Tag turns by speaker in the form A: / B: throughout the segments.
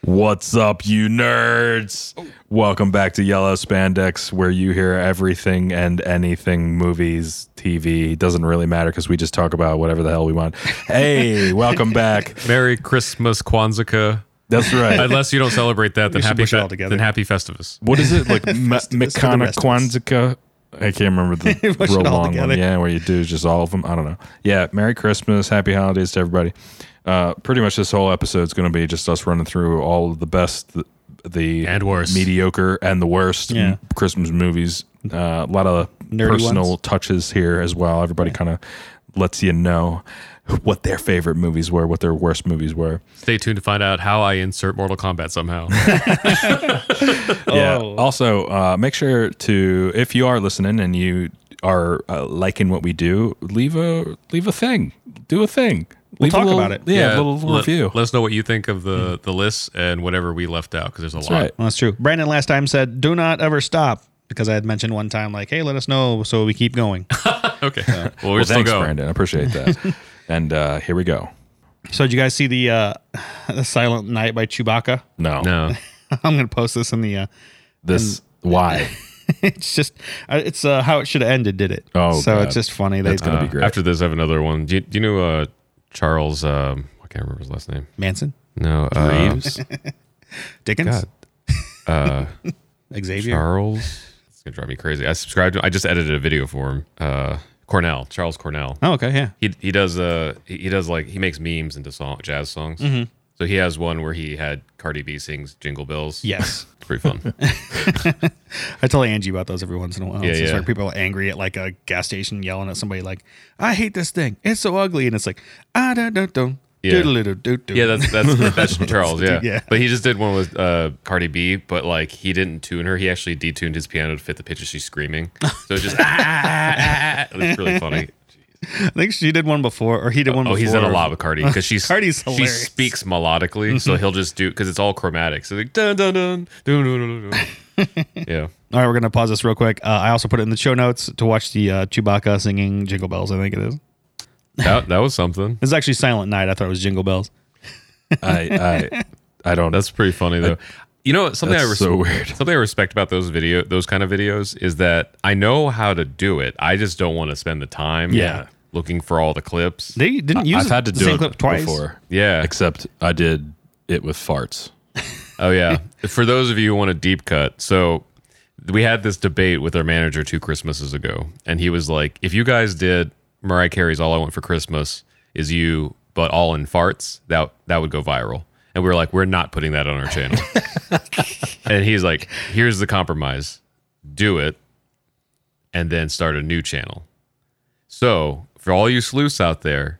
A: What's up, you nerds? Welcome back to Yellow Spandex, where you hear everything and anything movies, TV. Doesn't really matter because we just talk about whatever the hell we want. Hey, welcome back.
B: Merry Christmas, Kwanzaa.
A: That's right.
B: Unless you don't celebrate that, then
C: should
B: happy
C: push it all
B: fe-
C: together.
B: then happy Festivus.
A: What is it? Like Ma- Mekana
C: rest of us.
A: Kwanzaa? I can't remember the
C: Push it
A: real
C: all
A: long
C: together.
A: one. Yeah, where you do just all of them. I don't know. Yeah, Merry Christmas, Happy Holidays to everybody. Uh, pretty much this whole episode is going to be just us running through all of the best, the, the
B: And worst.
A: mediocre, and the worst
C: Yeah.
A: m- Christmas movies. Uh, a lot of
C: Nerdy
A: personal
C: ones.
A: touches here as well. Everybody kind of lets you know what their favorite movies were, what their worst movies were.
B: Stay tuned to find out how I insert Mortal Kombat somehow.
A: Yeah.
C: Oh.
A: Also, uh, make sure to if you are listening and you are uh, liking what we do, leave a leave a thing, do a thing. We'll
C: talk about it.
A: Yeah, a little
B: let,
A: review.
B: Let us know what you think of the the list and whatever we left out because there's a
A: That's
B: lot.
A: right.
C: Well, that's true. Brandon last time said, "Do not ever stop," because I had mentioned one time, like, "Hey, let us know so we keep going."
B: Okay. Well, we're
A: Well,
B: still
A: thanks,
B: going.
A: Brandon. I appreciate that. and uh, here we go.
C: so, did you guys see the uh, the Silent Night by Chewbacca?
A: No,
B: No.
C: I'm gonna post this in the. Uh,
A: this why
C: it's just uh, it's uh, how it should have ended. Did it?
A: Oh,
C: so
A: God.
C: it's just funny. They
A: gonna be
B: Uh,
A: great.
B: After this, I have another one. Do you, do you know uh, Charles? Um, I can't remember his last name.
C: Manson,
B: No. Uh,
A: Reeves?
C: Dickens,
B: God. Uh,
C: Xavier.
B: Charles. It's gonna drive me crazy. I subscribed. I just edited a video for him. Uh, Cornell. Charles Cornell.
C: Oh, okay, yeah.
B: he he does uh he he does like he makes memes into song jazz songs.
C: Mm-hmm.
B: So he has one where he had Cardi B sings Jingle Bells.
C: Yes,
B: it's pretty fun.
C: I tell Angie about those every once in a while.
B: Yeah,
C: it's just
B: yeah.
C: like people are angry at like a gas station yelling at somebody like, "I hate this thing. It's so ugly," and it's like, "Ah da da da."
B: Yeah. yeah,
C: Yeah,
B: that's that's that's from Charles. Yeah.
C: Yeah.
B: but he just did one with uh Cardi B, but like he didn't tune her. He actually detuned his piano to fit the pitch as she's screaming. So it's just ah, ah, ah, ah. it's really funny.
C: I think she did one before, or he did one.
B: Oh,
C: before.
B: he's done a lot with Cardi because she's
C: Cardi's
B: she
C: hilarious. Mm-hmm.
B: speaks melodically, so he'll just do because it's all chromatic. So like dun dun dun dun dun dun. dun. yeah.
C: All right, we're gonna pause this real quick. Uh, I also put it in the show notes to watch the uh, Chewbacca singing Jingle Bells. I think it is.
B: That, that was something.
C: It's actually Silent Night. I thought it was Jingle Bells.
A: I I I don't.
B: That's pretty funny though. you know something I
A: that's
B: res-
A: so weird.
B: Something I respect about those video those kind of videos is that I know how to do it. I just don't want to spend the time
C: Yeah.
B: looking for all the clips.
C: They didn't use.
A: I've had to
C: the
A: do
C: same
A: it
C: clip twice.
A: before.
B: yeah.
A: Except I did it with farts.
B: Oh yeah. for those of you who want a deep cut, so we had this debate with our manager two Christmases ago, and he was like, "If you guys did Mariah Carey's All I Want for Christmas Is You, but all in farts, that that would go viral." And we were like, "We're not putting that on our channel." and he's like, "Here's the compromise: do it, and then start a new channel." So for all you sleuths out there,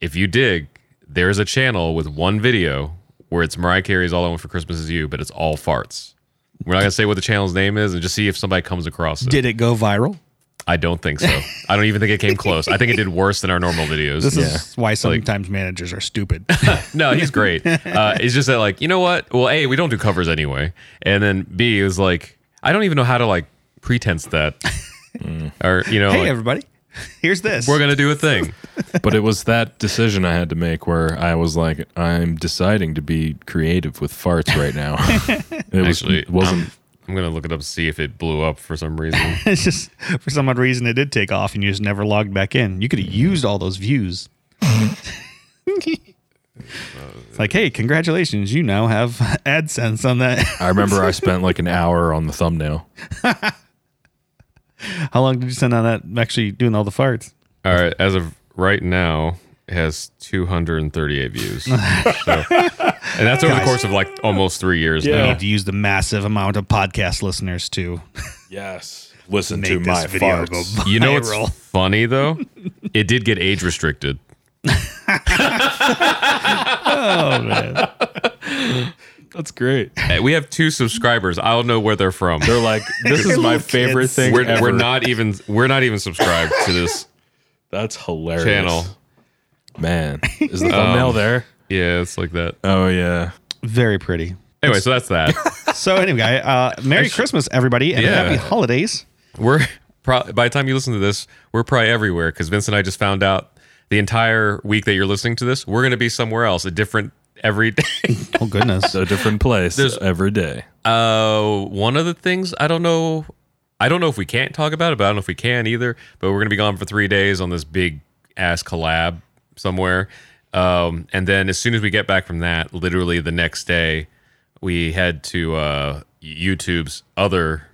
B: if you dig, there's a channel with one video where it's Mariah Carey's All I Want for Christmas Is You, but it's all farts. We're not gonna say what the channel's name is and just see if somebody comes across it.
C: Did it go viral?
B: I don't think so. I don't even think it came close. I think it did worse than our normal videos.
C: This is why sometimes managers are stupid.
B: no, he's great. Uh, it's just that like, you know what? Well, A, we don't do covers anyway. And then B is like, I don't even know how to like pretense that.
A: Mm.
B: Or you know,
C: hey,
B: like,
C: everybody, here's this.
B: we're gonna do a thing.
A: but it was that decision I had to make where I was like, I'm deciding to be creative with farts right now. it
B: Actually,
A: was, wasn't.
B: I'm, I'm gonna look it up to see if it blew up for some reason.
C: it's just for some odd reason it did take off, and you just never logged back in. You could have used all those views. it's like, hey, congratulations! You now have AdSense on that.
A: I remember I spent like an hour on the thumbnail.
C: How long did you spend on that? Actually, doing all the farts.
B: All right, as of right now, it has 238 views. So- and that's over the course of like almost three years
C: I
B: now.
C: need to use the massive amount of podcast listeners to
A: Yes. Listen
C: make this video go viral.
B: You know what's funny though? It did get age restricted.
C: oh man,
A: That's great.
B: Hey, Uh, We have two subscribers. I don't know where they're from.
A: They're like, this is my
C: Little
A: favorite
C: kids.
A: thing
B: We're,
A: ever.
B: we're not even we're not even subscribed to this
A: That's hilarious.
B: channel. Um,
A: Man. Is the thumbnail there?
B: Yeah, it's like that.
A: Oh, yeah.
C: very pretty.
B: Anyway, so that's that.
C: So anyway, uh, Merry Christmas, everybody, and
B: Yeah.
C: Happy Holidays.
B: We're pro- by the time you listen to this, we're probably everywhere because Vince and I just found out the entire week that you're listening to this, we're going to be somewhere else, a different every day.
C: Oh goodness.
A: a different place every day.
B: Uh, one of the things I don't know, I don't know if we can't talk about it, but I don't know if we can either. But we're gonna be gone for three days on this big ass collab somewhere, um, and then as soon as we get back from that, literally the next day, we head to uh, YouTube's other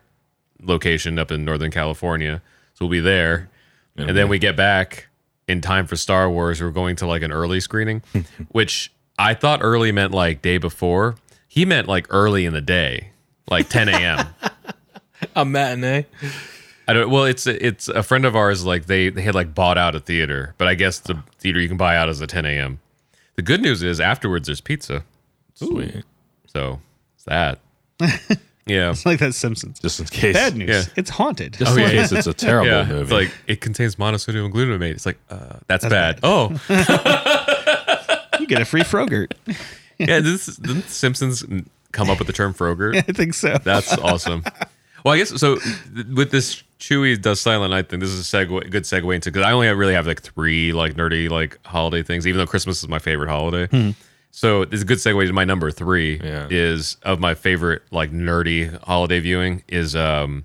B: location up in Northern California. So we'll be there, and then we get back in time for Star Wars. We're going to like an early screening, which I thought early meant like day before. He meant like early in the day, like 10 a.m.
A: A matinee.
B: I don't. Well, it's it's a friend of ours. Like they they had like bought out a theater, but I guess the theater you can buy out is at 10 a.m. The good news is afterwards there's pizza,
A: Sweet.
B: so it's that. Yeah.
C: It's like that Simpsons.
A: Just in case.
C: Bad news.
B: yeah.
C: It's haunted.
A: Just in
B: Oh, yeah.
A: case it's a terrible
B: Yeah,
A: movie.
B: it's like it contains monosodium glutamate. It's like uh, that's, bad. Oh,
C: you get a free Frogurt.
B: yeah. This didn't the Simpsons come up with the term Froger.
C: I think so.
B: That's awesome. Well, I guess so. th- With this Chewy does Silent Night thing, this is a segue, good segue into because I only really have like three like nerdy like holiday things, even though Christmas is my favorite holiday. So this is a good segue to my number three
A: Yeah.
B: is of my favorite like nerdy holiday viewing is um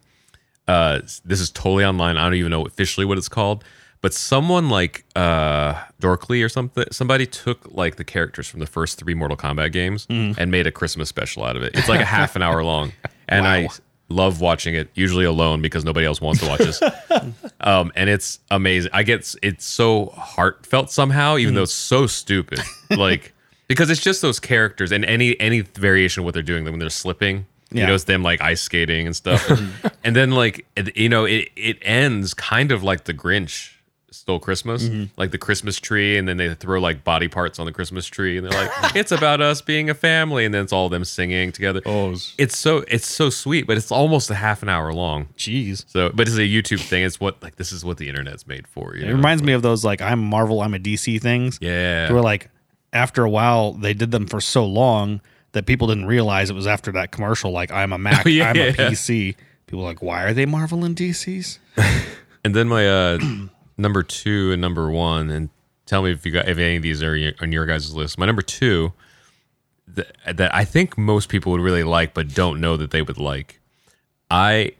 B: uh this is totally online. I don't even know officially what it's called, but someone like uh Dorkley or something somebody took like the characters from the first three Mortal Kombat games and made a Christmas special out of it. It's like a half an hour long. And I love watching it, usually alone because nobody else wants to watch this. um, and it's amazing. I get s- it's so heartfelt somehow, even though it's so stupid. Like because it's just those characters and any any variation of what they're doing when they're slipping. You
C: Yeah.
B: know, it's them like ice skating and stuff. and then like it- you know, it it ends kind of like the Grinch stole Christmas, like the Christmas tree, and then they throw like body parts on the Christmas tree, and they're like, "It's about us being a family," and then it's all them singing together.
A: oh,
B: It's so it's so sweet, but it's almost a half an hour long.
C: Jeez.
B: So, but it's a YouTube thing. It's what like this is what the internet's made for. You
C: It
B: know?
C: reminds me of those like I'm Marvel, I'm a DC things.
B: yeah,
C: Where like after a while they did them for so long that people didn't realize it was after that commercial. Like I'm a Mac,
B: yeah,
C: I'm
B: yeah.
C: a PC. People are like, why are they Marvel and DCs?
B: And then my uh, number two and number one, and tell me if you got if any of these are y- on your guys' list. My number two th- that I think most people would really like, but don't know that they would like. I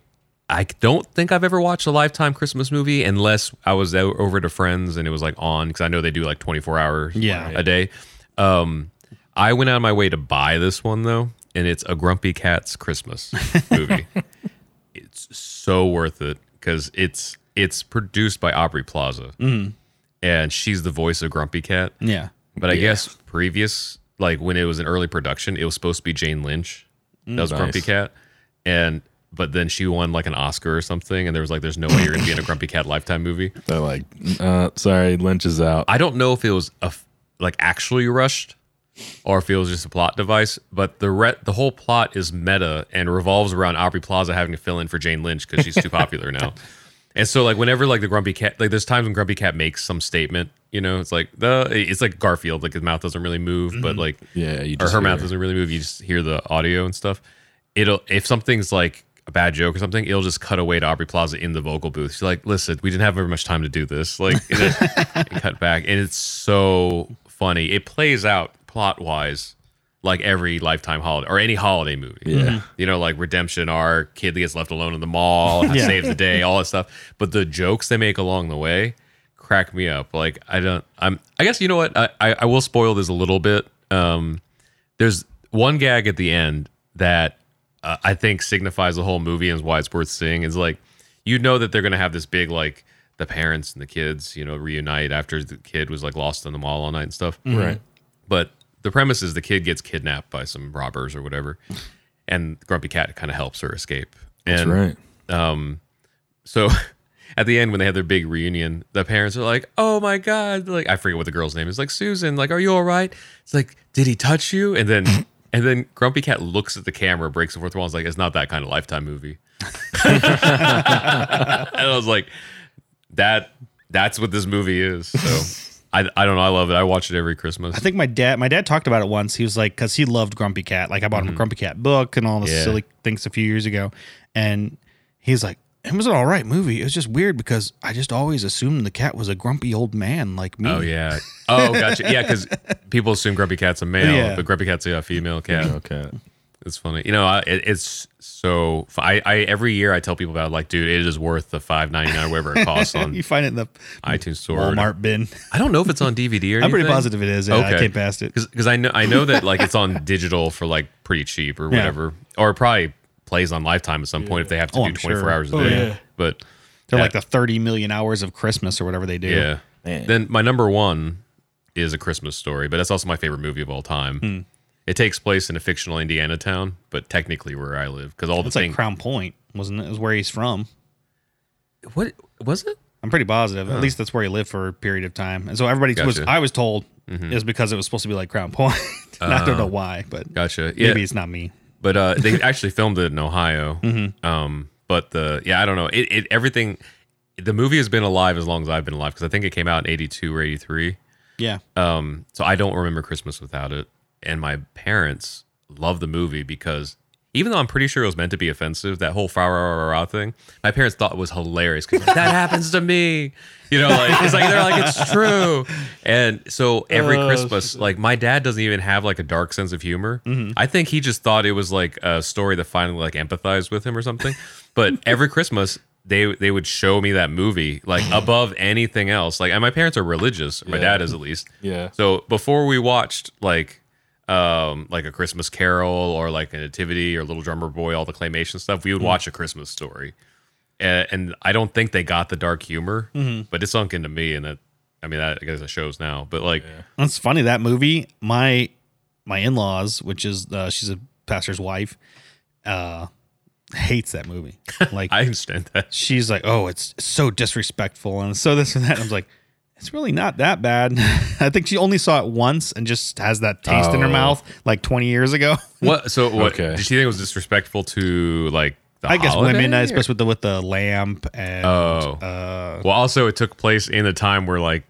B: I don't think I've ever watched a Lifetime Christmas movie unless I was o- over to friends and it was like on because I know they do like twenty four hours
C: Yeah.
B: a day. Um, I went out of my way to buy this one though, and it's a Grumpy Cat's Christmas movie. it's so worth it because it's it's produced by Aubrey Plaza, and she's the voice of Grumpy Cat.
C: Mm. Yeah.
B: But I guess previous, like when it was in early production, it was supposed to be Jane Lynch. That was Grumpy Cat, and but then she won like an Oscar or something, and there was like, there's no way you're gonna be in a Grumpy Cat Lifetime movie.
A: they're like, uh, sorry, Lynch is out.
B: Uh, I don't know if it was a f- like actually rushed or if it was just a plot device, but the re- the whole plot is meta and revolves around Aubrey Plaza having to fill in for Jane Lynch because she's too popular now. And so like whenever like the Grumpy Cat like there's times when Grumpy Cat makes some statement, you know, it's like the it's like Garfield, like his mouth doesn't really move, but like
A: Yeah, you
B: or
A: just
B: her mouth
A: hear-
B: doesn't really move. You just hear the audio and stuff. It'll if something's like a bad joke or something, it'll just cut away to Aubrey Plaza in the vocal booth. She's like, "Listen, we didn't have very much time to do this." Like, and then- and cut back, and it's so funny. It plays out plot wise like every lifetime holiday or any holiday movie.
A: Yeah.
B: You know, like redemption arc, kid that gets left alone in the mall,
C: Yeah.
B: save the day, all that stuff. But the jokes they make along the way crack me up. Like I don't I'm I guess you know what? I, I, I will spoil this a little bit. Um there's one gag at the end that uh, I think signifies the whole movie and is why it's worth seeing. Is like you know that they're gonna have this big like the parents and the kids, you know, reunite after the kid was like lost in the mall all night and stuff.
A: Right.
B: But the premise is the kid gets kidnapped by some robbers or whatever, and Grumpy Cat kind of helps her escape.
A: That's
B: And
A: right.
B: so at the end when they have their big reunion the parents are like oh my god like i forget what the girl's name is like susan like are you all right it's like did he touch you and then and then grumpy cat looks at the camera breaks the fourth wall and is like it's not that kind of lifetime movie and i was like that that's what this movie is so I, I don't know i love it i watch it every christmas
C: I think my dad my dad talked about it once. He was like, because he loved Grumpy Cat. Like I bought him a Grumpy Cat book and all this
B: Mm-hmm. Yeah.
C: silly things a few years ago, and he's like, it was an all right movie. It was just weird because I just always assumed the cat was a grumpy old man like me.
B: Oh yeah. Oh, gotcha. Yeah, because people assume Grumpy Cat's a male,
C: Yeah.
B: but Grumpy Cat's a female cat.
A: Okay.
B: It's funny. You know, I, it, it's so. fu- I, I every year I tell people about it, like, dude, it is worth the five ninety nine whatever it costs on
C: You find it in the
B: iTunes Store.
C: Walmart bin.
B: I don't know if it's on DVD or
C: I'm pretty
B: anything.
C: positive it is. Yeah, I
B: Okay.
C: came past it.
B: because I know I know that like it's on digital for like pretty cheap or whatever, or it probably plays on Lifetime at some point if they have to
C: Oh,
B: do
C: I'm
B: 24
C: sure.
B: hours a
A: Oh,
B: day.
A: yeah.
B: But
C: They're like the 30 million hours of Christmas or whatever they do.
B: yeah,
A: Man.
B: then my number one is A Christmas Story, but that's also my favorite movie of all time.
C: Hmm.
B: It takes place in a fictional Indiana town, but technically where I live because all
C: It's
B: the
C: like
B: things.
C: Crown Point, wasn't it? It was where he's from.
B: what was it?
C: I'm pretty positive. At least that's where he lived for a period of time. And so everybody was,
B: Gotcha.
C: I was told, is because it was supposed to be like Crown Point. And I don't know why, but
B: Gotcha. Yeah,
C: maybe it's not me.
B: but uh, they actually filmed it in Ohio. Um, but the yeah, I don't know. It, it everything. The movie has been alive as long as I've been alive because I think it came out in '82 or '83.
C: Yeah.
B: Um, so I don't remember Christmas without it. And my parents love the movie because even though I'm pretty sure it was meant to be offensive, that whole rah rah rah thing, my parents thought it was hilarious because that happens to me. You know, like it's like they're like it's true. And so every Christmas, like my dad doesn't even have like a dark sense of humor. I think he just thought it was like a story that finally like empathized with him or something. But every Christmas. They, they would show me that movie like above anything else like and my parents are religious or my dad is at least
A: Yeah.
B: so before we watched like um like a Christmas Carol or like a Nativity or Little Drummer Boy, all the claymation stuff,
C: Mm-hmm.
B: we would watch a Christmas story. And, and I don't think they got the dark humor,
C: Mm-hmm.
B: but it sunk into me and that I mean that I guess it shows now. But like
C: It's funny that movie. My my in laws, which is uh, she's a pastor's wife, uh, hates that movie. Like
B: I understand that.
C: she's like, oh, it's so disrespectful and so this and that. I was like, it's really not that bad. I think she only saw it once and just has that taste in her
A: Oh.
C: mouth like 20 years ago.
B: What so what
A: Okay.
B: did she think it was disrespectful to like the
C: I guess
B: holiday?
C: women, especially with the with the lamp and
B: Oh.
C: uh,
B: Well also it took place in a time where like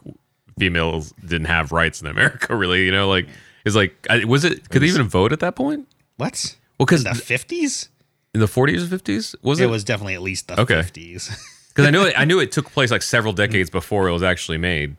B: females didn't have rights in America really, you know, like it's like I- was it could they even vote at that point?
C: what?
B: Well, because
C: In the fifties?
B: in the 40s or 50s was
C: It
B: it
C: was definitely at least the
B: Okay.
C: fifties.
B: because i know it, i knew it took place like several decades before it was actually made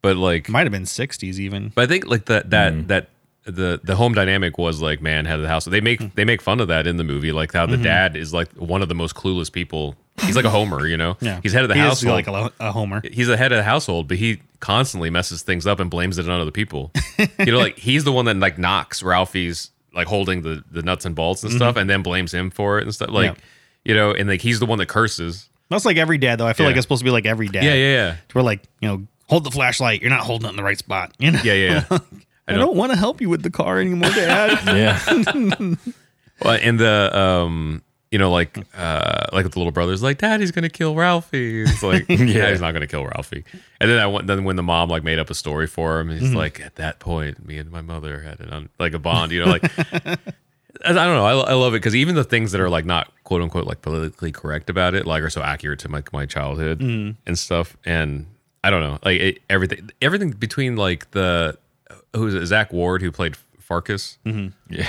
B: but like
C: Might have been sixties even.
B: but i think like that that that the the home dynamic was like man had the house they
C: Hmm.
B: make they make fun of that in the movie like how the
C: Mm-hmm.
B: dad is like one of the most clueless people he's like a homer you know
C: Yeah,
B: he's head of the
C: He is
B: household
C: like a, lo- a Homer.
B: he's the head of the household, but he constantly messes things up and blames it on other people. you know, like he's the one that like knocks Ralphie's like holding the the nuts and bolts and stuff, and then blames him for it and stuff. Like,
C: Yeah.
B: you know, and like he's the one that curses.
C: That's like every dad though. I feel
B: Yeah.
C: like it's supposed to be like every dad.
B: Yeah, yeah, yeah,
C: We're like you know, hold the flashlight. You're not holding it in the right spot. You know?
B: yeah, yeah. yeah.
C: I
B: don't-
C: don't, want to help you with the car anymore, Dad.
A: Yeah.
B: Well, and the um, you know, like uh, like with the little brother's like, Daddy's gonna kill Ralphie. It's like, yeah, he's not gonna kill Ralphie. And then I went, then when the mom like made up a story for him, he's like, at that point, me and my mother had an un- like a bond, you know, like. I don't know. I, I love it because even the things that are like not quote unquote like politically correct about it, like are so accurate to my my childhood and stuff. And I don't know, like it, everything, everything between like the who's it, Zach Ward who played Farkas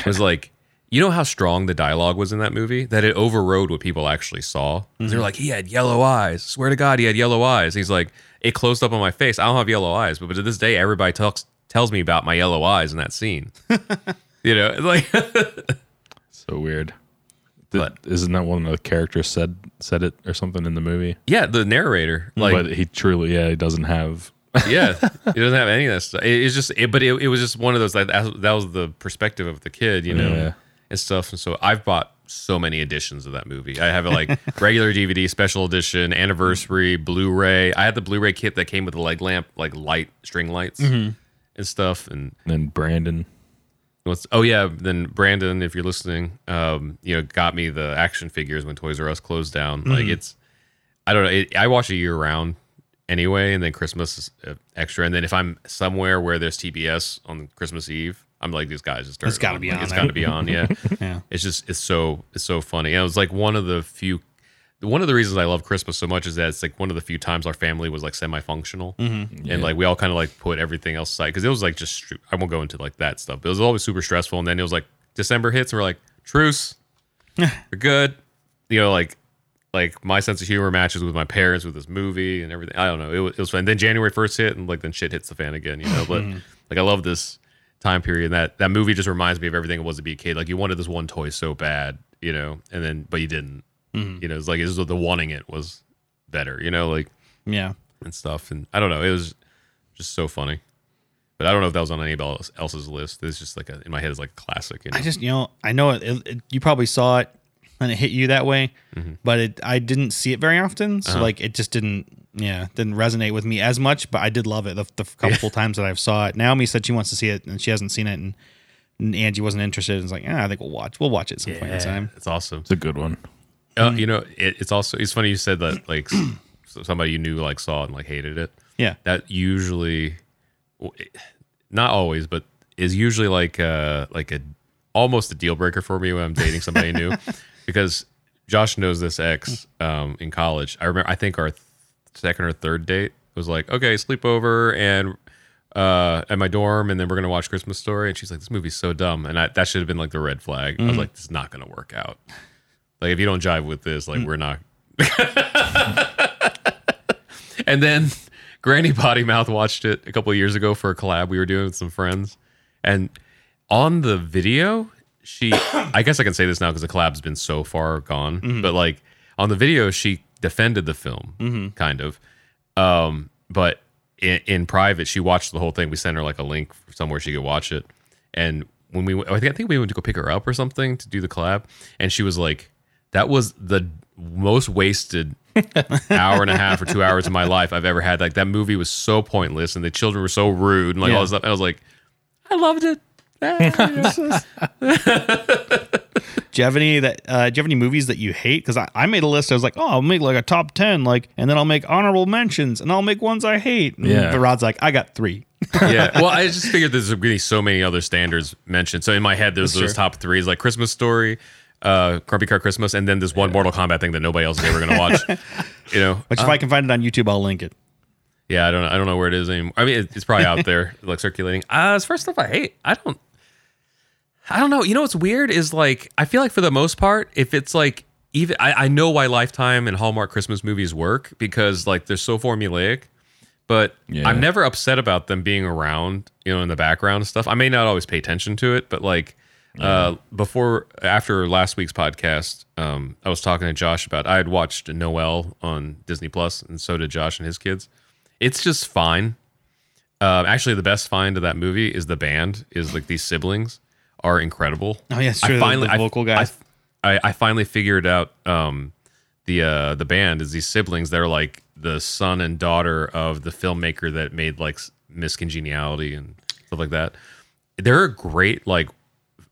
B: was like, you know how strong the dialogue was in that movie that it overrode what people actually saw. They're like, he had yellow eyes. Swear to God, he had yellow eyes. He's like, it closed up on my face. I don't have yellow eyes, but, but to this day, everybody talks tells me about my yellow eyes in that scene. you know, it's like.
A: so weird. Th-
B: But-
A: isn't that one of the characters said said it or something in the movie?
B: Yeah, the narrator. Like,
A: but he truly, yeah, he doesn't have.
B: yeah, he doesn't have any of that stuff. It, it's just, it, but it, it was just one of those. Like, that that was the perspective of the kid, you know,
A: Yeah.
B: and stuff. And so I've bought so many editions of that movie. I have it like regular DVD, special edition, anniversary, Blu-ray. I had the Blu-ray kit that came with the leg lamp, like light string lights and stuff. And
A: And Brandon,
B: what's oh yeah, then Brandon, if you're listening, um, you know, got me the action figures when Toys R Us closed down.
C: Mm-hmm.
B: Like it's, I don't know. It, I watch it year round anyway, and then Christmas is uh, extra. And then if I'm somewhere where there's TBS on Christmas Eve, I'm like, these guys just
C: It's gotta be
B: Like,
C: on
B: It's
C: there.
B: got to be on. Yeah,
C: yeah.
B: it's just it's so it's so funny. And it was like one of the few. One of the reasons I love Christmas so much is that it's like one of the few times our family was like semi-functional, and like we all kind of like put everything else aside because it was like just stru- I won't go into like that stuff, but it was always super stressful. And then it was like December hits, and we're like truce, we're good, you know, like like my sense of humor matches with my parents with this movie and everything. I don't know. It was, it was fun. Then January first hit, and like then shit hits the fan again, you know.
C: Mm-hmm.
B: But like I love this time period. And that that movie just reminds me of everything it was to be a kid. Like you wanted this one toy so bad, you know, and then but you didn't.
C: Mm-hmm.
B: You know, it's like it's just the wanting it was better, you know, like
C: Yeah.
B: and stuff. And I don't know. It was just so funny. But I don't know if that was on anybody else, else's list. This is just like a, in my head is like a classic. You know?
C: I just, you know, I know it, it, it- you probably saw it and it hit you that way, but it, I didn't see it very often. So like it just didn't, yeah, didn't resonate with me as much, but I did love it the, the couple times that I've saw it. Naomi said she wants to see it and she hasn't seen it. And, and Angie wasn't interested. And it's like, yeah, I think we'll watch, we'll watch it some point in time.
B: it's awesome.
A: It's a good one.
B: Uh, you know, it, it's also it's funny you said that like s- somebody you knew like saw it and like hated it.
C: Yeah.
B: That usually, w- it- not always, but is usually like uh like a almost a deal breaker for me when I'm dating somebody new, because Josh knows this ex um in college. I remember I think our th- second or third date was like okay sleepover and uh at my dorm and then we're gonna watch Christmas Story and she's like this movie's so dumb and I, that should have been like the red flag. I was like this is not gonna work out. Like if you don't jive with this, like we're not. and then Granny Body Mouth watched it a couple of years ago for a collab we were doing with some friends, and on the video, she I guess I can say this now because the collab's been so far gone, but like on the video, she defended the film kind of, um, but in, in private, she watched the whole thing. We sent her like a link somewhere she could watch it, and when we, went- I think, I think we went to go pick her up or something to do the collab, and she was like, "That was the most wasted hour and a half or two hours of my life I've ever had. Like that movie was so pointless, and the children were so rude, and like all this stuff." And I was like, "I loved it." Ah, you know, it's just-
C: Do you have any that? Uh, do you have any movies that you hate? Because I, I made a list. I was like, oh, I'll make like a top ten, like, and then I'll make honorable mentions, and I'll make ones I hate. And
A: Yeah.
C: But Rod's like, I got three.
B: yeah. Well, I just figured there's going to be so many other standards mentioned. So in my head, there's those top thres like Christmas Story, uh, Crumpy Car Christmas, and then this one Mortal Kombat thing that nobody else is ever going to watch. you know?
C: Which if I can find it on YouTube, I'll link it.
B: Yeah, I don't. I don't know where it is anymore. I mean, it, it's probably out there, like circulating. Uh, as far as stuff I hate, I don't. I don't know. You know what's weird is like I feel like for the most part, if it's like even I, I know why Lifetime and Hallmark Christmas movies work because like they're so formulaic. But
A: Yeah.
B: I'm never upset about them being around, you know, in the background and stuff. I may not always pay attention to it, but like uh, before after last week's podcast, um, I was talking to Josh about I had watched Noel on Disney Plus, and so did Josh and his kids. It's just fine. Um, actually, the best find of that movie is the band. Is like these siblings are incredible.
C: Oh, yeah, it's true, the- the vocal
B: I,
C: guys.
B: I, I finally figured out um, the uh, the band is these siblings. They're like the son and daughter of the filmmaker that made like s- Miss Congeniality and stuff like that. They're a great like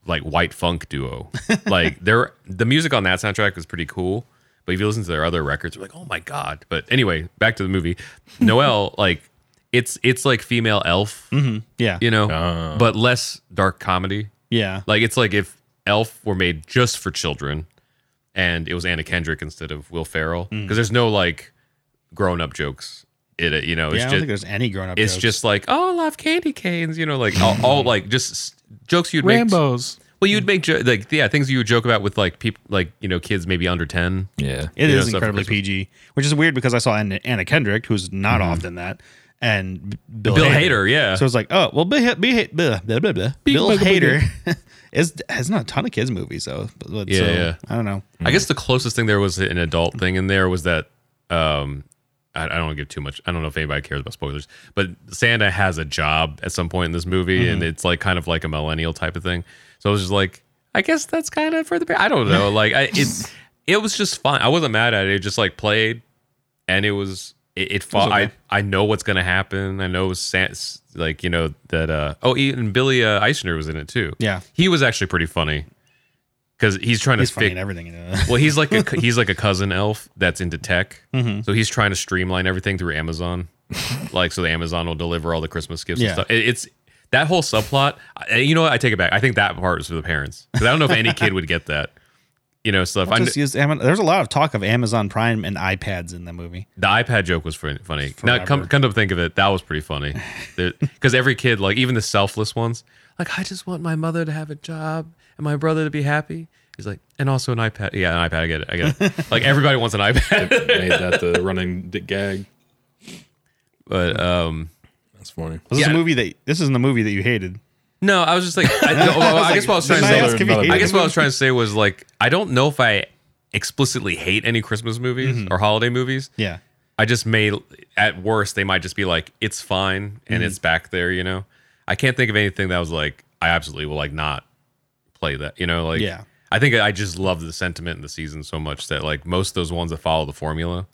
B: like white funk duo. like they're the music on that soundtrack was pretty cool. But if you listen to their other records, you're like, oh my god. But anyway, back to the movie. Noelle, like it's it's like female elf,
C: Mm-hmm. Yeah.
B: you know,
C: Uh.
B: but less dark comedy.
C: Yeah.
B: Like it's like if Elf were made just for children, and it was Anna Kendrick instead of Will Ferrell,
C: Mm.
B: because there's no like grown up jokes. It it- you know it's
C: yeah, I don't
B: just
C: think there's any grown up.
B: it's just like oh I love candy canes, you know, like all, all like just s- jokes you'd make.
A: Rambo's.
B: Well, you'd make jo- like yeah things you would joke about with like people like you know kids maybe under ten.
A: Yeah.
B: you
C: It
B: know,
C: is
B: stuff for
C: incredibly
B: Christmas.
C: PG, which is weird because I saw Anna, Anna Kendrick, who's not often that, and B- Bill,
B: Mm-hmm. Bill Hader, yeah.
C: So it's like, oh well, Bill, Bill, Bill, Bill, Bill, Bill, Bill
A: bugga
C: Hader is has not a ton of kids movies though. But, but- so,
B: Yeah, yeah.
C: I don't know.
B: I guess the closest thing there was an adult thing in there was that um I, I don't want to give too much. I don't know if anybody cares about spoilers, but Santa has a job at some point in this movie,
C: Mm-hmm.
B: and it's like kind of like a millennial type of thing. So I was just like, I guess that's kind of for the. I don't know. Like I, it, it was just fun. I wasn't mad at it. It just like played, and it was it. it, fought,
C: okay.
B: I I know what's gonna happen. I know Santa, like you know that. uh Oh, even Billy uh, Eichner was in it too.
C: Yeah.
B: he was actually pretty funny because he's trying
C: He's
B: to
C: funny
B: fix
C: and everything. uh,
B: well, he's like a he's like a cousin elf that's into tech,
C: Mm-hmm.
B: so he's trying to streamline everything through Amazon, like so the Amazon will deliver all the Christmas gifts
C: Yeah.
B: and stuff. It- it's that whole subplot. I, you know what? I take it back. I think that part was for the parents 'Cause I don't know if any kid would get that. You know, stuff. I, kn-
C: Just use Ama- there's a lot of talk of Amazon Prime and iPads in that movie.
B: the iPad joke was fun- funny. Now,
C: Forever.
B: come come to think of it, that was pretty funny, because every kid, like even the selfless ones, Like, I just want my mother to have a job and my brother to be happy. He's like, and also an iPad. Yeah, an iPad. I get it. I get it. like everybody wants an iPad.
A: Made that the running d- gag.
B: but um,
A: That's funny.
C: This is
B: Yeah.
C: a movie that this isn't a movie that you hated.
B: no, I was just like, I, no, well, I guess what I was trying to
C: Did I
B: say.
C: ask if you
A: another-
C: hated
B: I guess
C: it?
B: what I was trying to say was like, I don't know if I explicitly hate any Christmas movies
C: Mm-hmm.
B: or holiday movies.
C: yeah.
B: I just may, at worst, they might just be like, it's fine and it's back there, you know? I can't think of anything that was like, I absolutely will like not play that, you know? Like,
C: Yeah.
B: I think I just love the sentiment in the season so much that like most of those ones that follow the formula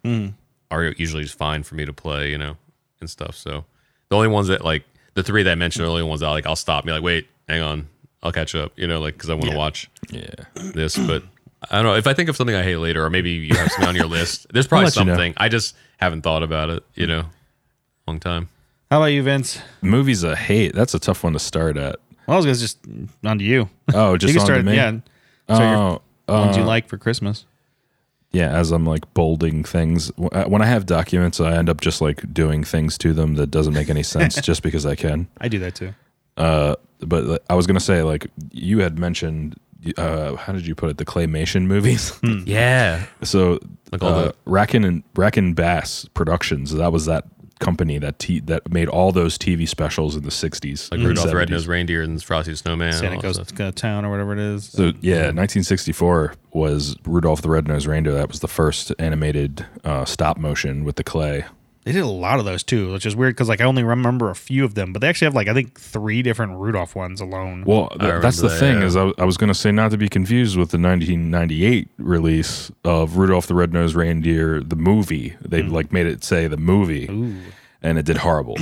B: are usually just fine for me to play, you know, and stuff. So the only ones that like, the three that I mentioned are the only ones that like, I'll stop and be like, wait, hang on, I'll catch up, you know, like, cause I want to watch
A: Yeah.
B: this, but I don't know. If I think of something I hate later, or maybe you have something on your list, there's probably
A: let you know.
B: something. I just haven't thought about it, you know, long time.
C: How about you, Vince?
A: Movies I hate. That's a tough one to start at.
C: Well, I was gonna just mm, on to you.
A: Oh, just
C: you
A: on
C: start.
A: to me.
C: Yeah. So your
A: Oh,
C: ones you like for Christmas.
A: yeah. As I'm like bolding things, Wh- uh, when I have documents, I end up just like doing things to them that doesn't make any sense just because I can.
C: I do that too.
A: Uh, but like, I was gonna say like you had mentioned. Uh, how did you put it? The claymation movies.
B: Yeah.
A: So
B: Hmm. Like all
A: uh,
B: the-
A: Rackin and Rackin Bass Productions. That was that company that t- that made all those TV specials in the '60s,
B: Like
A: and
B: Rudolph the
A: 70s.
B: Red-Nosed Reindeer and Frosty the Snowman. and
C: Santa
B: all that
C: goes
B: stuff.
C: to town or whatever it is.
A: So yeah, 1964 was Rudolph the Red-Nosed Reindeer. That was the first animated uh, stop motion with the clay.
C: They did a lot of those too, which is weird because like I only remember a few of them, but they actually have like I think three different Rudolph ones alone.
A: Well, th-
B: remember
A: that's the
B: that,
A: thing
B: yeah.
A: is I, I was going to say not to be confused with the 1998 release of Rudolph the Red-Nosed Reindeer the movie. They
B: Mm.
A: like made it say the movie. And it did horrible.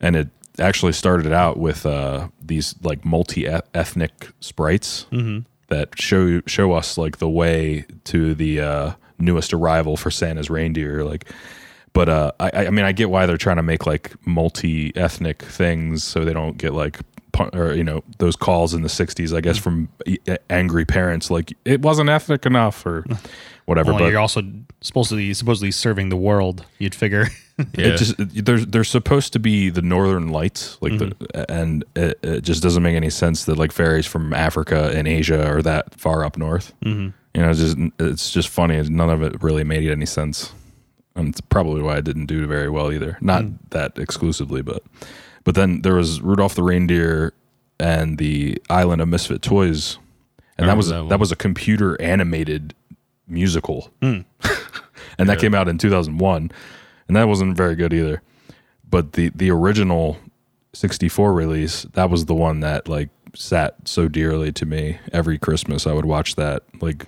A: and it actually started out with uh, these like multi-ethnic sprites
B: Mm-hmm.
A: that show show us like the way to the uh, newest arrival for Santa's reindeer like but uh, I- I, I mean, I get why they're trying to make like multi-ethnic things so they don't get like pun- or you know those calls in the '60s, I guess, from e- angry parents like it wasn't ethnic enough or whatever.
C: Well,
A: but
C: you're also supposedly supposedly serving the world. You'd figure.
B: Yeah.
A: it just it- they're they're supposed to be the northern lights like the and it, it just doesn't make any sense that like fairies from africa and asia are that far up north mm-hmm. you know it's just it's just funny none of it really made any sense and it's probably why i didn't do very well either not that exclusively but but then there was rudolph the reindeer and the island of misfit toys and
B: I
A: that was
B: remember that
A: that,
B: one.
A: was a computer animated musical
B: Hmm.
A: and that came out in 2001 and that wasn't very good either but the the original 64 release that was the one that like sat so dearly to me every christmas i would watch that like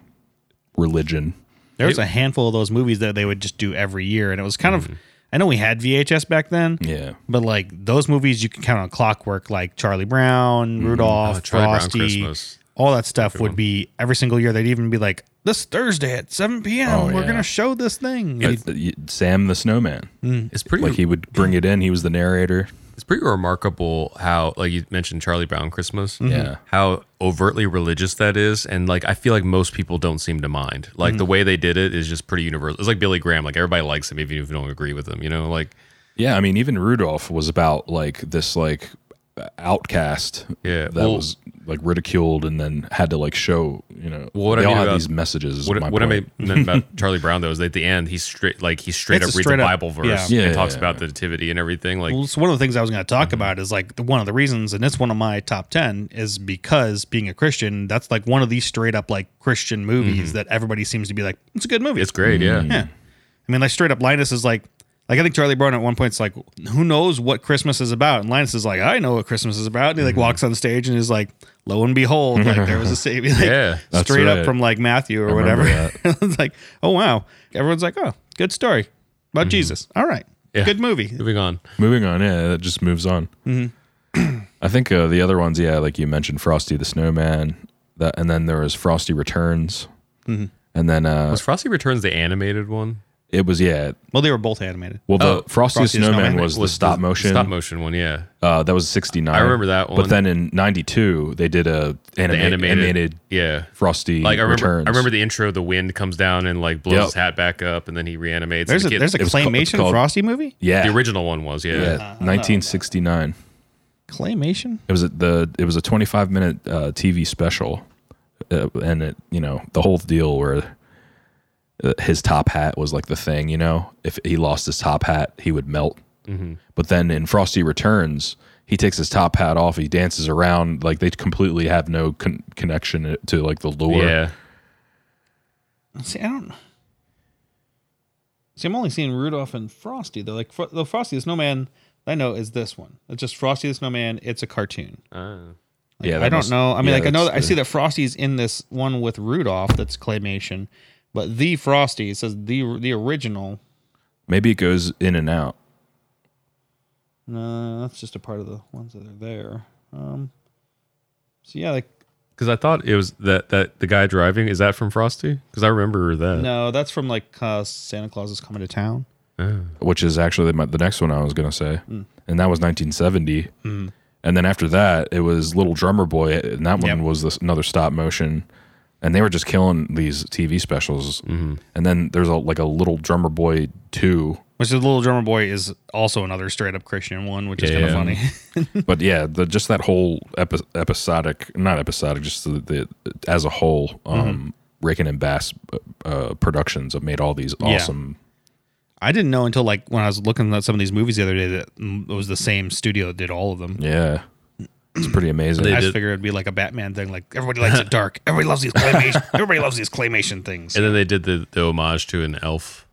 A: religion
C: There was a handful of those movies that they would just do every year, and it was kind of. I know we had VHS back then,
A: Mm. yeah
C: but like those movies, you can count on clockwork, like Charlie Brown, Rudolph,
B: Oh, Charlie Brown
C: Frosty,
B: Christmas.
C: all that stuff would be every single year. They'd even be like, "This Thursday at 7 p.m.,
A: Oh,
C: we're
A: yeah.
C: gonna show this thing."
A: But, uh, y- sam the snowman
B: It's pretty.
A: like he would bring it in he was the narrator
B: it's pretty remarkable how, like you mentioned, Charlie Brown Christmas.
A: Yeah.
B: How overtly religious that is, and like I feel like most people don't seem to mind. Like
A: Mm-hmm.
B: the way they did it is just pretty universal. It's like Billy Graham. Like everybody likes him, even if you don't agree with him. You know, like
A: yeah i mean even rudolph was about like this like outcast
B: Yeah,
A: that
B: well-
A: was like ridiculed and then had to like show you know
B: Well, what
A: they
B: I
A: all
B: mean
A: had
B: about-
A: these messages is
B: What,
A: my
B: what I
A: point.
B: mean meant about Charlie Brown though is that at the end he's straight like he straight
C: It's
B: up
C: a
B: reads
C: straight
B: a
C: up-
B: Bible verse
A: yeah.
B: and
A: Yeah,
B: talks
A: yeah,
B: about the nativity and everything. Like
C: Well, so one of the things I was going to talk about is like the, one of the reasons, and it's one of my top ten, is because being a Christian, that's like one of these straight up like Christian movies that everybody seems to be like, it's a good movie.
B: it's great, yeah.
A: Mm.
C: yeah. I mean, like straight up, Linus is like, like I think Charlie Brown at one point's like, who knows what Christmas is about? And Linus is like, I know what Christmas is about. And he like
A: Mm-hmm.
C: walks on stage and is like, lo and behold, like there was a savior. Like,
B: Yeah,
A: that's
C: straight
A: right.
C: up from like Matthew or
A: remember
C: whatever. it's like, oh wow, everyone's like, oh, good story about
A: Mm-hmm.
C: Jesus. All right,
B: Yeah.
C: good movie.
B: Moving on.
A: Moving on, yeah, that just moves on.
B: Mm-hmm.
A: I think uh, the other ones, yeah, like you mentioned, Frosty the Snowman, that, and then there was Frosty Returns, and then uh,
B: Mm-hmm. Was Frosty Returns the animated one?
A: it was yeah.
C: Well, they were both animated.
A: Well, the
B: Oh,
A: Frosty,
C: Frosty
A: the
C: the
A: Snowman,
C: Snowman
A: was, the stop motion.
B: Stop motion one, yeah.
A: Uh, that was sixty nine.
B: I remember that
A: But
B: one.
A: then in ninety two, they did a anima-
B: The
A: animated,
B: animated, Yeah.
A: Frosty
B: Like I remember
A: Returns.
B: I remember the intro, the wind comes down and like blows
A: Yep.
B: his hat back up and then he reanimates.
C: There's
B: and the
C: a
B: kid-
C: there's a
A: was ca- it's
C: claymation
A: called-
C: Frosty movie.
A: yeah,
C: Uh-huh.
B: the original one was, yeah.
A: yeah, nineteen sixty nine.
C: Claymation?
A: It was a, the it was a 25 minute uh, TV special, uh, and it you know the whole deal where uh, his top hat was like the thing. You know, if he lost his top hat, he would melt. But then in Frosty Returns, he takes his top hat off. He dances around like they completely have no con- connection to like the lore.
B: yeah.
C: See, I don't. See, I'm only seeing Rudolph and Frosty. They're like Fro- the Frosty the Snowman. I know is this one. It's just Frosty the Snowman. It's a cartoon.
A: yeah. that
C: I don't
A: must-
C: know. I mean,
A: yeah,
C: like I know
A: that's
C: that I see that Frosty's in this one with Rudolph. That's claymation, but the Frosty it says the the original.
A: the- Maybe it goes in and out.
C: No, that's just a part of the ones that are there. Um. So yeah, like
B: Because I thought it was that that the guy driving is that from Frosty? Because I remember that.
C: no, that's from like uh, Santa Claus is coming to town.
A: which is actually my, the next one I was going to say,
B: Hmm.
A: and that was 1970. And then after that, it was Little Drummer Boy, and that one
C: Yep.
A: was this, another stop motion. And they were just killing these TV specials.
B: Mm-hmm.
A: And then there's a like a Little Drummer Boy two,
C: Which the little drummer boy is also another straight up Christian one, which is
B: Yeah.
C: kind of funny.
A: but yeah, the, just that whole epi- episodic, not episodic, just the, the as a whole,
B: Mm-hmm.
A: um, Rick and Bass uh, productions have made all these
C: Yeah.
A: awesome.
C: I didn't know until like when I was looking at some of these movies the other day that mm, it was the same studio that did all of them.
A: Yeah, it's pretty amazing.
B: They
C: I just
B: did-
C: figured it'd be like a Batman thing, like everybody likes it dark, everybody loves these claymation, everybody loves these claymation things.
B: And then they did the, the homage to an elf,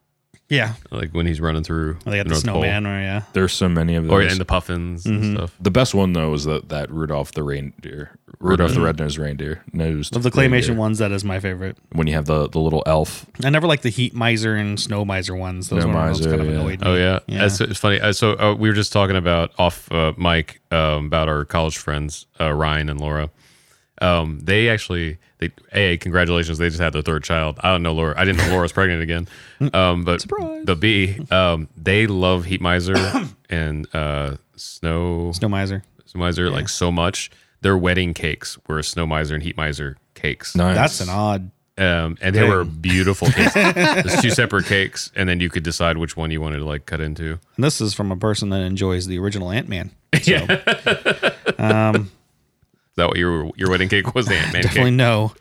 C: yeah,
B: like when he's running through
C: Oh, they got the
B: North Pole.
C: snowman, Mm-hmm. or yeah,
A: There's so many of those.
B: or Oh, and the puffins and stuff.
A: The best one though is that that Rudolph the reindeer, Rudolph the red-nosed reindeer, nosed
C: Mm-hmm. of the
A: reindeer.
C: claymation ones, that is my favorite.
A: When you have the the little elf,
C: I never liked the heat miser and snow miser ones. Those
A: Snow
C: ones
A: miser,
C: kind of
A: yeah.
C: annoyed me.
B: Oh yeah,
C: Yeah.
B: That's, it's funny. Uh, So uh, we were just talking about off uh, mic um, about our college friends uh, Ryan and Laura. Um, they actually, they a congratulations, they just had their third child. I don't know Laura. I didn't know Laura's pregnant again. Um, but the B, um, they love Heat Miser and uh, Snow
C: Snow miser.
B: Snow Miser like so much. Their wedding cakes were Snow Miser and Heat Miser cakes.
A: nice.
C: That's an odd.
B: Um, and they were beautiful cakes. There's two separate cakes, and then you could decide which one you wanted to like cut into.
C: And this is from a person that enjoys the original Ant Man. So, um,
B: Is that what your your wedding cake was? The Ant Man
C: definitely
B: cake.
C: no.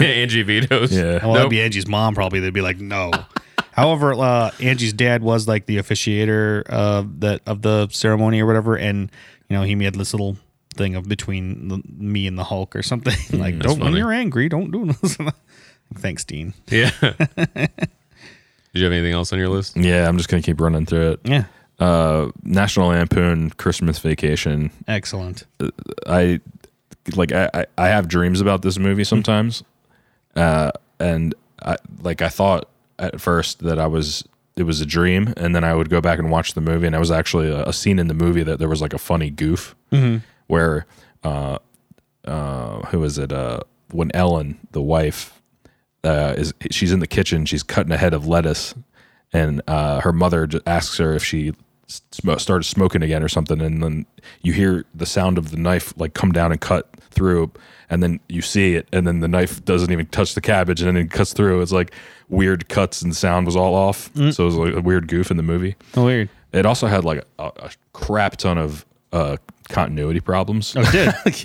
B: Angie Vito's.
A: Yeah.
C: Well,
B: Nope.
C: that'd be Angie's mom. Probably they'd be like, no. However, uh, Angie's dad was like the officiator of that of the ceremony or whatever, and you know he made this little thing of between the, me and the Hulk or something. like, don't when
B: funny.
C: you're angry, don't do this. Thanks, Dean.
B: yeah. Did you have anything else on your list?
A: yeah, I'm just gonna keep running through it.
C: Yeah,
A: Uh, National Lampoon Christmas Vacation.
C: excellent.
A: I like I I, I have dreams about this movie sometimes, uh, and I like I thought at first that I was it was a dream, and then I would go back and watch the movie, and it was actually a, a scene in the movie that there was like a funny goof where uh uh who is it uh when Ellen the wife uh is she's in the kitchen she's cutting a head of lettuce and uh her mother j- asks her if she sm- started smoking again or something and then you hear the sound of the knife like come down and cut through and then you see it and then the knife doesn't even touch the cabbage and then it cuts through it's like weird cuts and sound was all off
C: Mm.
A: so it was like a weird goof in the movie
C: Oh, weird.
A: it also had like a, a crap ton of uh, continuity problems.
C: Oh, it did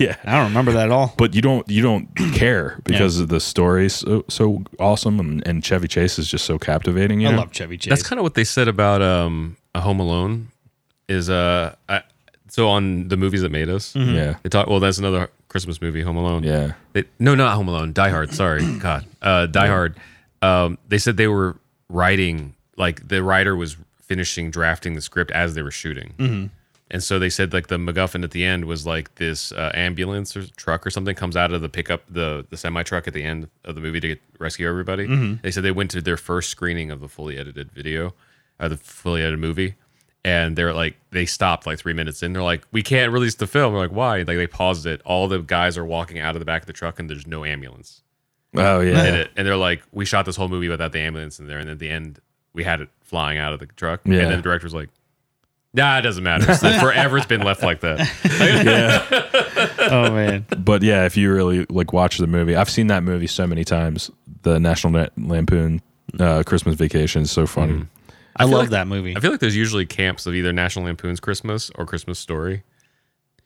A: yeah,
C: I don't remember that at all.
A: but you don't you don't care because the story's so, so awesome and, and Chevy Chase is just so captivating. You
C: I
A: know?
C: love Chevy Chase.
B: That's kind of what they said about um, a Home Alone. Is uh, I, so on the movies that made us.
C: Mm-hmm. Mm.
A: Yeah,
B: They talk. Well, that's another Christmas movie, Home Alone.
A: yeah.
B: They, no, not Home Alone. Die Hard. Sorry, God. Uh, Die Hard. Um, they said they were writing, like the writer was finishing drafting the script as they were shooting, and so they said like the MacGuffin at the end was like this uh, ambulance or truck or something comes out of the pickup, the the semi truck at the end of the movie to rescue everybody. They said they went to their first screening of the fully edited video, or the fully edited movie, and they're like they stopped like three minutes in they're like we can't release the film we're like why like they paused it all the guys are walking out of the back of the truck and there's no ambulance
A: Oh
B: in
A: yeah,
B: it and they're like we shot this whole movie without the ambulance in there and at the end we had it flying out of the truck
A: Yeah.
B: and then the director's like nah it doesn't matter so forever it's been left like that
C: oh man,
A: but yeah, if you really like watch the movie, I've seen that movie so many times. The National Na- Lampoon uh, Christmas Vacation is so funny.
C: I,
B: feel
C: love
B: like-
C: that movie.
B: i feel like there's usually camps of either national lampoon's christmas or christmas story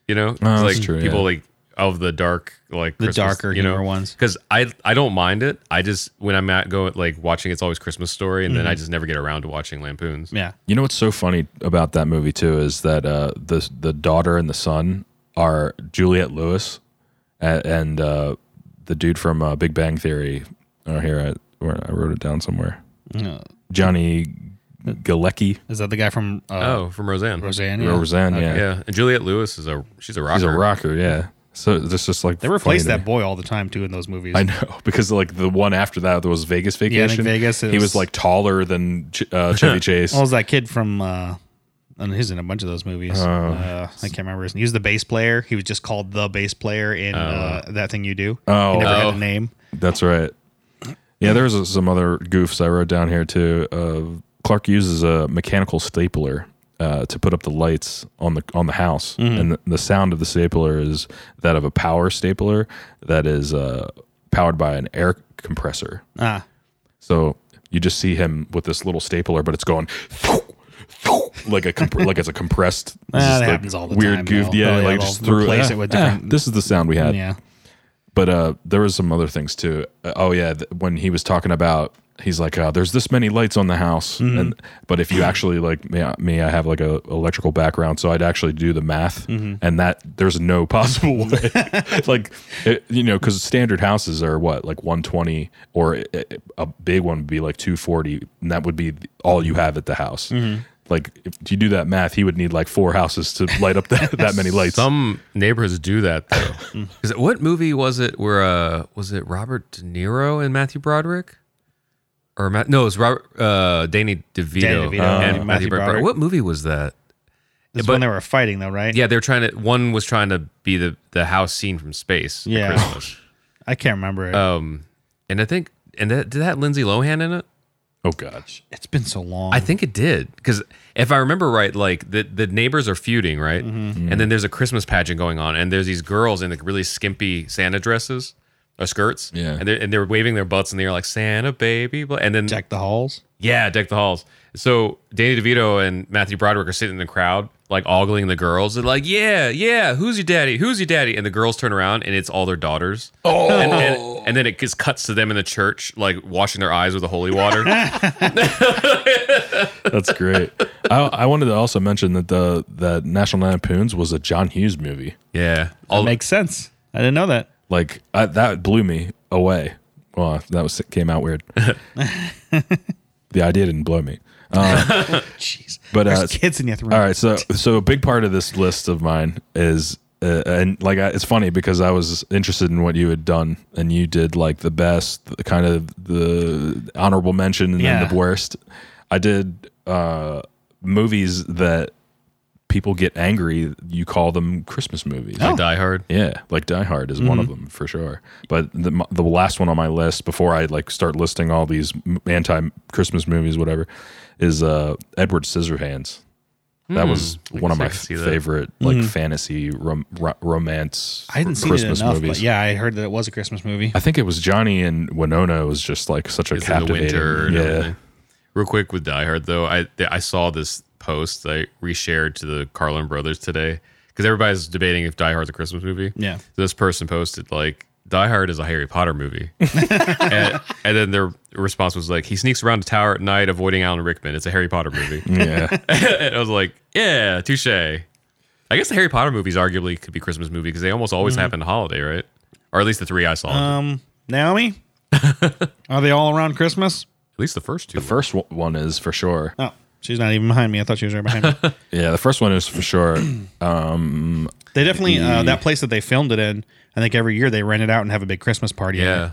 B: You know, It's
A: Oh, that's
B: like
A: true,
B: people
A: yeah.
B: like of the dark, like
C: The darker
B: you know,
C: humor ones.
B: Because I I don't mind it. I just when I'm at go like watching, it's always Christmas story, and
A: Mm-hmm.
B: then I just never get around to watching Lampoons.
C: Yeah.
A: You know what's so funny about that movie too is that uh, the the daughter and the son are Juliet Lewis and, and uh, the dude from uh, Big Bang Theory. Oh, here I where I wrote it down somewhere.
C: Uh,
A: Johnny Galecki,
C: Is that the guy from uh,
B: Oh, from Roseanne.
C: Roseanne? Yeah.
A: Roseanne. Yeah,
B: Yeah, and Juliette Lewis is a she's a rocker.
A: he's a rocker. Yeah, so this just like
C: They replace
A: funny to
C: that boy all the time too in those movies.
A: me. I know because like the one after that was Vegas Vacation.
C: I think Vegas
A: he
C: is-
A: was like taller than Ch- uh, Chevy Chase.
C: Well, it was that kid from? Uh, and he's in a bunch of those
A: Oh.
C: movies. uh, I can't remember his name. He was the bass player. He was just called the bass player in uh, that thing you do.
A: Oh.
C: he never
B: Oh.
C: had a name.
A: That's right. Yeah, there's uh, some other goofs I wrote down here too. Uh, Clark uses a mechanical stapler uh, to put up the lights on the on the house,
C: Mm-hmm.
A: and the, the sound of the stapler is that of a power stapler that is uh, powered by an air compressor.
C: Ah,
A: So you just see him with this little stapler, but it's going. like a comp- like it's a compressed this
C: Ah,
A: is
C: that
A: the
C: happens all the
A: weird
C: time,
A: goof
C: though.
A: yeah
C: Oh, yeah,
A: like
C: they'll
A: just threw
C: replace it with
A: "Ah,
C: different-
A: this is the sound we had
C: yeah.
A: but uh there was some other things too Uh, oh yeah th- when he was talking about he's like uh, there's this many lights on the house and but if you actually like me, I- me i have like a electrical background so i'd actually do the math and that there's no possible way like it, you know because standard houses are what like 120 or i- i- a big one would be like 240 and that would be th- all you have at the house like if you do that math he would need like four houses to light up that, that many lights
B: Some neighbors do that though. Is it, what movie was it? Where uh, was it Robert De Niro and Matthew Broderick? Or Ma- no, it was Robert uh, Danny DeVito,
C: DeVito
B: and
C: and
B: Matthew,
C: Matthew
B: Broderick.
C: Broderick.
B: What movie was that?
C: This is
B: But-
C: when they were fighting though, right?
B: Yeah, they're trying to. One was trying to be the the house scene from space. at
C: Yeah.
B: Christmas.
C: I can't remember. It.
B: um, and I think and that did that Lindsay Lohan in it.
A: oh gosh
C: it's been so long.
B: I think it did because if I remember right, like the the neighbors are feuding, right?
C: Mm-hmm.
B: And then there's a Christmas pageant going on, and there's these girls in like really skimpy Santa dresses or skirts,
A: Yeah.
B: and they're and they're waving their butts in the air like Santa baby, blah," and then
C: Jack the Halls.
B: yeah, deck the halls. So Danny DeVito and Matthew Broderick are sitting in the crowd, like ogling the girls. They're like, "Yeah, yeah, who's your daddy? Who's your daddy?" And the girls turn around, and it's all their daughters. Oh, and, and, and then it just cuts to them in the church, like washing their eyes with the holy water.
A: That's great. I, I wanted to also mention that the that National Lampoons was a John Hughes movie.
B: yeah,
C: That
A: Oh.
B: all
C: makes sense. I didn't know that.
A: Like I, that blew me away. Well, that was came out weird. the idea didn't blow me.
C: Jeez.
A: But, uh,
C: There's kids in the other room.
A: All right, so so a big part of this list of mine is uh, and like I, it's funny because I was interested in what you had done and you did like the best, the kind of the honorable mention and then
C: Yeah.
A: the worst. I did uh movies that people get angry, you call them Christmas movies.
B: like Die Hard.
A: Yeah, like Die Hard is
B: Mm-hmm.
A: one of them for sure. But the m- the last one on my list before I like start listing all these anti Christmas movies, whatever, is uh Edward Scissorhands. That was one of
B: Hmm. I
A: my
B: can see that. Mm-hmm.
A: favorite like fantasy rom- ro- romance.
C: I hadn't seen
A: Christmas
C: it enough,
A: movies.
C: but yeah, I heard that it was a Christmas movie.
A: I think it was Johnny and Winona was just like such a
B: It's in the
A: captivating.
B: winter. And
A: yeah,
B: everything. Real quick with Die Hard though, I th- I saw this post I reshared to the Carlin brothers today because everybody's debating if Die Hard's a Christmas movie.
C: Yeah.
B: this person posted like Die Hard is a Harry Potter movie, and, and then their response was like, "He sneaks around the tower at night, avoiding Alan Rickman. It's a Harry Potter movie."
A: yeah.
B: and I was like, "Yeah, touche." I guess the Harry Potter movies arguably could be Christmas movie because they almost always
A: Mm-hmm.
B: happen to holiday, right? Or at least the three I saw.
A: Uh,
C: Um, Naomi, are they all around Christmas?
B: at least the first two.
A: The first o- one is for sure.
C: Oh, she's not even behind me. I thought she was right behind me.
A: Yeah, the first one is for sure.
C: They definitely uh, that place that they filmed it in. I think every year they rent it out and have a big Christmas party. in it.
B: yeah.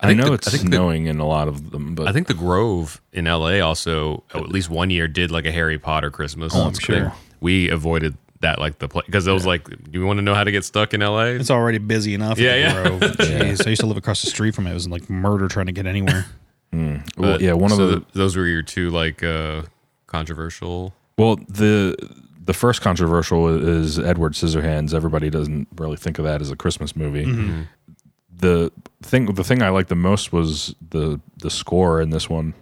A: I,
B: think
A: know
B: the-
A: it's
B: I think the-
A: snowing in a lot of them, but
B: I think the Grove in LA also oh, at least one year did like a Harry Potter Christmas. Oh,
C: I'm sure.
B: We avoided that like the play because it was like, do you want to know how to get stuck in LA?
C: It's already busy enough. in
B: Yeah,
C: the
B: yeah.
C: Grove. Jeez, I used to live across the street from it. It was like murder trying to get anywhere.
A: well, yeah, one of
B: So
A: the
B: th- those were your two like uh controversial.
A: Well, the the first controversial is Edward Scissorhands. Everybody doesn't really think of that as a Christmas movie.
B: Mm-hmm.
A: The thing the thing I liked the most was the the score in this one,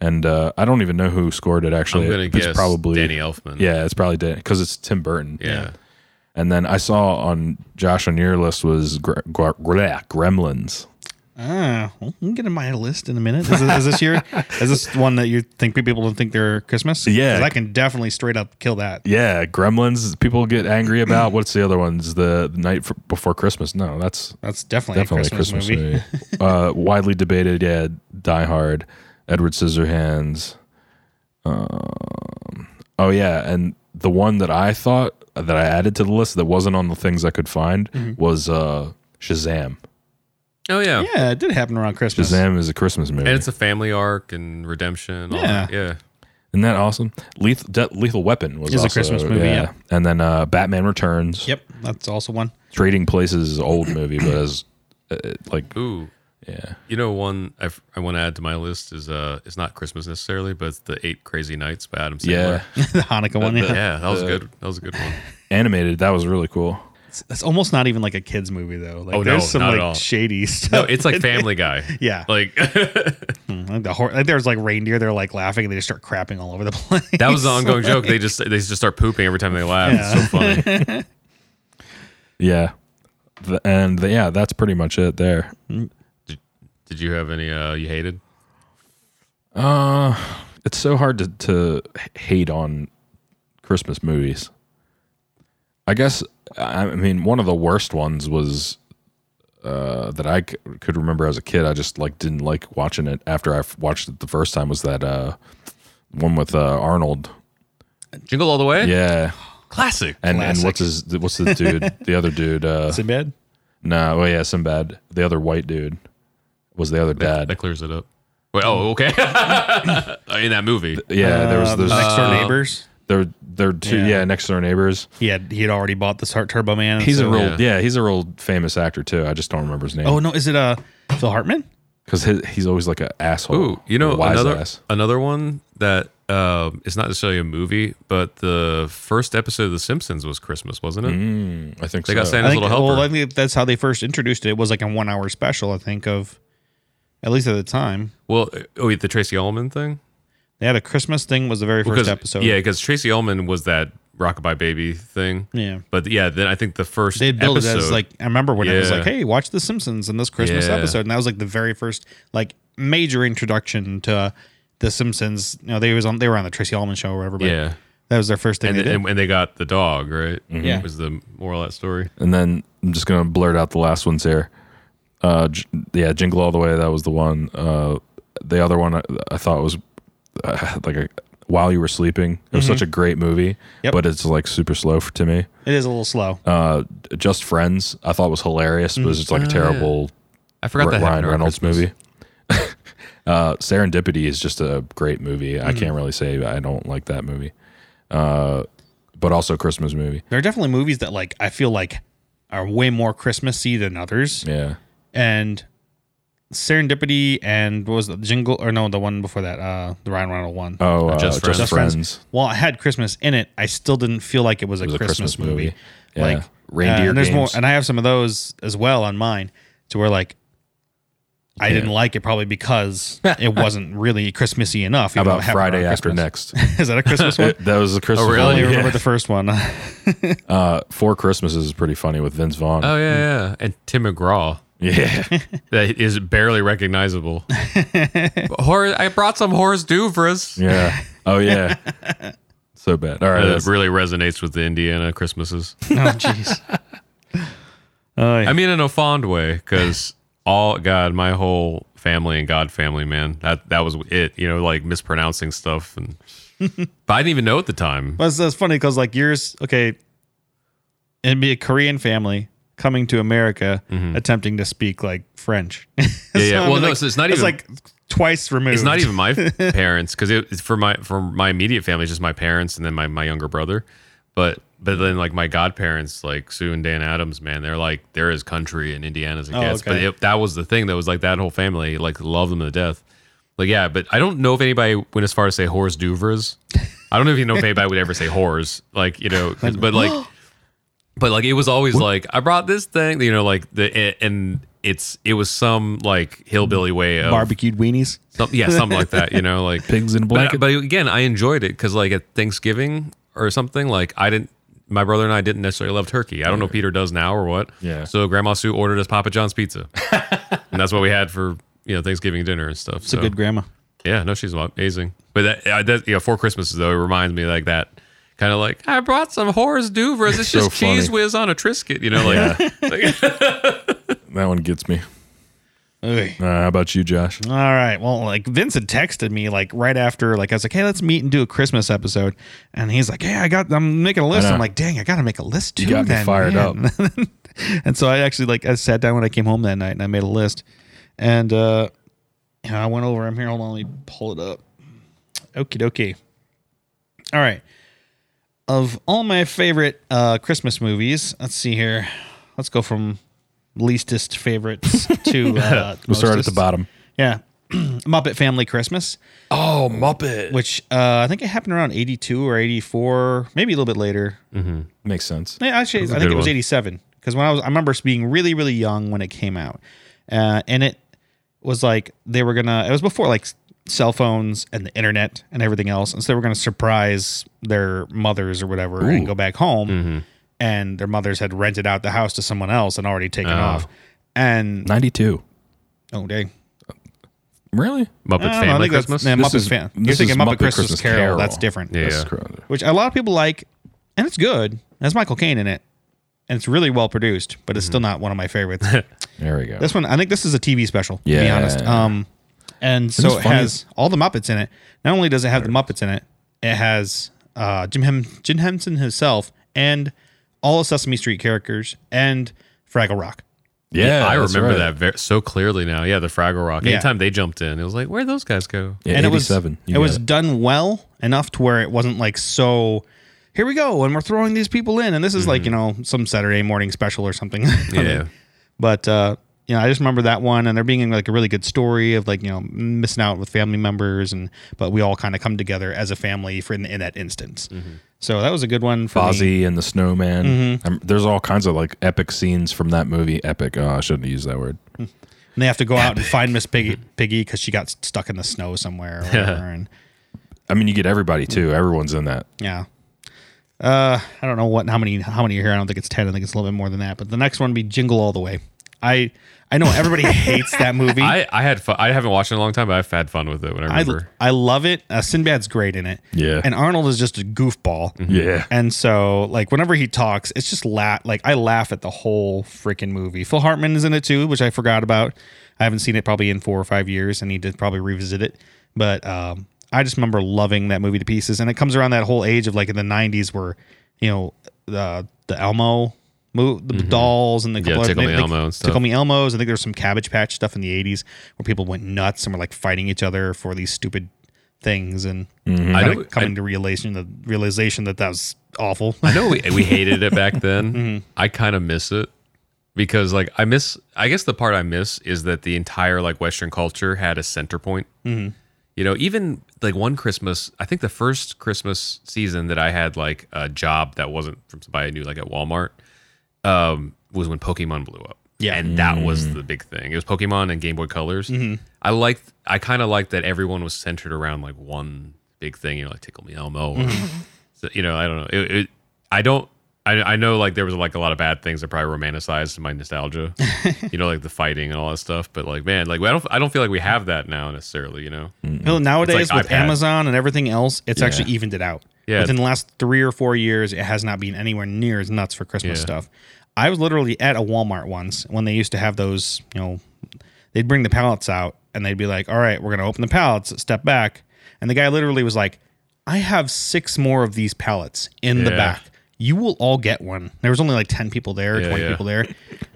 A: and uh, I don't even know who scored it. Actually,
B: I'm gonna
A: it's
B: guess
A: probably
B: Danny Elfman.
A: yeah, it's probably because it's Tim Burton.
B: yeah.
A: And then I saw on Josh on your list was Gre- Gre- Gre- Gremlins.
C: Ah, well, I'm gonna get in my list in a minute. Is this, is this your? Is this one that you think people don't think they're Christmas?
A: Yeah.
C: 'Cause I can definitely straight up kill that.
A: Yeah, Gremlins. People get angry about what's the other ones? The, the night for, before Christmas. No, that's
C: That's definitely,
A: definitely
C: a Christmas, movie.
A: uh, widely debated. Yeah, Die Hard, Edward Scissorhands. Um, oh yeah, and the one that I thought that I added to the list that wasn't on the things I could find
C: Mm-hmm.
A: was uh, Shazam.
B: Oh yeah.
C: Yeah, it did happen around Christmas.
A: Shazam is a Christmas movie.
B: And it's a family arc and redemption. All
C: Yeah.
B: That. Yeah.
A: Isn't that awesome? Lethal, De- Lethal Weapon was
C: Is a
A: also-
C: Christmas movie, yeah.
A: And then uh, Batman Returns.
C: Yep, that's also one.
A: Trading Places is an old movie, but as uh, like
B: Ooh.
A: yeah,
B: You know, one I've, I want to add to my list is uh, it's not Christmas necessarily, but it's the Eight Crazy Nights by Adam
A: yeah,
B: Sandler.
C: the Hanukkah one.
B: Yeah,
C: Yeah.
B: that was good. That was a good one.
A: animated. That was really cool.
C: It's, it's almost not even like a kids movie though. Like
B: Oh, no,
C: there's some
B: not at
C: like
B: all.
C: shady stuff.
B: No, it's like Family Guy.
C: Yeah.
B: Like that
C: Like the hor- like there's like reindeer. They're like laughing and they just start crapping all over the place.
B: was the ongoing joke. They just they just start pooping every time they laugh. It's so funny.
A: Yeah, the, and the, yeah, that's pretty much it there.
B: Did you have any uh, you hated?
A: Uh, it's so hard to, to hate on Christmas movies. I guess I I mean one of the worst ones was uh, that I c- could remember as a kid. I just like didn't like watching it after I f- watched it the first time. Was that uh one with uh, Arnold?
B: Jingle All the Way?
A: Yeah,
B: Classic.
A: and and
C: Classic.
A: what's his what's the dude? the other dude? Uh,
C: It's in bed.
A: no, oh yeah, Sinbad. The other white dude was the other dad.
B: That clears it up. Wait, oh, okay. In that movie.
A: yeah, there was
C: Um,
A: there's
C: next
B: Uh,
C: door neighbors.
A: there there two
C: yeah.
A: yeah next door neighbors.
C: He had he had already bought this Heart Turbo Man. and
A: He's a
C: so-
A: real yeah. He's a real famous actor too. I just don't remember his name.
C: Oh no, is it uh Phil Hartman?
A: because he's always like an asshole.
B: Ooh, you know
A: a wise
B: another
A: ass.
B: another one that um, it's not necessarily a movie, but the first episode of The Simpsons was Christmas, wasn't it?
A: Mm, I think
B: They
A: so.
B: got Santa's
C: I think,
B: Little Helper.
C: well, I think that's how they first introduced it. It was like a one hour special, I think, of at least at the time.
B: well, oh, wait, the Tracy Ullman thing.
C: They had a Christmas thing was the very first
B: Because-
C: episode.
B: Yeah, because Tracy Ullman was that Rockabye Baby thing.
C: Yeah.
B: But yeah, then I think the first
C: They built
B: episode,
C: it as like I remember when it was
B: Yeah.
C: like, Hey, watch The Simpsons in this Christmas
B: Yeah.
C: episode and that was like the very first like major introduction to the Simpsons. You know, they was on they were on the Tracy Ullman show or whatever, but
B: yeah,
C: that was their first thing
B: and,
C: they did.
B: and and they got the dog right.
C: Yeah.
B: was the moral of that story.
A: And then I'm just gonna blurt out the last ones here. Uh, j- yeah, Jingle All the Way. That was the one. Uh, the other one I, I thought was uh, like a While You Were Sleeping. It was such a great movie,
C: Yep.
A: but it's like super slow for, to me.
C: it is a little slow.
A: Uh, Just Friends. I thought was hilarious, but it's just like a terrible
B: I forgot that happened
A: Ryan
B: around
A: Reynolds
B: Christmas.
A: movie. uh, Serendipity is just a great movie. I can't really say I don't like that movie, uh, but also a Christmas movie.
C: there are definitely movies that like I feel like are way more Christmassy than others.
A: Yeah,
C: and Serendipity and what was the jingle or no the one before that uh the Ryan Ronald one.
A: oh, uh,
B: Just
A: just,
B: Friends.
A: friends.
B: Just
C: While it had Christmas in it, I still didn't feel like it was a,
A: was a
C: Christmas,
A: Christmas
C: movie.
A: movie. Yeah.
C: Like
A: Reindeer
C: uh, and there's more,
A: games.
C: and I have some of those as well on mine, to where like I didn't like it probably because it wasn't really Christmassy enough.
A: How
C: even though
A: about
C: it happened
A: Friday
C: around
A: after
C: Christmas.
A: next?
C: Is that a Christmas one?
A: that was a Christmas.
B: Oh,
C: I
B: really?
C: only
A: movie.
C: remember the first one.
A: Uh, Four Christmases is pretty funny with Vince Vaughn.
B: Oh yeah, yeah, and Tim McGraw.
A: yeah,
B: that is barely recognizable. Hor- I brought some Horace Duvras.
A: yeah. Oh yeah. So bad. All right.
B: Uh,
A: that's-
B: That really resonates with the Indiana Christmases.
C: oh jeez. Oh, yeah.
B: I mean, in a fond way, because all God, my whole family and God family, man, that that was it. You know, like mispronouncing stuff, and but I didn't even know at the time.
C: But it's, it's funny because like yours, okay, it'd be a Korean family coming to America attempting to speak like French. yeah,
B: Mm-hmm. yeah. Well, no, so it's not even-
C: like twice removed.
B: It's not even my parents, because it, it's for my for my immediate family, it's just my parents and then my my younger brother. But but then like my godparents, like Sue and Dan Adams, man, they're like they're as country in Indiana as it
C: Oh,
B: gets. But
C: okay.
B: it, that was the thing that was like that whole family like loved them to death. Like yeah, but I don't know if anybody went as far as say Horace Duvers. I don't know if you know if anybody would ever say whores, like you know, 'cause- but like but like it was always like I brought this thing, you know, like the and it's it was some like hillbilly way of
C: barbecued weenies.
B: some, yeah, something like that. You know, like
A: Pigs in a
B: But,
A: blanket.
B: but again, I enjoyed it because like at Thanksgiving or something, like I didn't. my brother and I didn't necessarily love turkey. I don't know if Peter does now or what.
A: Yeah.
B: So Grandma Sue ordered us Papa John's pizza, and that's what we had for you know Thanksgiving dinner and stuff.
C: It's a good grandma.
B: Yeah, no, she's amazing. But that, uh, that you know, four Christmases though, it reminds me like that kind of like I brought some Horace Douvres. It's
A: So
B: just cheese
A: funny.
B: whiz on a Triscuit. You know, like, like-
A: That one gets me.
C: Ugh.
A: Uh, how about you, Josh?
C: All right. Well, like Vincent texted me like right after, like I was like, "Hey, let's meet and do a Christmas episode," and he's like, "Hey, I got, I'm making a list."
A: know.
C: I'm like, "Dang, I got to make a list too."
A: got me
C: then,
A: fired
C: up. and so I actually like I sat down when I came home that night and I made a list, and uh, you know, I went over. I'm here. Hold on, let me pull it up. Okie dokie. All right. Of all my favorite uh, Christmas movies, let's see here. Let's go from leastest favorites to uh,
A: We'll start at the
C: mostest.
A: bottom.
C: Yeah. Muppet Family Christmas,
A: Oh, Muppet.
C: which uh, I think it happened around 82 or 84, maybe a little bit later.
A: Makes sense.
C: Yeah, actually,
B: Mm.
C: I
B: a
C: think
B: good
C: it was
B: one.
C: 87 because when I was, I remember being really, really young when it came out. Uh, and it was like they were going to, it was before like cell phones and the internet and everything else. And so they were going to surprise their mothers or whatever and go back home.
B: Mm-hmm.
C: And their mothers had rented out the house to someone else and already
B: Oh.
C: taken off. And,
A: 92.
C: oh, dang.
A: Really?
B: Muppet
C: I don't know, I
B: Family
C: think that's-
B: Christmas.
C: yeah,
A: This
C: Muppet
A: is-
C: Fan. You're
A: this
C: thinking
A: is
C: Muppet,
A: Muppet
C: Christmas,
A: Christmas
C: Carol.
A: Carol.
C: That's different.
B: Yeah.
A: That's correct.
C: Which a lot of people like, and it's good. That's Michael Caine in it, and it's really well produced. But it's still not one of my favorites.
A: There we go.
C: this one, I think, this is a TV special. To be
A: Yeah.
C: honest. Um, and
A: it's
C: so it
A: funny-
C: has all the Muppets in it. Not only does it have the Muppets in it, it has uh, Jim Hem- Jim Henson himself and all of Sesame Street characters and Fraggle Rock.
A: yeah,
B: I
A: that's
B: remember
A: right.
B: that very, so clearly now. Yeah, the Fraggle Rock.
C: Yeah.
B: Anytime they jumped in, it was like, where'd those guys go?
A: Yeah,
C: and it was
A: 87. You
C: it
A: got
C: was done well enough to where it wasn't like so here we go and we're throwing these people in and this is
A: Mm-hmm.
C: like you know some saturday morning special or something
B: Yeah.
C: but uh you know i just remember that one and there being like a really good story of like you know missing out with family members and but we all kind of come together as a family for in, in that instance so that was a good one for me.
A: Mm-hmm. Fozzie and the Snowman.
C: Mm-hmm.
A: Um, there's all kinds of like epic scenes from that movie. Epic. Oh, I shouldn't have used that word.
C: and they have to go out and find miss piggy
A: Mm-hmm.
C: piggy because she got st- stuck in the snow somewhere or whatever, and
A: I mean, you get everybody too.
C: Mm-hmm.
A: Everyone's in that.
C: Yeah. Uh, I don't know what how many how many are here. I don't think it's ten. I think it's a little bit more than that. But the next one would be Jingle All the Way. I I know everybody hates that movie. I
B: I, I had fun. I haven't watched it in a long time, but I've had fun with it when I
C: I,
B: remember.
C: love it. Uh, Sinbad's great in it.
A: Yeah.
C: And Arnold is just a goofball.
A: Yeah.
C: And so like whenever he talks, it's just la- like I laugh at the whole freaking movie. Phil Hartman is in it too, which I forgot about. I haven't seen it probably in four or five years. I need to probably revisit it. But um, I just remember loving that movie to pieces. And it comes around that whole age of like in the '90s where you know the the Elmo. Mo- the dolls and the couple
B: Mm-hmm. Tickle
C: of,
B: Me
C: like,
B: Elmo and stuff.
C: Tickle Me Elmos. I think there was some Cabbage Patch stuff in the '80s where people went nuts and were like fighting each other for these stupid things and
B: I
C: kinda
B: know-
C: coming to realization the realization that that was awful.
B: I know we, we hated it back then. I kind of miss it because, like, I miss, I guess the part I miss is that the entire, like, Western culture had a center point. You know, even like one Christmas, I think the first Christmas season that I had, like, a job that wasn't from somebody I knew, like, at Walmart, um, was when Pokemon blew up.
C: Yeah.
B: And that was the big thing. It was Pokemon and Game Boy Colors. I liked, I kind of liked that everyone was centered around, like, one big thing, you know, like Tickle Me Elmo or so, you know, I don't know. It, it, I don't. I, I know like there was like a lot of bad things that probably romanticized my nostalgia, you know, like the fighting and all that stuff. But like, man, like I don't I don't feel like we have that now necessarily, you know.
A: Hmm.
C: Well, nowadays
B: It's like
C: with
B: iPad.
C: Amazon and everything else, it's actually evened it out.
B: Yeah.
C: Within the last three or four years, it has not been anywhere near as nuts for Christmas
B: Yeah.
C: stuff. I was literally at a Walmart once when they used to have those, you know, they'd bring the pallets out and they'd be like, all right, we're going to open the pallets, step back. And the guy literally was like, I have six more of these pallets in the
B: Yeah.
C: back. You will all get one. There was only like 10 people there,
B: Yeah,
C: 20
B: yeah.
C: people there.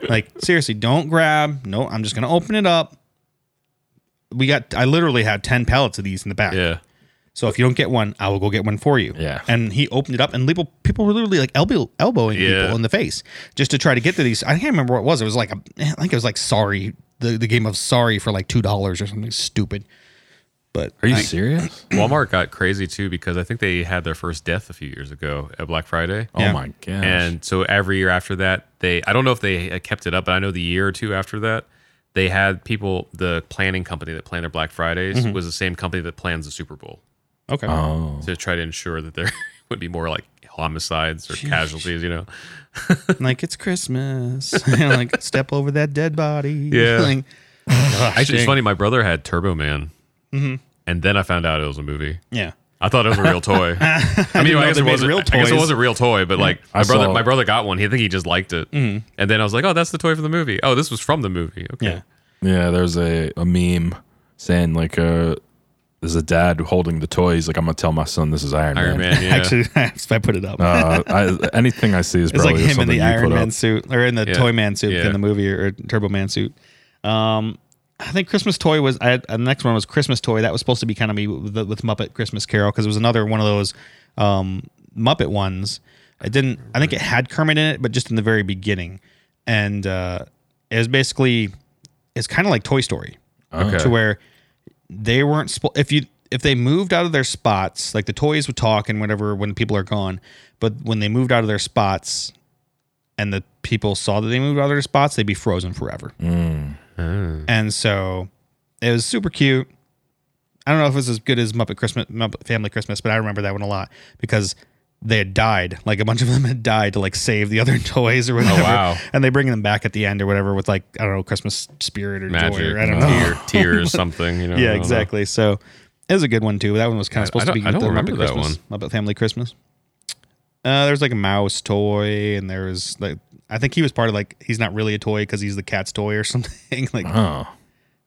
C: Like, seriously, don't grab. No, I'm just going to open it up we got I literally had 10 pallets of these in the back.
B: Yeah.
C: So if you don't get one, I will go get one for you.
A: Yeah.
C: And he opened it up and people people were literally like elbow, elbowing
B: Yeah.
C: people in the face just to try to get to these. I can't remember what it was. It was like a, I think it was like sorry, the, the game of sorry for like two dollars or something stupid. But
A: Are you serious?
B: Walmart got crazy too because I think they had their first death a few years ago at Black Friday.
A: Oh
C: Yeah.
A: my gosh.
B: And so every year after that, they I don't know if they uh, kept it up, but I know the year or two after that, they had people the planning company that planned their
A: Mm-hmm.
B: Black Fridays was the same company that plans the Super Bowl
C: okay.
A: oh.
B: to try to ensure that they're would be more like homicides or casualties, you know.
C: And, like it's Christmas. and, like step over that dead body.
B: Yeah.
C: Like,
B: Actually, it's
C: dang.
B: funny. My brother had Turbo Man,
C: Mm-hmm.
B: and then I found out it was a movie.
C: yeah.
B: I thought it was a real toy. I, mean, I guess,
C: they
B: it
C: made
B: wasn't,
C: real
B: I guess it
C: toys.
B: was a real toy, but like
A: I
B: my brother,
A: saw-
B: my brother got one. He I think he just liked it, and then I was like, "Oh, that's the toy from the movie. Oh, this was from the movie. Okay,
C: Mm-hmm. Yeah.
A: Yeah, there's a, a meme saying like uh there's a dad holding the toys like I'm gonna tell my son this is Iron,
B: Iron
A: Man.
B: Man. Yeah.
C: Actually, if I put it up.
A: uh, I, anything I see is
C: It's
A: probably
C: like him in
A: something you
C: the Iron
A: put
C: Man
A: up.
C: suit or in the
B: Yeah.
C: Toy Man suit like
B: Yeah.
C: in the movie or, or Turbo Man suit. Um, I think Christmas Toy was I, the next one was Christmas Toy. That was supposed to be kind of me with, the- with Muppet Christmas Carol because it was another one of those um, Muppet ones. It didn't. I think it had Kermit in it, but just in the very beginning, and uh, it was basically it's kind of like Toy Story
A: Okay.
C: to where they weren't spo- if you if they moved out of their spots like the toys would talk and whatever when people are gone but when they moved out of their spots and the people saw that they moved out of their spots they'd be frozen forever
B: Mm.
C: and so it was super cute i don't know if it was as good as muppet christmas muppet family christmas but i remember that one a lot because they had died like a bunch of them had died to like save the other toys or whatever
B: Oh, wow.
C: and they bring them back at the end or whatever with like i don't know christmas spirit or
B: Magic,
C: joy or i don't
B: uh,
C: know
B: Tear, tear or something. You know, I
C: yeah,
B: don't know.
C: exactly. So it was a good one too. That one was kind
B: I-
C: of supposed
B: I
C: to be
B: don't- I
C: the
B: don't remember
C: Muppet
B: that
C: Christmas, Muppet Family Christmas. Uh, there was like a mouse toy, and there was like I think he was part of like he's not really a toy because he's the cat's toy or something. like
B: Uh-huh.
A: Oh.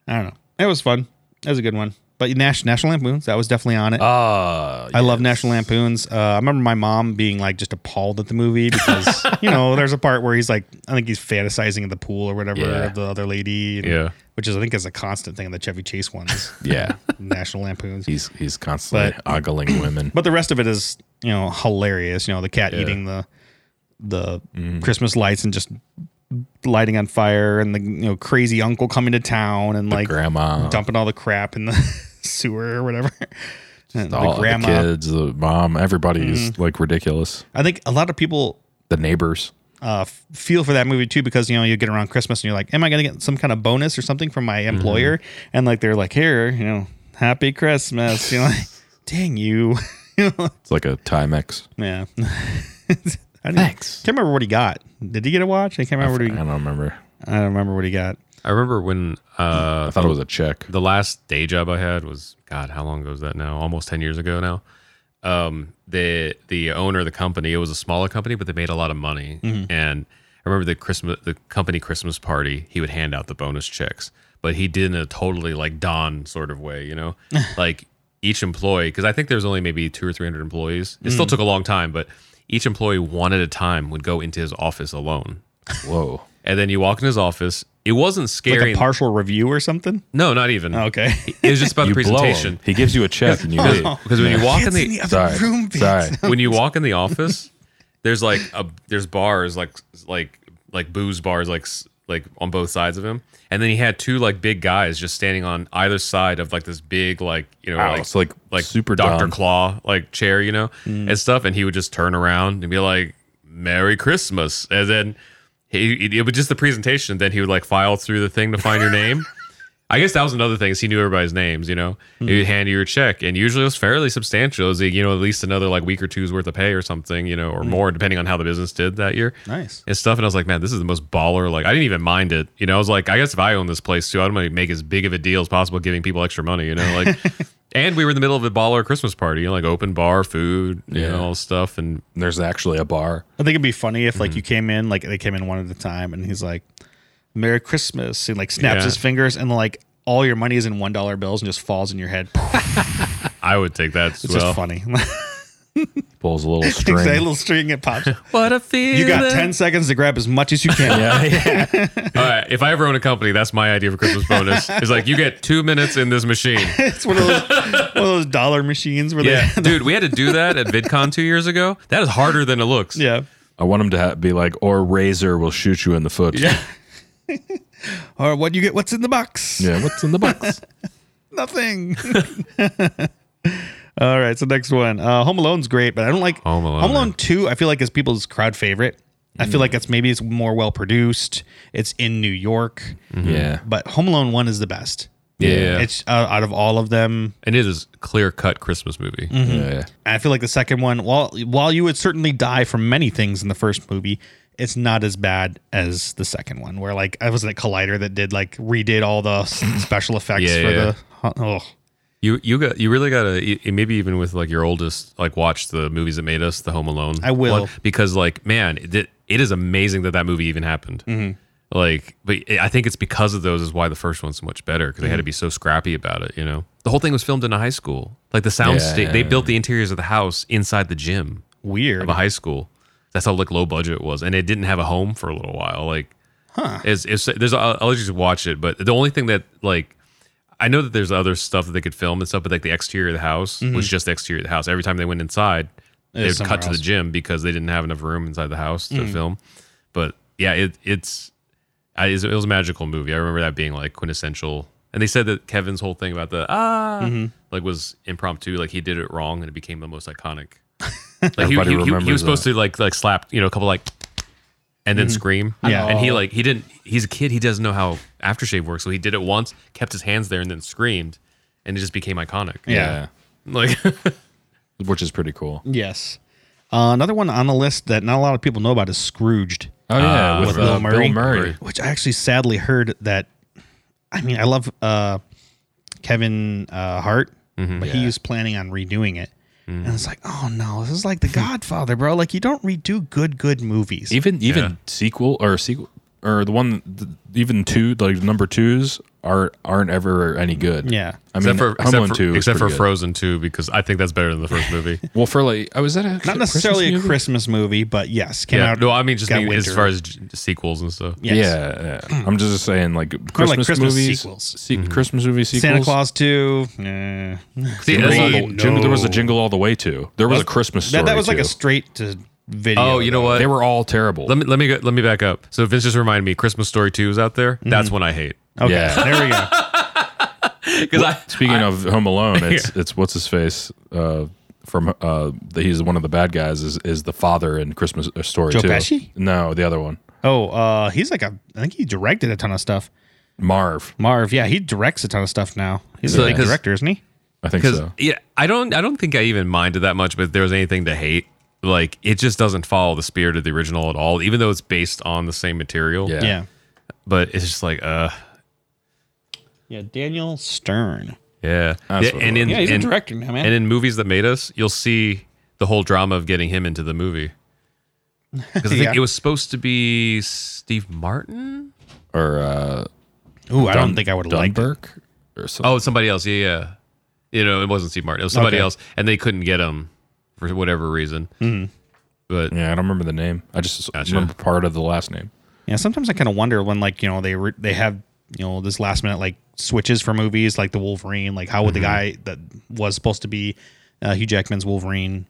C: I don't know. It was fun. It was a good one. But Nash, National Lampoons that was definitely on
B: Oh,
C: it.
A: Uh,
C: I love National Lampoons. Uh, I remember my mom being like just appalled at the movie because you know there's a part where he's like I think he's fantasizing in the pool or whatever
A: Yeah.
C: of the other lady. and-
B: Yeah.
C: which is I think is a constant thing in the Chevy Chase ones.
A: yeah.
C: National Lampoons.
A: He's he's constantly ogling women.
C: But the rest of it is, you know, hilarious. You know, the cat eating the the
A: Mm-hmm.
C: Christmas lights and just lighting on fire, and the you know crazy uncle coming to town and like
A: grandma,
C: dumping all the crap in the sewer or whatever. And
A: all the, kids, the mom, everybody's
C: Mm-hmm.
A: like ridiculous.
C: I think a lot of people
A: The neighbors.
C: uh, f- feel for that movie too because you know you get around Christmas and you're like, am I gonna get some kind of bonus or something from my employer?
A: Mm-hmm.
C: And like they're like, here, you know, happy Christmas. You're like, dang you.
A: It's like a Timex.
C: Yeah. I didn't- Can't remember what he got. Did he get a watch? I can't remember. What
A: I
C: he,
A: don't remember.
C: I don't remember what he got.
B: I remember when uh,
A: I thought it was a check.
B: the last day job I had was God, how long ago was that now? Almost ten years ago now. Um, the the owner of the company, it was a smaller company, but they made a lot of money.
C: Mm-hmm.
B: And I remember the Christmas the company Christmas party, he would hand out the bonus checks, but he did in a totally like Don sort of way, you know? like each employee, because I think there's only maybe two or three hundred employees. It
C: Mm.
B: still took a long time, but each employee one at a time would go into his office alone.
A: Whoa.
B: And then you walk in his office. It wasn't
C: Like
B: scary.
C: a partial review or something.
B: no, not even.
C: Okay.
B: It was just about
A: You
B: the
A: blow
B: presentation
A: him.
B: Oh.
A: Oh, He gives you a check and you leave.
B: because when you walk in the,
A: Sorry. Sorry.
B: when you walk in the office, there's like a there's bars like like like booze bars like s- like on both sides of him, and then he had two like big guys just standing on either side of like this big like you know
A: Wow,
B: like
A: it's like super
B: Doctor
A: dumb. Mm.
B: Claw like chair you know and stuff, and he would just turn around and be like Merry Christmas, and then he it, it was just the presentation. Then he would like file through the thing to find your name. I guess that was another thing is he knew everybody's names, you know.
A: Hmm.
B: He would hand you your check, and usually it was fairly substantial. It was, you know, at least another like week or two's worth of pay or something, you know, or
A: Hmm.
B: more, depending on how the business did that year
C: Nice.
B: and stuff. And I was like, man, this is the most baller. Like, I didn't even mind it, you know. I was like, I guess if I own this place too, I'm gonna make as big of a deal as possible, giving people extra money, you know. Like, and we were in the middle of a baller Christmas party, you know, like open bar, food, you
A: Yeah.
B: know, all stuff, and
A: And there's actually a bar.
C: I think it'd be funny if
B: Mm.
C: like you came in, like they came in one at a time, and he's like, "Merry Christmas," and like snaps
B: Yeah.
C: his fingers, and like all your money is in one dollar bills and just falls in your head. It's
B: I would take that as well.
C: just funny.
A: Pulls a little
C: Takes a
A: string.
C: little string, it pops.
B: What a feeling!
C: You got ten seconds to grab as much as you can.
A: yeah, yeah.
B: All right, if I ever own a company, that's my idea for Christmas bonus. It's like you get two minutes in this machine.
C: It's one of those one of those dollar machines where
B: Yeah, dude, we had to do that at VidCon two years ago. That is harder than it looks.
C: they yeah.
A: I want him to ha- be like, or Razor will shoot you in the foot. Yeah.
C: Or what do you get? What's in the box?
A: Yeah. What's in the box?
C: nothing. All right, so next one. Uh, Home Alone's great, but I don't like
B: Home Alone, Mm.
C: Two. I feel like is people's crowd favorite. I feel like it's maybe it's more well produced. It's in New York,
A: yeah.
C: but Home Alone One is the best.
B: Mm. Yeah.
C: It's uh, out of all of them.
B: and it is clear cut Christmas movie.
A: Yeah.
C: I feel like the second one, while while you would certainly die from many things in the first movie, it's not as bad as the second one, where like I was in a collider that did like redid all the s- special effects
B: Yeah,
C: for
B: yeah.
C: the. Oh,
B: You you got you really gotta y- y- maybe even with like your oldest like watch the movies that made us the Home Alone.
C: I will.
B: because like man, it, it is amazing that that movie even happened.
C: Mm-hmm.
B: Like, but it- I think it's because of those is why the first one's so much better because they
C: Mm-hmm.
B: had to be so scrappy about it. You know, the whole thing was filmed in a high school. Like the sound
A: Yeah.
B: sta- they built the interiors of the house inside the gym
C: weird.
B: of a high school. That's how like low budget it was, and it didn't have a home for a little while. Like, huh? It's, it's, there's uh, I'll, I'll just watch it, but the only thing that like I know that there's other stuff that they could film and stuff, but like the exterior of the house was just the exterior of the house. Every time they went inside, they would
C: Mm-hmm. was
B: cut
C: somewhere
B: to the
C: else. Mm.
B: gym because they didn't have enough room inside the house to film. But yeah, it, it's I, it was a magical movie. I remember that being like quintessential. And they said that Kevin's whole thing about the ah
A: Mm-hmm.
B: like was impromptu. Like he did it wrong, and it became the most iconic. Like he,
A: Everybody
B: he- he- he
A: remembers Mm-hmm.
B: was supposed to like like slap you know a couple like and then scream.
C: Yeah.
B: and he like he didn't. He's a kid. He doesn't know how aftershave works, so he did it once, kept his hands there, and then screamed, and it just became iconic.
C: Yeah.
B: like
A: Which is pretty cool.
C: Yes. Uh, another one on the list that not a lot of people know about is Scrooged.
A: Oh yeah,
B: Uh,
A: with,
B: with
A: uh,
C: Bill Murray.
A: Bill Murray.
C: which I actually sadly heard that. I mean, I love uh, Kevin uh, Hart, but he was planning on redoing it. And I was like, oh no, this is like The Godfather, bro. Like, you don't redo good, good movies.
A: Even even
B: Yeah.
A: sequel or sequel or the one th- even two like number twos are aren't ever any good.
C: Yeah.
A: I mean
B: except for
A: Home Alone
B: except for,
A: two is
B: except for
A: pretty good.
B: Frozen two because I think that's better than the first movie.
A: Well, for like I was that a
C: Not necessarily
A: Christmas
C: a
A: movie?
C: Christmas movie, but yes, came
B: yeah,
C: out.
B: no, I mean just
C: got
B: mean, as
C: winter.
B: far as j- sequels and stuff.
C: yes.
A: Yeah, yeah. I'm just saying like Christmas,
C: Christmas
A: movies,
C: sequels.
A: se-
B: Mm-hmm.
A: Christmas movie sequels.
C: Santa Claus 2. eh.
B: See,
A: Jingle
B: that's
A: all
B: what-
A: the, Jingle- there was a
C: no.
A: jingle all the way to. There was a
C: That's-
A: Christmas story.
C: That, that was like
A: too.
C: a straight to video.
B: oh, you know
C: though.
B: what?
A: They were all terrible.
B: Let me let me go, let me back up. So Vince just reminded me, Christmas Story Two is out there. That's one I hate
C: Okay,
A: Yeah.
C: there we go.
B: because I
A: Speaking of Home Alone, it's it's what's his face uh, from uh, the, he's one of the bad guys is is the father in Christmas uh, Story
C: Joe
A: too.
C: Pesci?
A: No, the other one,
C: Oh, uh, he's like a. I think he directed a ton of stuff.
A: Marv.
C: Marv, yeah, he directs a ton of stuff now. He's
B: So,
C: a big
B: 'cause-
C: director, isn't he?
A: I think
B: because
A: so.
B: yeah, I don't I don't think I even minded that much. But if there was anything to hate, like it just doesn't follow the spirit of the original at all, even though it's based on the same material.
A: Yeah.
C: Yeah. yeah.
B: but it's just like uh,
C: Daniel Stern.
B: yeah,
A: That's
B: Yeah,
A: what it
B: and in
C: Yeah, he's
B: and,
C: a director now, man.
B: and in movies that made us, you'll see the whole drama of getting him into the movie. Because I think
C: Yeah.
B: it was supposed to be Steve Martin.
A: Or uh,
C: Ooh, I don't think I would like that.
A: Dunberg or something.
B: Oh, somebody else. Yeah, yeah. You know, it wasn't Steve Martin. It was somebody
C: Okay.
B: else, and they couldn't get him for whatever reason. But
A: Yeah, I don't remember the name. I just
B: Gotcha.
A: remember part of the last name.
C: Yeah, sometimes I kind of wonder when, like, you know, they re- they have you know this last minute like switches for movies, like the Wolverine. Like, how would the guy that was supposed to be uh, Hugh Jackman's Wolverine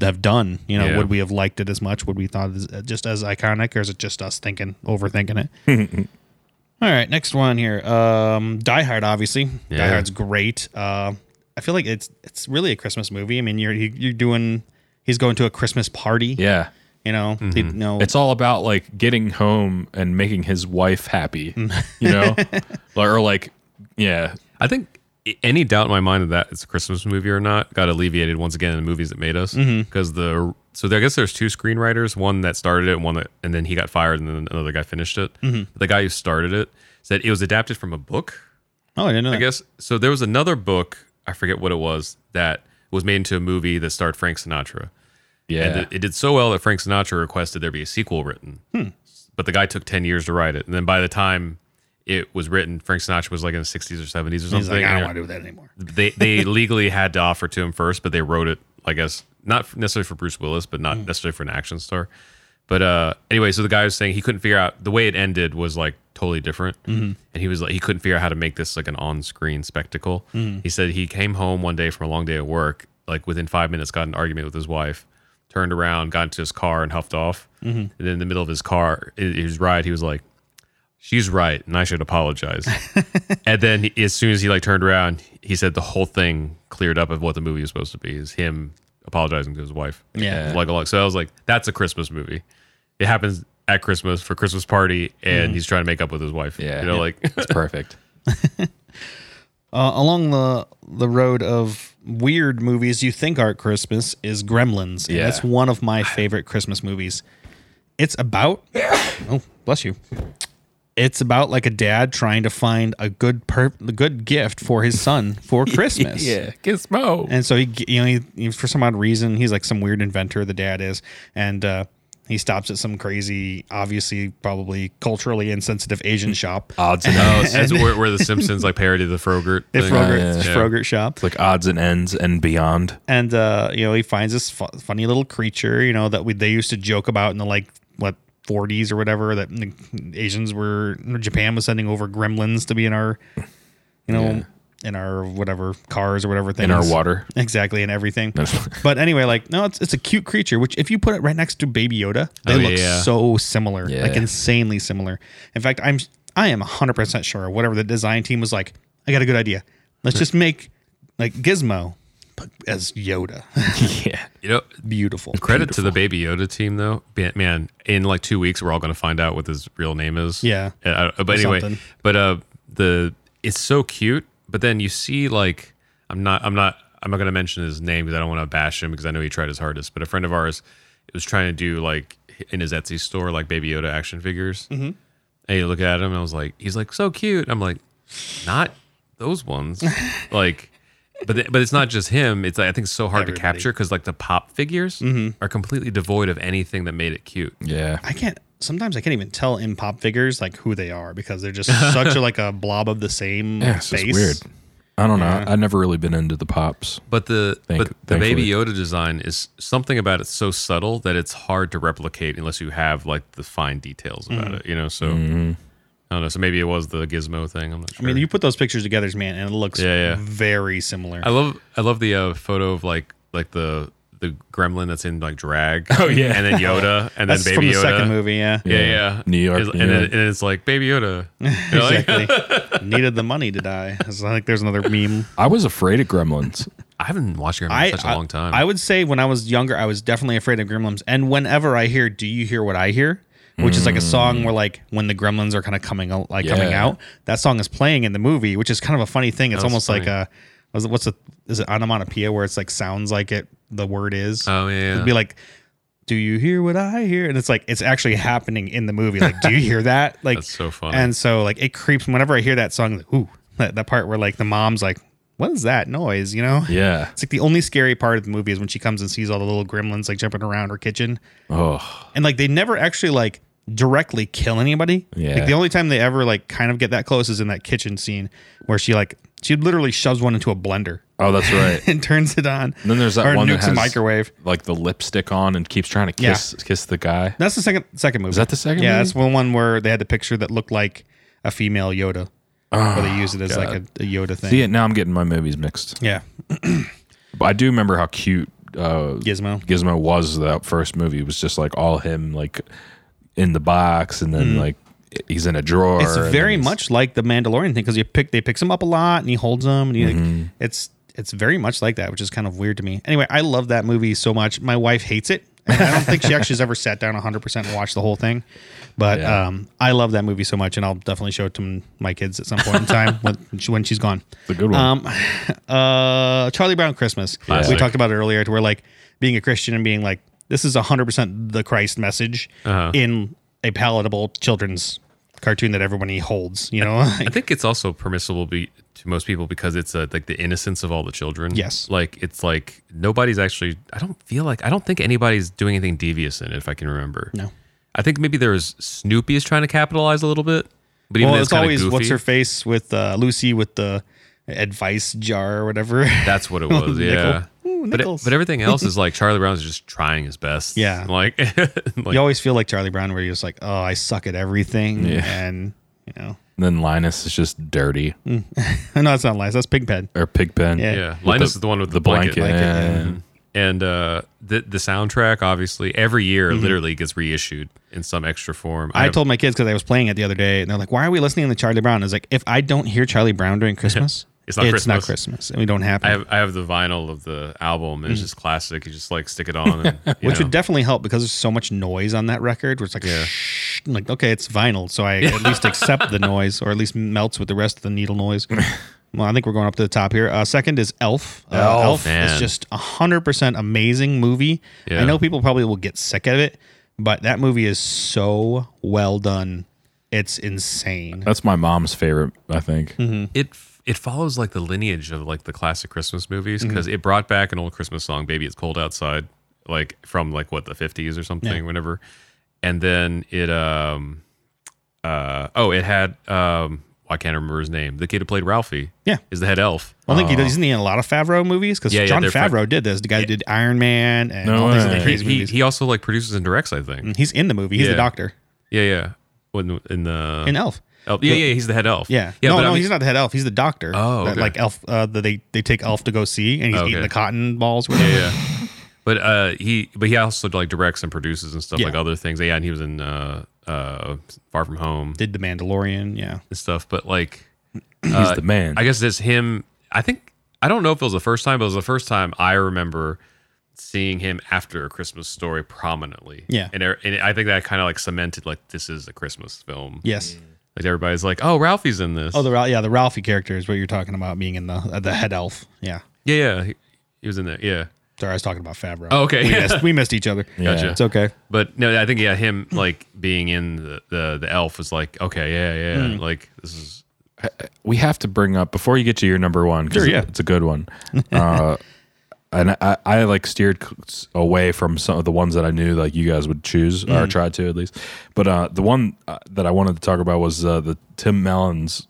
C: have done? You know,
B: Yeah.
C: would we have liked it as much? Would we thought it as, just as iconic, or is it just us thinking overthinking it? All right, next one here. Um, Die Hard, obviously. Die
B: Yeah.
C: Hard's great. Uh, I feel like it's it's really a Christmas movie. I mean, you're you- you're doing. He's going to a Christmas party.
A: Yeah.
C: You know, they, no,
A: It's all about like getting home and making his wife happy, you know, or like, yeah,
B: I think i- any doubt in my mind of that it's a Christmas movie or not got alleviated once again in the movies that made us because the so there, I guess there's two screenwriters, one that started it, and one that and then he got fired, and then another guy finished it. The guy who started it said it was adapted from a book,
C: oh, I didn't know.
B: I guess. So there was another book, I forget what it was, that was made into a movie that starred Frank Sinatra. And
A: yeah.
B: it, it did so well that Frank Sinatra requested there be a sequel written.
C: Hmm.
B: But the guy took 10 years to write it. And then by the time it was written, Frank Sinatra was like in the 60s or 70s or something.
C: He's like, I
B: And
C: don't want to do that anymore.
B: they they legally had to offer to him first, but they wrote it, I guess, not necessarily for Bruce Willis, but not necessarily for an action star. But uh, anyway, so the guy was saying he couldn't figure out the way it ended was like totally different, and he was like he couldn't figure out how to make this like an on-screen spectacle. He said he came home one day from a long day at work, like within five minutes, got in an argument with his wife, turned around, got into his car, and huffed off. And then in the middle of his car, i- his ride, he was like, she's right and i should apologize and then he- as soon as he like turned around he said the whole thing cleared up of what the movie was supposed to be is him apologizing to his wife
C: Yeah.
B: like a lot so i was like that's a christmas movie it happens at christmas for christmas party and he's trying to make up with his wife
A: Yeah. Oh,
B: you know like
A: It's perfect.
C: Uh, along the the road of weird movies you think are Christmas is Gremlins. And
A: Yeah.
C: that's one of my favorite Christmas movies. It's about oh bless you. It's about like a dad trying to find a good per a good gift for his son for Christmas.
A: Gizmo.
C: And so he, you know, he, he- for some odd reason, he's like some weird inventor. The dad is, and uh, he stops at some crazy, obviously probably culturally insensitive Asian shop.
A: odds and
B: Oh,
A: ends.
B: it's, it's where, where the Simpsons like parody the Frogurt.
C: The
B: thing.
C: Frogurt,
A: yeah,
B: yeah.
C: Frogurt shop,
A: It's like odds and ends and beyond.
C: and uh, you know, he finds this fu- funny little creature, you know, that we they used to joke about in the like what 40s or whatever that the Asians were Japan was sending over gremlins to be in our, you know, in our whatever cars or whatever things
A: In our water.
C: Exactly, and everything. but anyway, like no, it's it's a cute creature. Which if you put it right next to Baby Yoda, they
B: Oh,
C: look
B: yeah.
C: so similar,
A: Yeah.
C: like insanely similar. In fact, I'm I am hundred percent sure whatever the design team was like, I got a good idea. Let's just make like Gizmo but as Yoda.
A: yeah.
B: You know,
C: Beautiful.
B: credit to the Baby Yoda team though. Ba- Man, in like two weeks, we're all going to find out what his real name is.
C: Yeah.
B: Uh, uh, but anyway,
C: Something.
B: but uh, the it's so cute. But then you see like I'm not I'm not I'm not going to mention his name because I don't want to bash him because I know he tried his hardest. But a friend of ours was trying to do like in his Etsy store like Baby Yoda action figures. Mm-hmm. And you look at him and I was like, he's like so cute. I'm like, not those ones. like, but th- but it's not just him. It's like, I think it's so hard to
C: Everybody. Mm-hmm.
B: capture because like the pop figures are completely devoid of anything that made it cute.
A: Yeah.
C: I can't. Sometimes I can't even tell in pop figures like who they are because they're just such a, like a blob of the same
A: Yeah, it's
C: face.
A: just weird. I don't know. I've never really been into the pops.
B: But the
A: Thank-
B: but the
A: thankfully.
B: Baby Yoda design is something about it's so subtle that it's hard to replicate unless you have like the fine details about
C: Mm.
B: it. You know, so
A: Mm-hmm.
B: I don't know. So maybe it was the gizmo thing. I'm not
C: I
B: sure.
C: mean, you put those pictures together, man, and it looks
B: Yeah, yeah.
C: very similar.
B: I love I love the uh, photo of like like the the gremlin that's in like drag.
A: Oh, yeah.
B: and then Yoda, and then
C: That's
B: Baby
C: from the
B: Yoda.
C: second movie, yeah.
B: Yeah,
A: Yeah.
B: yeah.
A: New York,
B: It's-
A: New
B: and,
A: York.
B: It, and it's like Baby Yoda. You know, like,
C: Exactly. Needed the money to die. It's not like there's another meme.
A: I was afraid of gremlins.
B: I haven't watched Gremlins
C: I
B: in such a long time.
C: I would say when I was younger, I was definitely afraid of gremlins. And whenever I hear "Do you hear what I hear," which is like a song where like when the gremlins are kind of coming out, like coming
A: Yeah.
C: out, that song is playing in the movie, which is kind of a funny thing. It's almost like
B: funny.
C: a was it- what's a is it onomatopoeia where it's like sounds like it the word is.
B: oh yeah, yeah.
C: It'd be like. Do you hear what I hear? And it's like it's actually happening in the movie. Like, do you hear that? Like,
B: That's so funny.
C: And so like it creeps. Whenever I hear that song, like, ooh, that, that part where like the mom's like, "What is that noise?" You know?
A: Yeah.
C: It's like the only scary part of the movie is when she comes and sees all the little gremlins like jumping around her kitchen.
A: Oh,
C: And like they never actually like directly kill anybody.
A: Yeah.
C: Like the only time they ever like kind of get that close is in that kitchen scene where she like she literally shoves one into a blender
A: oh, that's right.
C: and turns it on.
A: And then there's that
C: or
A: one that
C: nukes
A: has
C: a microwave.
A: like the lipstick on and keeps trying to
C: Yeah.
A: kiss kiss the guy.
C: That's the second second movie. Is
A: that the second
C: Yeah,
A: movie?
C: that's the one where they had the picture that looked like a female Yoda. where
A: Oh,
C: they used it as like a, a Yoda thing.
A: Yeah, now I'm getting my movies mixed.
C: yeah.
A: But I do remember how cute uh,
C: Gizmo.
A: Gizmo was that first movie. It was just like all him like in the box and then like he's in a drawer.
C: Mm. It's
A: and then
C: very
A: he's-
C: much like the Mandalorian thing because you pick they picks him up a lot and he holds him and he, like, it's it's very much like that, which is kind of weird to me. Anyway, I love that movie so much. My wife hates it. And I don't think she actually has ever sat down 100% and watched the whole thing. But
A: Yeah.
C: um, I love that movie so much, and I'll definitely show it to m- my kids at some point in time when, she, when she's gone.
A: It's a good one.
C: Um, uh, Charlie Brown Christmas. We
B: Classic.
C: talked about it earlier, to where like being a Christian and being like, this is 100% the Christ message
B: Uh-huh.
C: in a palatable children's cartoon that everybody holds, you know?
B: I think it's also permissible be, to most people because it's uh like the innocence of all the children.
C: Yes.
B: like it's like nobody's actually. I don't feel like I don't think anybody's doing anything devious in it. If I can remember,
C: No.
B: I think maybe there was Snoopy is trying to capitalize a little bit, but even
C: well,
B: though
C: it's
B: kinda
C: always
B: goofy,
C: what's her face with uh, Lucy with the advice jar or whatever.
B: That's what it was.
C: Nickel.
B: yeah.
C: Ooh,
B: But,
C: nickels.
B: but everything else is like Charlie Brown's just trying his best.
C: Yeah.
B: Like, like
C: you always feel like Charlie Brown, where you're just like, oh, I suck at everything.
A: Yeah.
C: And, you know,
A: and then Linus is just dirty
C: no, that's not lies. That's Pigpen.
A: or Pigpen.
C: Mm. Yeah.
B: Yeah, Linus is the one with the, blanket.
A: yeah, yeah.
B: And uh, the the soundtrack, obviously, every year literally gets reissued in some extra form.
C: Mm-hmm. I
B: have-
C: told my kids because I was playing it the other day, and they're like, "Why are we listening to Charlie Brown?" I was like, "If I don't hear Charlie Brown during Christmas,
B: It's not
C: not
B: Christmas."
C: Christmas, and we don't have,
B: I have I have the vinyl of the album.
C: Mm.
B: And It's just classic. You just like stick it on, and, you
C: which
B: know.
C: would definitely help because there's so much noise on that record. Where it's like, shh, I'm like okay, it's vinyl, so I at least accept the noise, or at least melts with the rest of the needle noise. Well, I think we're going up to the top here. Uh, second is Elf. Uh,
A: Elf,
B: Oh, man.
C: is just a hundred percent amazing movie.
B: Yeah.
C: I know people probably will get sick of it, but that movie is so well done. It's insane.
A: That's my mom's favorite, I think.
C: Mm-hmm.
B: it it follows like the lineage of like the classic Christmas movies
C: Mm-hmm.
B: because it brought back an old Christmas song, "Baby It's Cold Outside," like from like what the fifties or something, whenever. And then it um uh oh it had um I can't remember his name. The kid who played Ralphie
C: Yeah.
B: is the head elf.
C: I think he does. Isn't he in a lot of Favreau movies? Because
B: Oh. Yeah, yeah,
C: John
B: they're fa-
C: Favreau did this. The guy who did Iron Man and all these
A: way.
C: other
B: He,
C: crazy
B: he,
C: movies. Mm.
B: he also like produces and directs. I think.
C: he's in the movie. He's
B: Yeah.
C: the doctor
B: Yeah, yeah. When in the
C: in Elf.
B: elf. Yeah, yeah. He's the head elf.
C: Yeah.
B: yeah.
C: no,
B: but
C: no,
B: I mean-
C: he's not the head elf. He's the doctor.
B: Oh,
C: That,
B: okay. Oh,
C: like elf. Uh, that they they take elf to go see, and he's
B: Okay.
C: eating the cotton balls. Whatever. Yeah,
B: But uh, he but he also like directs and produces and stuff
C: Yeah.
B: like other things. Yeah, and he was in uh, uh, Far From Home
C: Did the Mandalorian? Yeah.
B: and stuff. But like,
A: He's the man.
B: I guess it's him. I think I don't know if it was the first time, but it was the first time I remember seeing him after a Christmas story prominently.
C: Yeah.
B: and, er- and I think that kind of like cemented like this is a Christmas film.
C: Yes.
B: like everybody's like, oh, Ralphie's in this.
C: Oh, the Ra- yeah the Ralphie character is what you're talking about being in the uh, the head elf. Yeah.
B: yeah, yeah, he, he was in there. Yeah,
C: Sorry, I was talking about Favreau.
B: Oh, okay.
C: We missed, we missed each other.
A: Yeah.
B: Gotcha.
C: It's okay.
B: But no, I think yeah, him like being in the the, the elf was like okay, yeah,
C: Hmm.
B: yeah, like this is
A: we have to bring up before you get to your number one because
C: Sure, yeah.
A: it's a good one. Uh, and I, I like steered c- away from some of the ones that I knew like you guys would choose
C: Mm.
A: or try to at least. But uh, the one uh, that I wanted to talk about was uh, the Tim Mellon's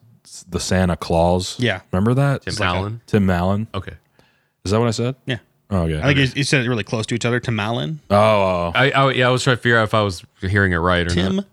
A: the Santa Claus.
C: Yeah.
A: remember that
B: Tim
A: It's like a-
B: Allen?
A: Tim Allen.
B: okay.
A: Is that what I said?
C: Yeah.
A: Oh yeah.
C: I think you, you said it really close to each other. Tim Allen.
B: Uh,
A: oh, oh,
B: I, I yeah, I was trying to figure out if I was hearing it right or
C: Tim
B: not.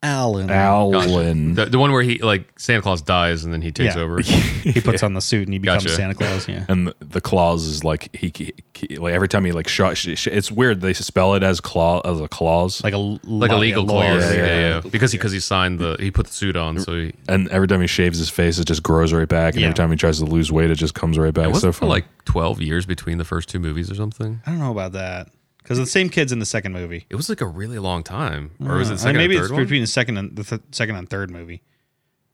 C: Allen.
A: Allen.
B: The, the one where he like Santa Claus dies and then he takes
C: Yeah.
B: over.
C: He puts on the suit and he becomes
B: Gotcha.
C: Santa Claus. Yeah.
A: and the, the claws is like he, he, he- like every time he like shot sh- sh- it's weird they spell it as claw as a clause
C: Like a
B: Like a legal clause, yeah,
A: yeah,
B: yeah, Because because he signed the he put the suit on, so he
A: and every time he shaves his face it just grows right back and
C: Yeah.
A: every time he tries to lose weight it just comes right back
B: was
A: so
B: so for
A: funny.
B: like twelve years between the first two movies or something.
C: I don't know about that because the same kids in the second movie.
B: It was like a really long time, or was it
C: Uh,
B: the second
C: maybe
B: and
C: it's
B: third one?
C: between the second and the th- second and third movie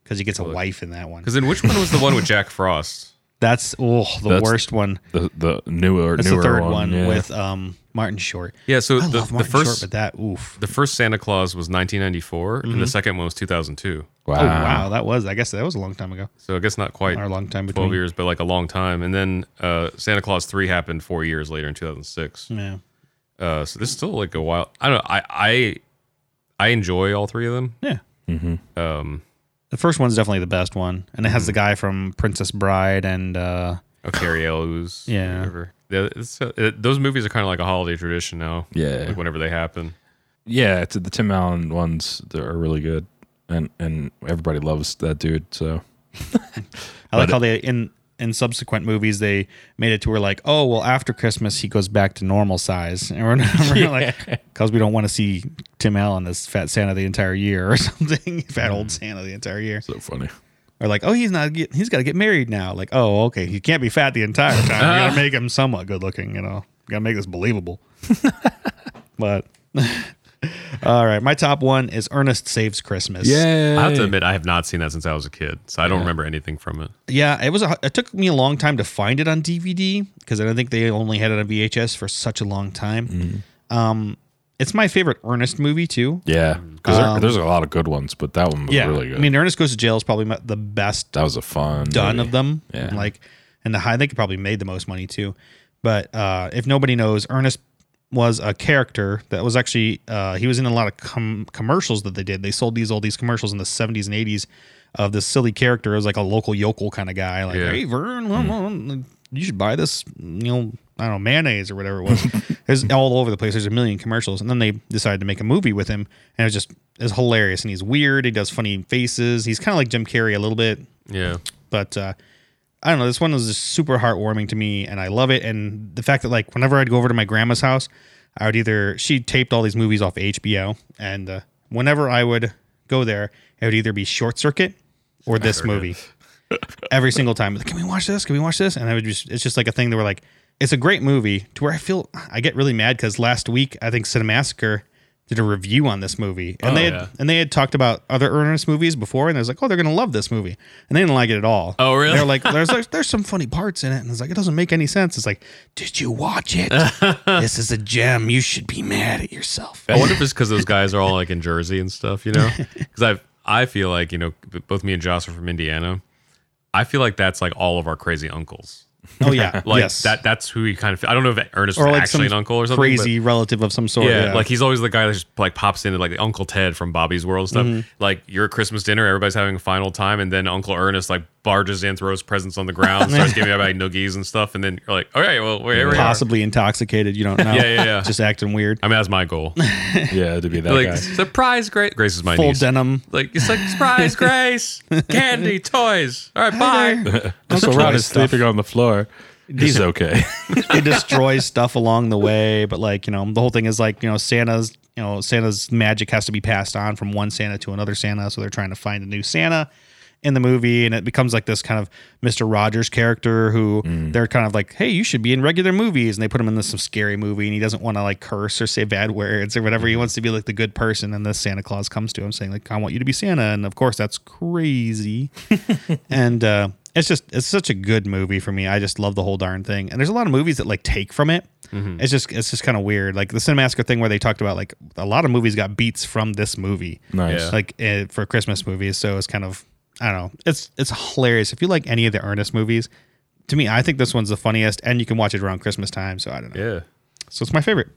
C: because he gets a wife in that one.
B: Because then which one was the one with Jack Frost?
C: That's oh the
A: That's-
C: worst one.
A: the the newer
C: That's
A: newer
C: the third one,
A: one, yeah.
C: with um Martin Short.
B: Yeah, so
C: I
B: the,
C: love
B: the
C: Martin Short,
B: first
C: but Mm-hmm. that oof.
B: the first Santa Claus was 1994, and the second one was 2002.
A: wow.
C: oh wow, that was I guess that was a long time ago
B: So I guess not quite
C: or a long
B: 12
C: time between.
B: years, but like a long time. And then uh, Santa Claus 3 happened four years later in 2006.
C: Yeah, Mm-hmm.
B: Uh, so this is still like a while. I don't know. I, I, I enjoy all three of them.
C: yeah.
B: Um, mm-hmm.
C: The first one's definitely the best one, and it has the guy from Princess Bride and uh
B: oh, Carrie Elwes.
C: Yeah.
B: Whatever. Yeah, it's, uh, it- those movies are kind of like a holiday tradition now.
A: Yeah.
B: Like whenever they happen.
A: yeah it's, the Tim Allen ones that are really good and and everybody loves that dude so
C: I like how they in in subsequent movies they made it to where like, oh well, after Christmas he goes back to normal size, and we're, we're like, because we don't want to see Tim Allen as Fat Santa the entire year or something, Fat Old Santa the entire year,
A: so funny
C: or like, oh he's not get, he's got to get married now, like oh okay he can't be fat the entire time, you gotta make him somewhat good looking, you know, gotta make this believable, but. All right, my top one is Ernest Saves Christmas.
A: yeah
B: I have to admit, I have not seen that since I was a kid. So I don't remember anything from it.
C: Yeah, it was. A, it took me a long time to find it on DVD because I don't think they only had it on VHS for such a long time. Um, it's my favorite Ernest movie too.
A: yeah because there's a lot of good ones but that one was really good
C: Um, I mean, Ernest Goes to Jail is probably my- the best
A: that was a fun
C: done
A: movie.
C: of them.
A: Yeah.
C: Like, and the high, I think it probably made the most money too. But uh, if nobody knows, Ernest was a character that was actually uh, he was in a lot of com- commercials that they did. They sold these all these commercials in the seventies and eighties of this silly character. It was like a local yokel kind of guy, like
B: Yeah.
C: hey Vern, well, well, you should buy this, you know. I don't know mayonnaise or whatever it was. There's all over the place. There's a million commercials, and then they decided to make a movie with him, and it was just it's hilarious. And he's weird. He does funny faces. He's kind of like Jim Carrey a little bit
B: Yeah.
C: but uh, I don't know. This one was just super heartwarming to me, and I love it. And the fact that like whenever I'd go over to my grandma's house, I would either she taped all these movies off HBO, and uh, whenever I would go there, it would either be Short Circuit or this movie. Every single time, like, can we watch this? Can we watch this? And I would just—it's just like a thing that we're like, it's a great movie. To where I feel I get really mad because last week I think Cinemassacre did a review on this movie, and
D: Oh,
C: they had,
D: yeah.
C: and they had talked about other Ernest movies before, and they was like, oh, they're gonna love this movie, and they didn't like it at all.
D: Oh, really?
C: They're like, there's like, there's some funny parts in it, and it's like it doesn't make any sense. It's like, did you watch it? this is a gem. You should be mad at yourself.
B: I wonder if it's because those guys are all like in Jersey and stuff, you know? Because I I feel like you know b- both me and Josh are from Indiana. I feel like that's like all of our crazy uncles.
C: Oh yeah,
B: Like
C: yes.
B: that that's who he kind of. I don't know if Ernest
C: or
B: was
C: like some
B: actually an uncle or something. but-
C: crazy relative of some sort.
B: yeah, like he's always the guy that just like pops into like Uncle Ted from Bobby's World stuff.
C: Mm-hmm.
B: Like you're at Christmas dinner, everybody's having a final time, and then Uncle Ernest like barges in, throws presents on the ground, starts giving everybody noogies and stuff, and then you're like, all right, well, we're here we are.
C: possibly intoxicated. You don't know.
B: Yeah, yeah, yeah.
C: Just acting weird.
B: I mean, that's my goal.
A: Yeah, to be that
B: like
A: guy.
B: surprise, Grace. Grace is my
C: Full
B: niece.
C: denim.
B: Like it's like surprise, Grace, candy, toys. All right, bye.
A: Uncle
C: Troy
A: Ron is
C: stuff.
A: sleeping on the floor. He's okay.
C: he destroys stuff along the way, but like you know, the whole thing is like you know, Santa's you know, Santa's magic has to be passed on from one Santa to another Santa, so they're trying to find a new Santa in the movie, and it becomes like this kind of Mister Rogers character who they're kind of like, hey, you should be in regular movies, and they put him in this some scary movie, and he doesn't want to like curse or say bad words or whatever. He wants to be like the good person, and this Santa Claus comes to him saying like, I want you to be Santa, and of course that's crazy and uh, it's just it's such a good movie for me. I just love the whole darn thing. And there's a lot of movies that like take from it. It's just it's just kind of weird. Like the Cinemassacre thing where they talked about like a lot of movies got beats from this movie.
A: Nice.
B: Yeah.
C: Like uh, for Christmas movies, so it's kind of I don't know. It's it's hilarious. If you like any of the Ernest movies, to me, I think this one's the funniest, and you can watch it around Christmas time. So I don't know.
B: Yeah.
C: So it's my favorite.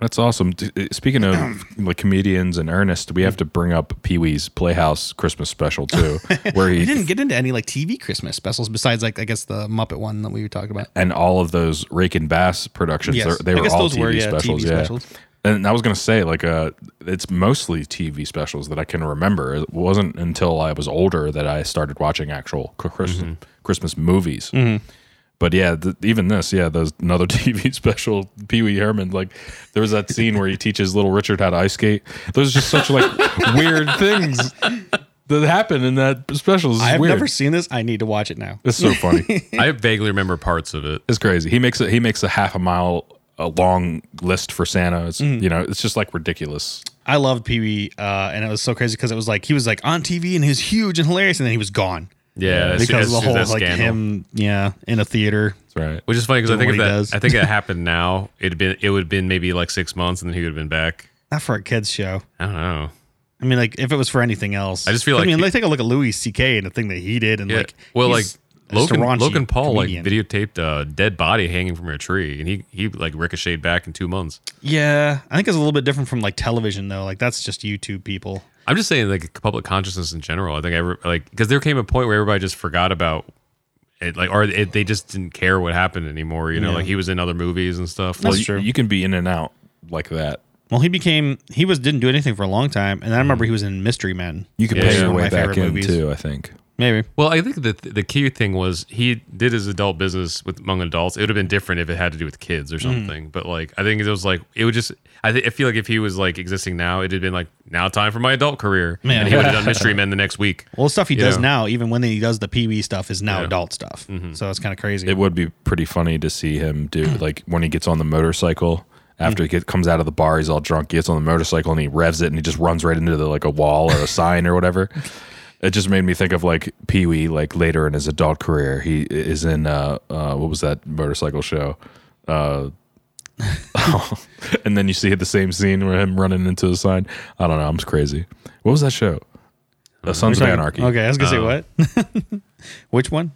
A: That's awesome. D- uh, Speaking of like comedians in earnest, we have to bring up Pee Wee's Playhouse Christmas special too, where
C: We
A: he
C: didn't get into any like TV Christmas specials besides like I guess the Muppet one that we were talking about.
A: and all of those Rake and Bass productions.
C: Yes.
A: they're- They
C: I
A: were
C: guess
A: all
C: those
A: TV
C: were, yeah,
A: specials.
C: TV
A: yeah.
C: specials.
A: And I was gonna say, like, uh, it's mostly TV specials that I can remember. It wasn't until I was older that I started watching actual Chris-
C: Mm-hmm.
A: Christmas movies. But yeah, th- even this, yeah, there's another TV special, Pee Wee Herman. Like, there was that scene where he teaches little Richard how to ice skate. There's just such like weird things that happen in that special. It's
C: I have
A: weird.
C: never seen this. I need to watch it now.
A: it's so funny.
B: I vaguely remember parts of it.
A: It's crazy. He makes a he makes a half a mile a long list for Santa. It's
C: Mm.
A: you know, it's just like ridiculous.
C: I loved Pee Wee, uh, and it was so crazy because it was like he was like on TV and he was huge and hilarious, and then he was gone
B: Yeah, as- as
C: because of the
B: soon
C: whole
B: as
C: like
B: that scandal.
C: him, yeah, in a theater.
A: That's right.
B: Which is funny because I
C: Doing
B: think
C: what
B: if
C: he
B: that
C: does.
B: I think it happened now, it'd been it would have been maybe like six months and then he would have been back.
C: Not for a kids show.
B: I don't know.
C: I mean, like if it was for anything else,
B: I just feel
C: I
B: like
C: mean,
B: he-
C: like take a look at Louis C.K. and the thing that he did, and
B: Yeah.
C: like
B: well, like
C: he's just a
B: Logan
C: raunchy
B: Logan Paul
C: comedian.
B: like videotaped a dead body hanging from a tree and he he like ricocheted back in two months.
C: Yeah, I think it's a little bit different from like television though. Like that's just YouTube people.
B: I'm just saying like public consciousness in general. I think every like because there came a point where everybody just forgot about it, like or it, they just didn't care what happened anymore. You know, like he was in other movies and stuff.
A: Well,
B: Like,
A: you, you can be in and out like that.
C: Well, he became he was didn't do anything for a long time, and I remember he was in Mystery Men.
A: You can
B: Mm. Yeah,
A: pay
B: it's
A: your
C: one of
A: way
C: my
A: back
C: favorite
A: in
C: movies.
A: too. I think.
C: Maybe
B: Well, I think that the key thing was he did his adult business with among adults. It would have been different if it had to do with kids or
A: Mm.
B: something. But like, I think it was like it would just. I, th- I feel like if he was like existing now, it'd have been like now time for my adult career,
C: Yeah.
B: and he would have done Mystery Men the next week.
C: Well, the stuff he
B: You
C: does
B: know.
C: now, even when he does the Pee Wee stuff, is now adult stuff. So it's kind of crazy.
A: Mm-hmm. It would be pretty funny to see him do like when he gets on the motorcycle after he get, comes out of the bar. He's all drunk. He gets on the motorcycle and he revs it and he just runs right into the, like a wall or a sign or whatever. It just made me think of like Pee Wee. Like later in his adult career, he is in uh, uh what was that motorcycle show? Uh, and then you see the same scene where him running into a sign. I don't know. I'm crazy. What was that show? The Sons of
C: Sorry.
A: Anarchy.
C: Uh,
A: Uh,
C: Okay, I was gonna say what? Which one?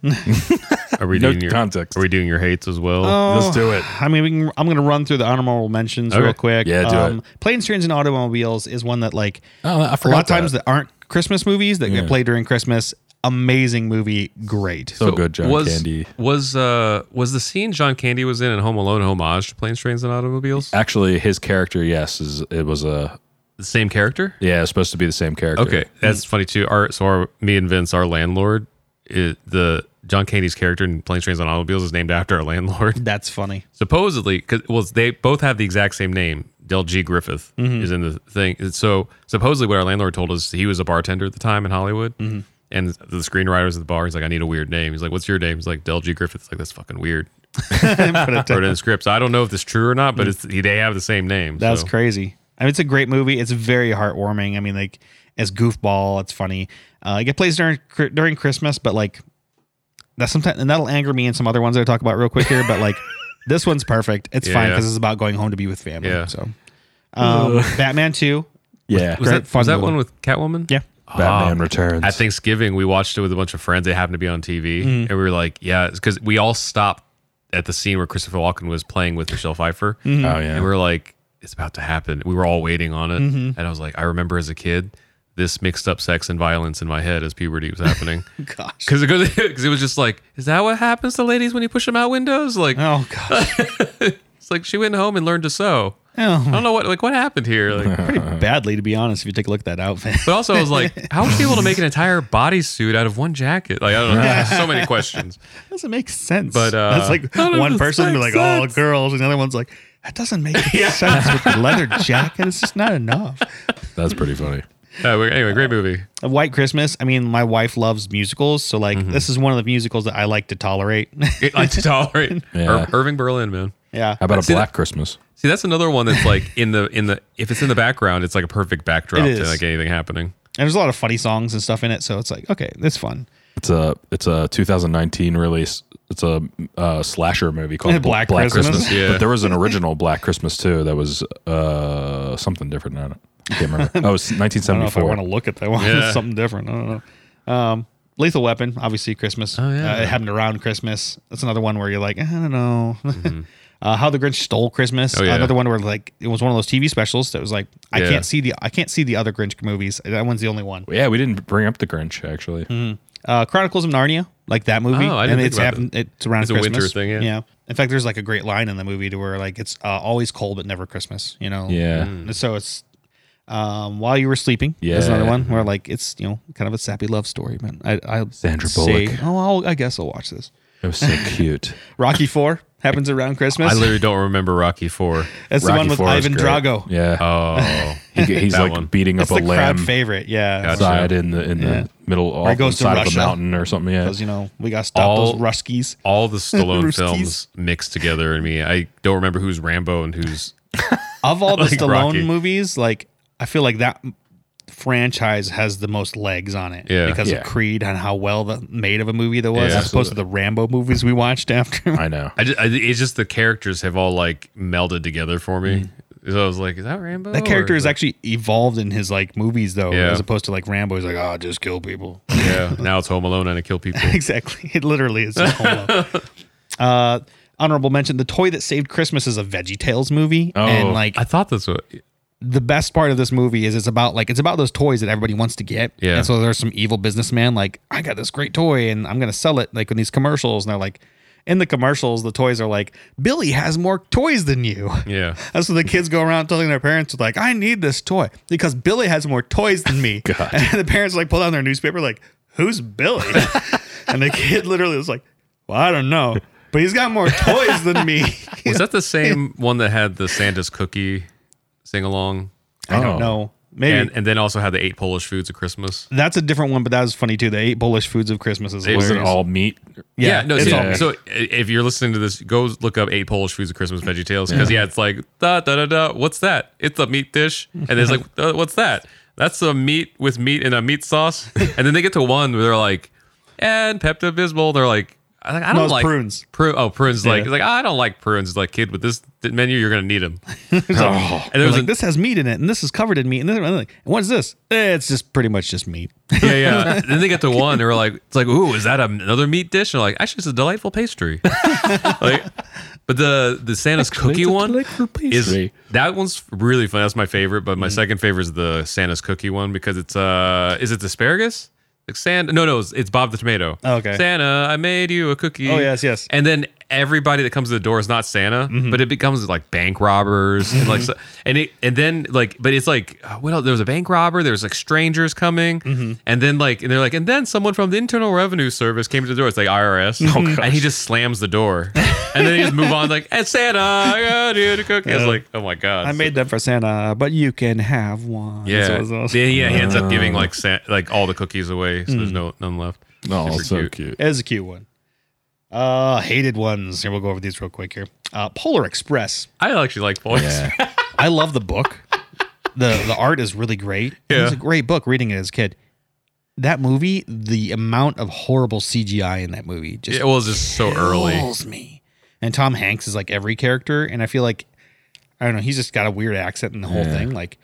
B: Are we
A: No
B: doing your
A: context. Um,
B: Are we doing your hates as well?
A: Let's do it.
C: I mean, we can, I'm gonna run through the honorable mentions real
B: Okay.
C: quick. Um,
A: Yeah, do
C: Planes, Trains, and Automobiles is one that like
A: Oh, I
C: a lot of
A: forgot
C: times that aren't Christmas movies that get played during Christmas. Amazing movie, great.
A: So good, John
B: was,
A: Candy.
B: Was uh was the scene John Candy was in in Home Alone an homage to Planes, Trains, and Automobiles?
A: Actually, his character, yes, is it was a
B: The same character.
A: yeah, it's supposed to be the same character.
B: Okay, that's funny too. Our so our me and Vince, our landlord, i the John Candy's character in Planes, Trains, and Automobiles is named after our landlord.
C: That's funny.
B: Supposedly, because well, they both have the exact same name. Del G. Griffith
C: Mm-hmm.
B: is in the thing. And So supposedly, what our landlord told us, he was a bartender at the time in Hollywood.
C: Mm-hmm.
B: And the screenwriters at the bar, he's like, I need a weird name. He's like, What's your name? He's like, Del G. Griffith. It's like, that's fucking weird. Put it in the script. So I don't know if this is true or not, but it's, they have the same name.
C: Mm. That's
B: so.
C: crazy. I mean, it's a great movie. It's very heartwarming. I mean, like as goofball, it's funny. Uh, like it plays during cri- during Christmas, but like that sometimes and that'll anger me and some other ones that I talk about real quick here. But like this one's perfect. It's
B: Yeah,
C: fine
B: yeah.
C: because it's about going home to be with family.
B: Yeah.
C: So, um, Batman Two.
A: Yeah.
B: Was
C: Great
B: that,
C: fun
B: was that
C: movie.
B: one with Catwoman?
C: Yeah.
A: Batman
B: Ah.
A: Returns.
B: At Thanksgiving, we watched it with a bunch of friends. They happened to be on TV, and we were like, "Yeah," because we all stopped at the scene where Christopher Walken was playing with Michelle Pfeiffer,
A: oh
B: and we
A: yeah.
B: were like, "It's about to happen." We were all waiting on it, and I was like, "I remember as a kid, this mixed up sex and violence in my head as puberty was happening."
C: Gosh.
B: Because it, goes- 'cause it was just like, is that what happens to ladies when you push them out windows? Like,
C: Oh gosh.
B: it's like she went home and learned to sew. I
C: Oh,
B: don't know what like what happened here. Like,
C: pretty badly to be honest. If you take a look at that outfit.
B: But also, I was like, how was she able to make an entire bodysuit out of one jacket? Like, I don't know. so many questions.
C: doesn't make sense.
B: But, uh,
C: that's like
A: none of
C: one
A: this
C: person be like,
A: makes
C: "Oh,
A: sense."
C: girls," and the other one's like, "That doesn't make sense with the leather jacket. It's just not enough."
A: That's pretty funny.
B: Uh, we- anyway, great movie.
C: A White Christmas. I mean, my wife loves musicals, so like this is one of the musicals that I like to tolerate.
B: I tolerate
A: Yeah.
B: Ir- Irving Berlin, man.
C: yeah,
A: How about
B: See
A: a
B: that-
A: Black Christmas?
B: See, that's another one that's like in the in the if it's in the background, it's like a perfect backdrop
C: It
B: to
C: is.
B: like anything happening.
C: and there's a lot of funny songs and stuff in it, so it's like, okay, that's fun.
A: It's a it's a 2019 release. It's a uh, slasher movie called Bla-
C: Black Christmas?
B: Yeah.
A: But there was an original Black Christmas too that was uh, something different. I, don't, I can't remember. Oh, it's
C: I don't know if I
A: 1974.
C: want to look at that one.
B: Yeah.
C: it's something different. I don't know. Um, Lethal Weapon, obviously Christmas. Oh,
B: yeah.
C: uh, it happened around Christmas. That's another one where you're like, I don't know. uh, How the Grinch Stole Christmas.
B: Mm-hmm. Oh, yeah.
C: Another one where like it was one of those TV specials that was like, I
B: Yeah.
C: can't see the I can't see the other Grinch movies. That one's the only one.
A: yeah, we didn't bring up the Grinch actually.
C: Uh, Chronicles of Narnia, like that movie.
B: Oh, I didn't
C: and
B: think
C: it's
B: about
C: happened. It's around
B: It's a
C: Christmas.
B: winter thing, yeah.
C: In fact, there's like a great line in the movie to where like it's uh, always cold but never Christmas. You know.
A: Yeah.
C: Mm. So it's um, while you were sleeping. Yeah, is another
A: Yeah.
C: one where like it's you know kind of a sappy love story, man. I, I
A: Sandra
C: say,
A: Bullock.
C: oh, I'll, I guess I'll watch this.
A: It was so cute.
C: Rocky Four happens around Christmas.
B: I literally don't remember Rocky Four.
C: That's the
A: Rocky
C: one with
A: IV is
C: Ivan
A: great.
C: Drago.
A: Yeah,
B: Oh,
A: He- he's
B: that
A: like
B: one.
A: beating
C: Uh, It's
A: up
C: the
A: a lamb
C: crowd favorite. Yeah.
B: Gotcha.
A: side in the in
C: Yeah.
A: the middle off
C: it goes
A: the
C: to
A: side of
C: Russia.
A: a mountain or something. Yeah,
C: Because you know we got to stop
B: All-
C: those Ruskies.
B: all the Stallone
C: Rooster
B: films
C: Teeth.
B: mixed together in me. I don't remember who's Rambo and who's
C: Of all the
B: Like
C: Stallone
B: Rocky.
C: movies, like I feel like that franchise has the most legs on it
B: Yeah.
C: because
A: Yeah.
C: of Creed and how well the made of a movie that was
B: Yeah.
C: as opposed to the Rambo movies we watched after.
A: I know.
B: I just, I, it's just the characters have all like melded together for
A: Mm.
B: me. So I was like, is that Rambo?
C: That character
B: Or-
C: is actually evolved in his like movies though,
B: Oh, Yeah.
C: as opposed to like Rambo. He's like, oh, just kill people.
B: Yeah. Now it's Home Alone and I kill people.
C: exactly. It literally is. Just Home Alone. uh, honorable mention: the toy that saved Christmas is a Veggie Tales movie, and like
B: I thought that's what.
C: the best part of this movie is it's about like it's about those toys that everybody wants to get.
B: Yeah.
C: And so there's some evil businessman like I got this great toy and I'm gonna sell it like in these commercials and they're like. In the commercials, the toys are like Billy has more toys than you.
B: Yeah.
C: That's what the kids go around telling their parents, like, I need this toy because Billy has more toys than me.
A: God.
C: And the parents like pull down their newspaper, like, who's Billy? and the kid literally was like, well, I don't know, but he's got more toys than me.
B: Was that the same one that had the Santa's cookie sing along?
C: I don't
A: Oh.
C: know. Maybe.
B: And, and then also had the eight Polish foods of Christmas.
C: that's a different one, but that was funny too. The eight bullish foods of Christmas is
B: It was
A: Was it
C: hilarious.
A: all meat?
C: Yeah,
B: no.
C: it's
B: so,
A: all-
B: so i- if you're listening to this, go look up eight Polish foods of Christmas Veggie Tales because yeah. it's like da da da da. What's that? It's a meat dish, and it's like uh, what's that? That's a meat with meat and a meat sauce. and then they get to one where they're like, and Pepto Bismol. They're like, I, I don't
C: it's
B: like
C: prunes.
B: Pru- oh, prunes. Like
C: Yeah.
B: it's like I don't like prunes. It's like kid with this menu, you're gonna need them.
A: Oh,
B: And there
C: They're
B: was
C: like,
B: a-
C: this has meat in it, and this is covered in meat, and, this, and like, what is this? Eh, It's just pretty much just meat.
B: Yeah, yeah. then they get to one, they were like, it's like, ooh, is that another meat dish? And they're like, actually, it's a delightful pastry. like, but the the Santa's cookie
A: it's a
B: one
A: delightful
B: is
A: pastry.
B: that one's really fun. That's my favorite. But my second favorite is the Santa's cookie one because it's uh, is it asparagus? Like Santa? No, no, it's, it's Bob the tomato.
C: Oh, okay.
B: Santa, I made you a cookie.
C: Oh, yes, yes.
B: And then everybody that comes to the door is not Santa,
C: Mm-hmm.
B: but it becomes like bank robbers and like so, and it and then like but it's like uh, what else? There was a bank robber. There was like strangers coming,
C: Mm-hmm.
B: and then like and they're like and then someone from the Internal Revenue Service came to the door. It's like IRS,
C: Oh,
B: and he just slams the door, and then he just move on like and Santa, I got you the cookie. It's like oh my god,
C: I made them for Santa, but you can have one. So
B: yeah,
C: it's also-
B: yeah, yeah. He ends up giving like Sa- like all the cookies away, so
C: Mm.
B: there's no none left.
A: oh
B: Super
A: so cute.
C: It is a cute one. Uh, hated ones. Here, we'll go over these real quick here. Uh, Polar Express.
B: I actually like boys.
A: Yeah.
C: I love the book. the the art is really great. It was
B: Yeah.
C: a great book reading it as a kid. That movie, the amount of horrible CGI in that movie just
B: It was just so early.
C: kills me. And Tom Hanks is like every character, and I feel like I don't know. He's just got a weird accent in the whole thing, like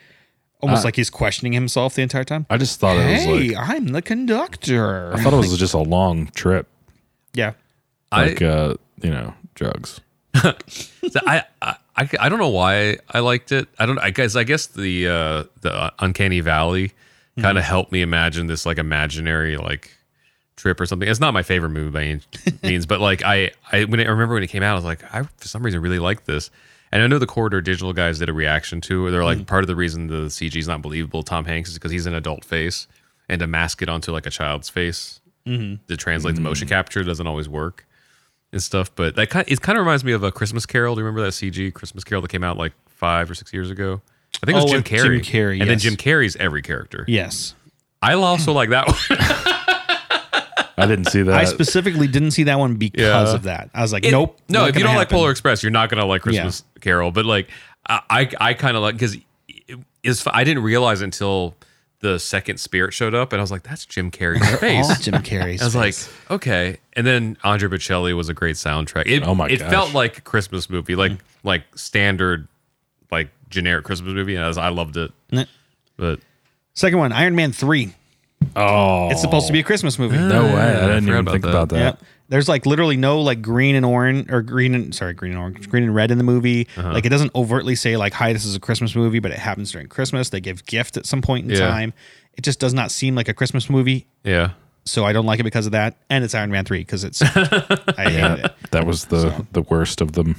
C: almost like he's questioning himself the entire time.
A: Uh, I just thought it was
C: Hey,
A: like
C: I'm the conductor.
A: I thought it was just a long trip,
C: yeah,
B: I,
A: like uh, you know, drugs.
B: So I, I I don't know why I liked it. I don't. I guess I guess the uh, the uncanny valley kind of helped me imagine this like imaginary like trip or something. It's not my favorite movie by any means, but like I I when it, I remember when it came out, I was like I for some reason really liked this. And I know the corridor digital guys did a reaction to. it. They're
C: Mm-hmm.
B: like part of the reason the CG is not believable. Tom Hanks is because he's an adult face, and to mask it onto like a child's face
C: Mm-hmm.
B: to translate the motion capture doesn't always work and stuff. But that kind it kind of reminds me of a Christmas Carol. Do you remember that CG Christmas Carol that came out like five or six years ago? I think it was
C: Oh,
B: Jim
C: with Jim
B: Carrey.
C: Carrey,
B: and then
C: yes.
B: Jim Carrey's every character.
C: yes.
B: I also like that one.
A: I didn't see that.
C: I specifically didn't see that one because
B: Uh, Yeah.
C: of that. I was like,
B: It-
C: nope.
B: No,
C: not
B: if you
C: gonna
B: don't like
C: happen.
B: Polar Express, you're not gonna like Christmas Carol. But like, I I, I kind of like because is I didn't realize until the second spirit showed up, and I was like, that's Jim Carrey's face.
C: all Jim Carrey's.
B: I was
C: face.
B: like, okay. And then Andre Bocelli was a great soundtrack. It,
A: Oh my
B: It
A: gosh.
B: felt like a Christmas movie, like like standard, like generic Christmas movie, and I, was, I loved it.
C: N-
B: But
C: Second one, Iron Man three.
A: oh,
C: It's supposed to be a Christmas movie.
A: no way.
B: I
A: I didn't
B: forgot
A: even
B: about
A: think
B: that.
A: about that.
C: Yeah. There's like literally no like green and orange or green and sorry, green and orange, green and red in the movie.
B: Uh-huh.
C: Like it doesn't overtly say like, hi, this is a Christmas movie, but it happens during Christmas. They give gift at some point in
B: Yeah.
C: time. It just does not seem like a Christmas movie.
B: yeah,
C: So I don't like it because of that. And it's Iron Man 3 because it's, I hated it.
A: That was the the worst of them.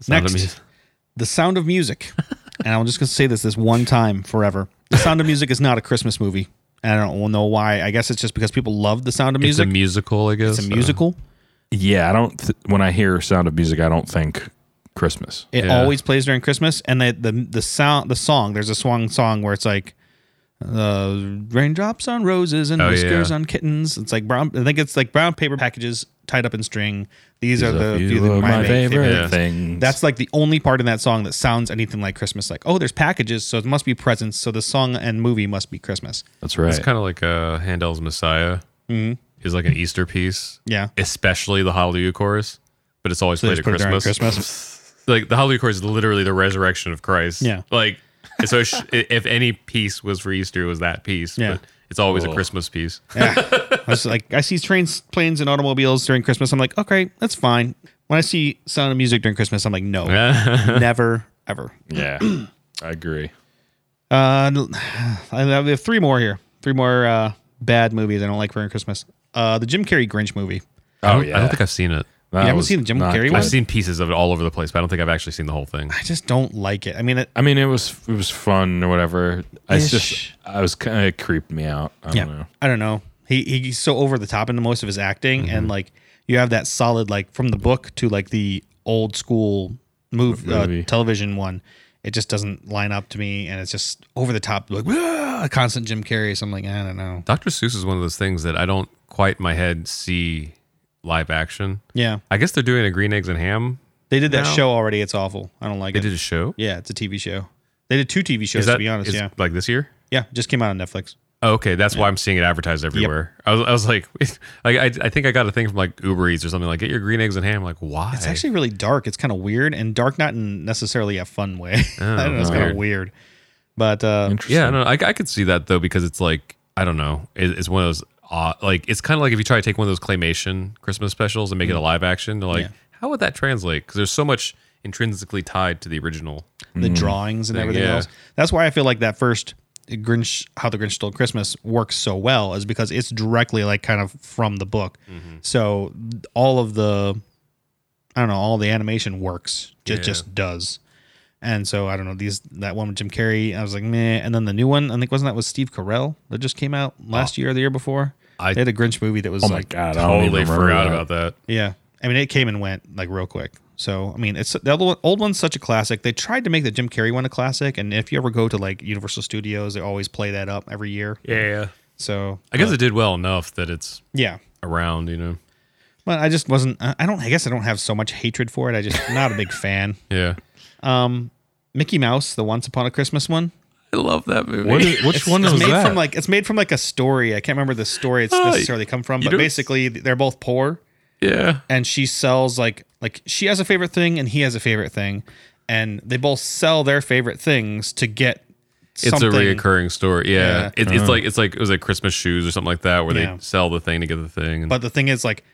B: Sound of
C: Next.
B: Music.
C: The Sound of Music. and I'm just going to say this this one time forever. The Sound of Music is not a Christmas movie. And I don't know why. I guess it's just because people love The Sound of
B: it's a
C: Music.
B: musical, I guess.
C: It's a, musical.
A: Yeah, I don't. Th- when I hear Sound of Music, I don't think Christmas.
C: It
B: Yeah.
C: always plays during Christmas, and the the the sound the song. There's a song song where it's like, uh, raindrops on roses and
B: Oh,
C: whiskers
B: yeah.
C: on kittens. It's like brown. I think it's like brown paper packages tied up in string. These are the few that- my, favorite.
B: favorite things.
A: things.
C: That's like the only part in that song that sounds anything like Christmas. Like, oh, there's packages, so it must be presents. So the song and movie must be Christmas.
A: that's right.
B: It's kind of like uh, Handel's Messiah
C: Mm-hmm.
B: is like an Easter piece,
C: Yeah.
B: especially the Hallelujah chorus, but it's always
C: So they
B: played
C: just
B: at
C: put it during
B: Christmas.
C: Christmas.
B: Like the Hallelujah chorus is literally the resurrection of Christ.
C: Yeah.
B: like so. sh- if any piece was for Easter, it was that piece.
C: Yeah.
B: but it's always a
A: Ugh.
B: Christmas piece.
C: I was like, I see trains, planes, and automobiles during Christmas. I'm like, okay, that's fine. When I see Sound of Music during Christmas, I'm like, no, never, ever.
A: yeah, I agree.
C: Uh, I have we have three more here. Three more uh, bad movies I don't like for Christmas. Uh, the Jim Carrey Grinch movie.
B: I don't,
A: yeah.
B: I don't think I've seen it.
A: That
C: You haven't
A: was
C: seen the Jim
A: not
C: Carrey
A: good.
C: one?
B: I've seen pieces of it all over the place, but I don't think I've actually seen the whole thing.
C: I just don't like it. I mean, it,
A: I mean, it was it was fun or whatever. It's
C: Ish.
A: just I was kind of creeped me out. I don't
C: yeah,
A: know.
C: I don't know. He he's so over the top into most of his acting, and
B: Mm-hmm.
C: like you have that solid like from the book to like the old school move uh,
A: Movie.
C: television one. It just doesn't line up to me, and it's just over the top, like "Ah," constant Jim Carrey. So I'm like, I don't know.
B: Dr. Seuss is one of those things that I don't quite in my head see live action.
C: Yeah,
B: I guess they're doing a Green Eggs and Ham.
C: they did that
B: No.
C: show already. It's awful. I don't like
B: They
C: it.
B: did a show.
C: Yeah, it's a TV show. They did two TV shows to be honest.
B: is-
C: yeah,
B: like this year?
C: Yeah, just came out on Netflix.
B: Oh, okay, that's why I'm seeing it advertised everywhere. I was, I was like, like I, I think I got a thing from like Uber Eats or something like, get your Green Eggs and Ham. I'm like, why?
C: It's actually really dark. It's kind of weird and dark, not in necessarily a fun way. I don't know. It's kind of
B: Oh, weird.
C: weird, but uh,
A: Interesting.
B: yeah, no, I, I could see that though because it's like I don't know, it, it's one of those odd, like it's kind of like if you try to take one of those claymation Christmas specials and make it a live action, they're like,
C: Yeah.
B: how would that translate? Because there's so much intrinsically tied to the original.
C: the drawings and everything
B: yeah.
C: else. That's why I feel like that first Grinch, How the Grinch Stole Christmas, works so well, is because it's directly like kind of from the book. So all of the, I don't know, all the animation works. It
B: Yeah.
C: just does. And so I don't know these that one with Jim Carrey. I was like, meh. And then the new one, I think wasn't that with Steve Carell that just came out last year or the year before.
B: I-
C: they had a Grinch movie that was
A: Oh my
C: like
A: god, I don't even
B: Totally
A: remember
B: forgot
A: that.
B: about that.
C: yeah. I mean, it came and went like real quick. So, I mean, it's the old, one- old one's such a classic. They tried to make the Jim Carrey one a classic. And if you ever go to like Universal Studios, they always play that up every year.
B: Yeah,
C: So,
B: I guess it did well enough that it's
C: yeah.
B: around. You know,
C: But I just wasn't, I I don't, I guess I don't have so much hatred for it. I just, not a big fan.
B: yeah.
C: Mickey Mouse, the Once Upon a Christmas one.
B: I love that movie.
A: What is, which one
C: it's
A: was
C: made
A: that?
C: from like it's made from like a story. I can't remember the story it's
B: Oh,
C: necessarily come from,
B: you
C: but
B: don't-
C: basically they're both poor
B: yeah.
C: and she sells like like she has a favorite thing and he has a favorite thing and they both sell their favorite things to get
B: It's
C: something.
B: a reoccurring story.
C: Yeah.
B: Yeah. It, it's like it's like it was like Christmas shoes or something like that where
C: Yeah.
B: they sell the thing to get the thing. And,
C: But the thing is, like,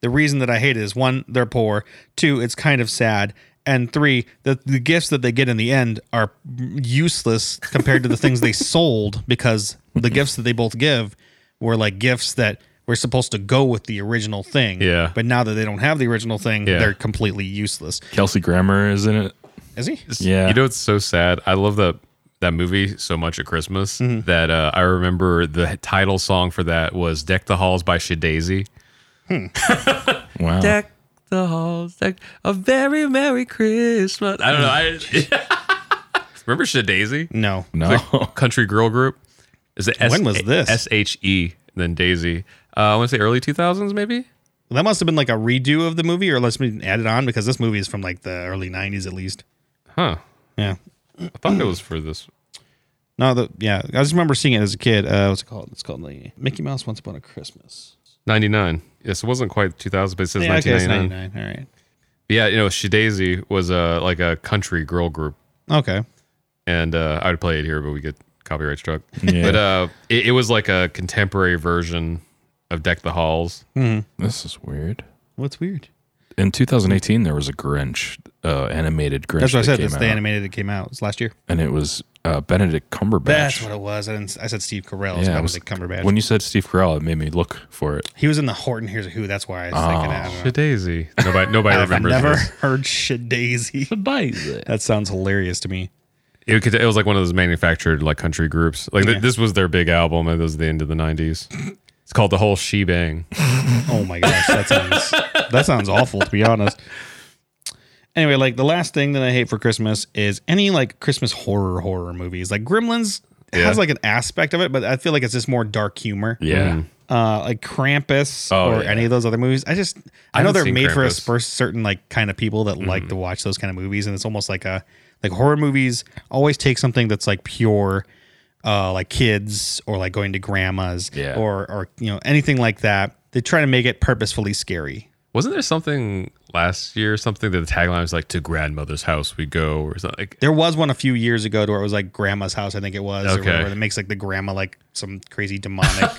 C: the reason that I hate it is one, they're poor. Two, it's kind of sad. And three, the, the gifts that they get in the end are useless compared to the things they sold because the gifts that they both give were like gifts that were supposed to go with the original thing.
B: Yeah.
C: But now that they don't have the original thing,
B: Yeah.
C: they're completely useless.
A: Kelsey Grammer is in it.
C: Is he?
A: Yeah.
B: You know it's so sad. I love that that movie so much at Christmas
C: Mm-hmm.
B: that uh, I remember the title song for that was "Deck the Halls" by Shadazy.
A: Wow.
B: Deck the halls, deck a very merry Christmas. I don't know. I remember Shadazy,
C: No.
A: no.
B: country girl group. Is it S-
C: When was this?
B: S H E then Daisy? Uh, I want to say early two thousands, maybe.
C: That must have been like a redo of the movie or let's be added on because this movie is from like the early 90s at least.
B: Huh?
C: Yeah.
B: I thought it was for this.
C: No, the, yeah, I just remember seeing it as a kid. Uh, what's it called? It's called the Mickey Mouse Once Upon a Christmas.
B: 99. Yes, it wasn't quite 2000, but it says
C: Yeah, okay, it's
B: 1999.
C: 99. All
B: yeah, you know, Shadazy was uh, like a country girl group
C: right. Okay.
B: and uh, I would play it here, but we get copyright struck.
A: Yeah.
B: But uh, it, it was like a contemporary version of Deck the Halls.
A: This is weird.
C: What's weird?
A: In 2018, there was a Grinch, uh, animated Grinch.
C: That's what I
A: that
C: said.
A: came
C: It's
A: out,
C: the animated that came out. It's last year.
A: and it was uh, Benedict Cumberbatch.
C: That's what it was. I, didn't, I said Steve Carell. It's
A: Yeah,
C: yeah,
A: it was-
C: Cumberbatch.
A: When you said Steve Carell, it made me look for it.
C: he was in the Horton Here's a Who. That's why I was thinking
A: Oh,
C: that. I don't know.
B: Shadazy. Nobody, nobody
C: I've
B: remembers.
C: never
B: this.
C: heard Shadaisy. That sounds hilarious to me.
B: It, could- it was like one of those manufactured like country groups. Like th-
C: Yeah.
B: this was their big album, and this was the end of the '90s. It's called the whole shebang.
C: Oh my gosh, that sounds that sounds awful to be honest. Anyway, like the last thing that I hate for Christmas is any like Christmas horror horror movies. Like Gremlins
B: Yeah.
C: has like an aspect of it, but I feel like it's just more dark humor.
A: Yeah.
B: Mhm.
C: Uh, like Krampus
A: Oh,
C: or
A: yeah.
C: any of those other movies. I just I, know
B: haven't
C: they're
B: seen
C: made for a
B: Krampus. Mm-hmm.
C: spur- certain like kind of people that like to watch those kind of movies, and it's almost like a like horror movies always take something that's like pure, uh, like kids or like going to grandma's
A: Yeah.
C: or or you know anything like that. They try to make it purposefully scary.
B: Wasn't there something last year? Something that the tagline was like "To grandmother's house we go" or something. Like,
C: There was one a few years ago to where it was like grandma's house, I think it was, or
B: Okay.
C: whatever. That makes like the grandma like some crazy demonic.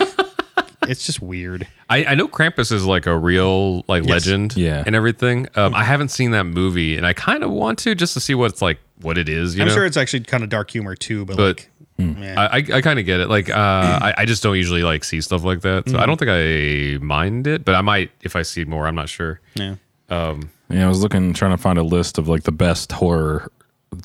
C: it's just weird.
B: I, I know Krampus is like a real like legend,
A: Yeah.
B: and everything. Um, I haven't seen that movie, and I kind of want to just to see what's like what it is. You
C: I'm
B: know,
C: sure it's actually kind of dark humor too, but,
B: But-
C: like
B: I I, I kind of get it. Like, uh, I, I just don't usually like see stuff like that, so I don't think I mind it. But I might if I see more. I'm not sure.
C: yeah.
A: Yeah, I was looking, trying to find a list of like the best horror,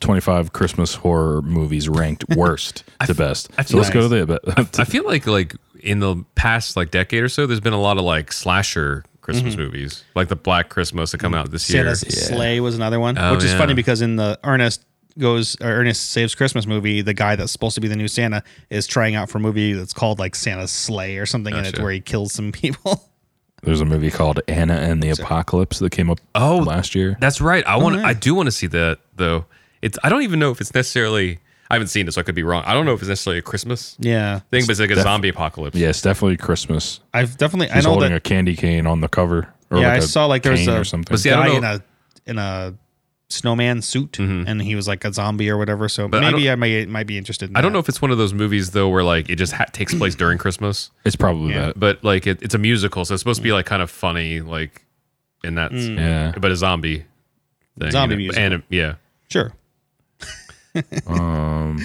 A: 25 Christmas horror movies ranked worst to best. so let's go to the.
B: I feel like like in the past like decade or so, there's been a lot of like slasher Christmas movies, like the Black Christmas that come out this year.
C: Santa's sleigh was another one, which is
B: Oh, yeah.
C: funny because in the Ernest goes or Ernest Saves Christmas movie, the guy that's supposed to be the new Santa is trying out for a movie that's called like Santa's sleigh or something, and it's
B: Gotcha.
C: where he kills some people.
A: there's a movie called Anna and the Apocalypse that came up
B: Oh,
A: last year.
B: That's right. I want. to
C: yeah.
B: I do want to see that though. It's. I don't even know if it's necessarily. I haven't seen it, so I could be wrong. I don't know if it's necessarily a Christmas
C: yeah,
B: thing, but it's like a zombie apocalypse.
A: yeah, it's definitely Christmas.
C: I've definitely
A: He's
C: I know
A: holding
C: that.
A: a candy cane on the cover. Or
C: yeah, I
A: a
C: saw like there was
A: cane
C: a
A: or something.
B: But see, I
C: guy
B: don't
C: in
B: know. Mm-hmm.
C: a in a snowman suit, and he was like a zombie or whatever. So
B: But I
C: maybe I, may might be interested. In
B: I don't know if it's one of those movies though, where like it just ha- takes place during Christmas,
A: it's probably that.
B: but like it, it's a musical, so it's supposed to be like kind of funny, like in that,
A: Yeah.
B: but a zombie thing,
C: Zombie
B: music,
C: musical.
B: and yeah.
C: Sure.
A: Um,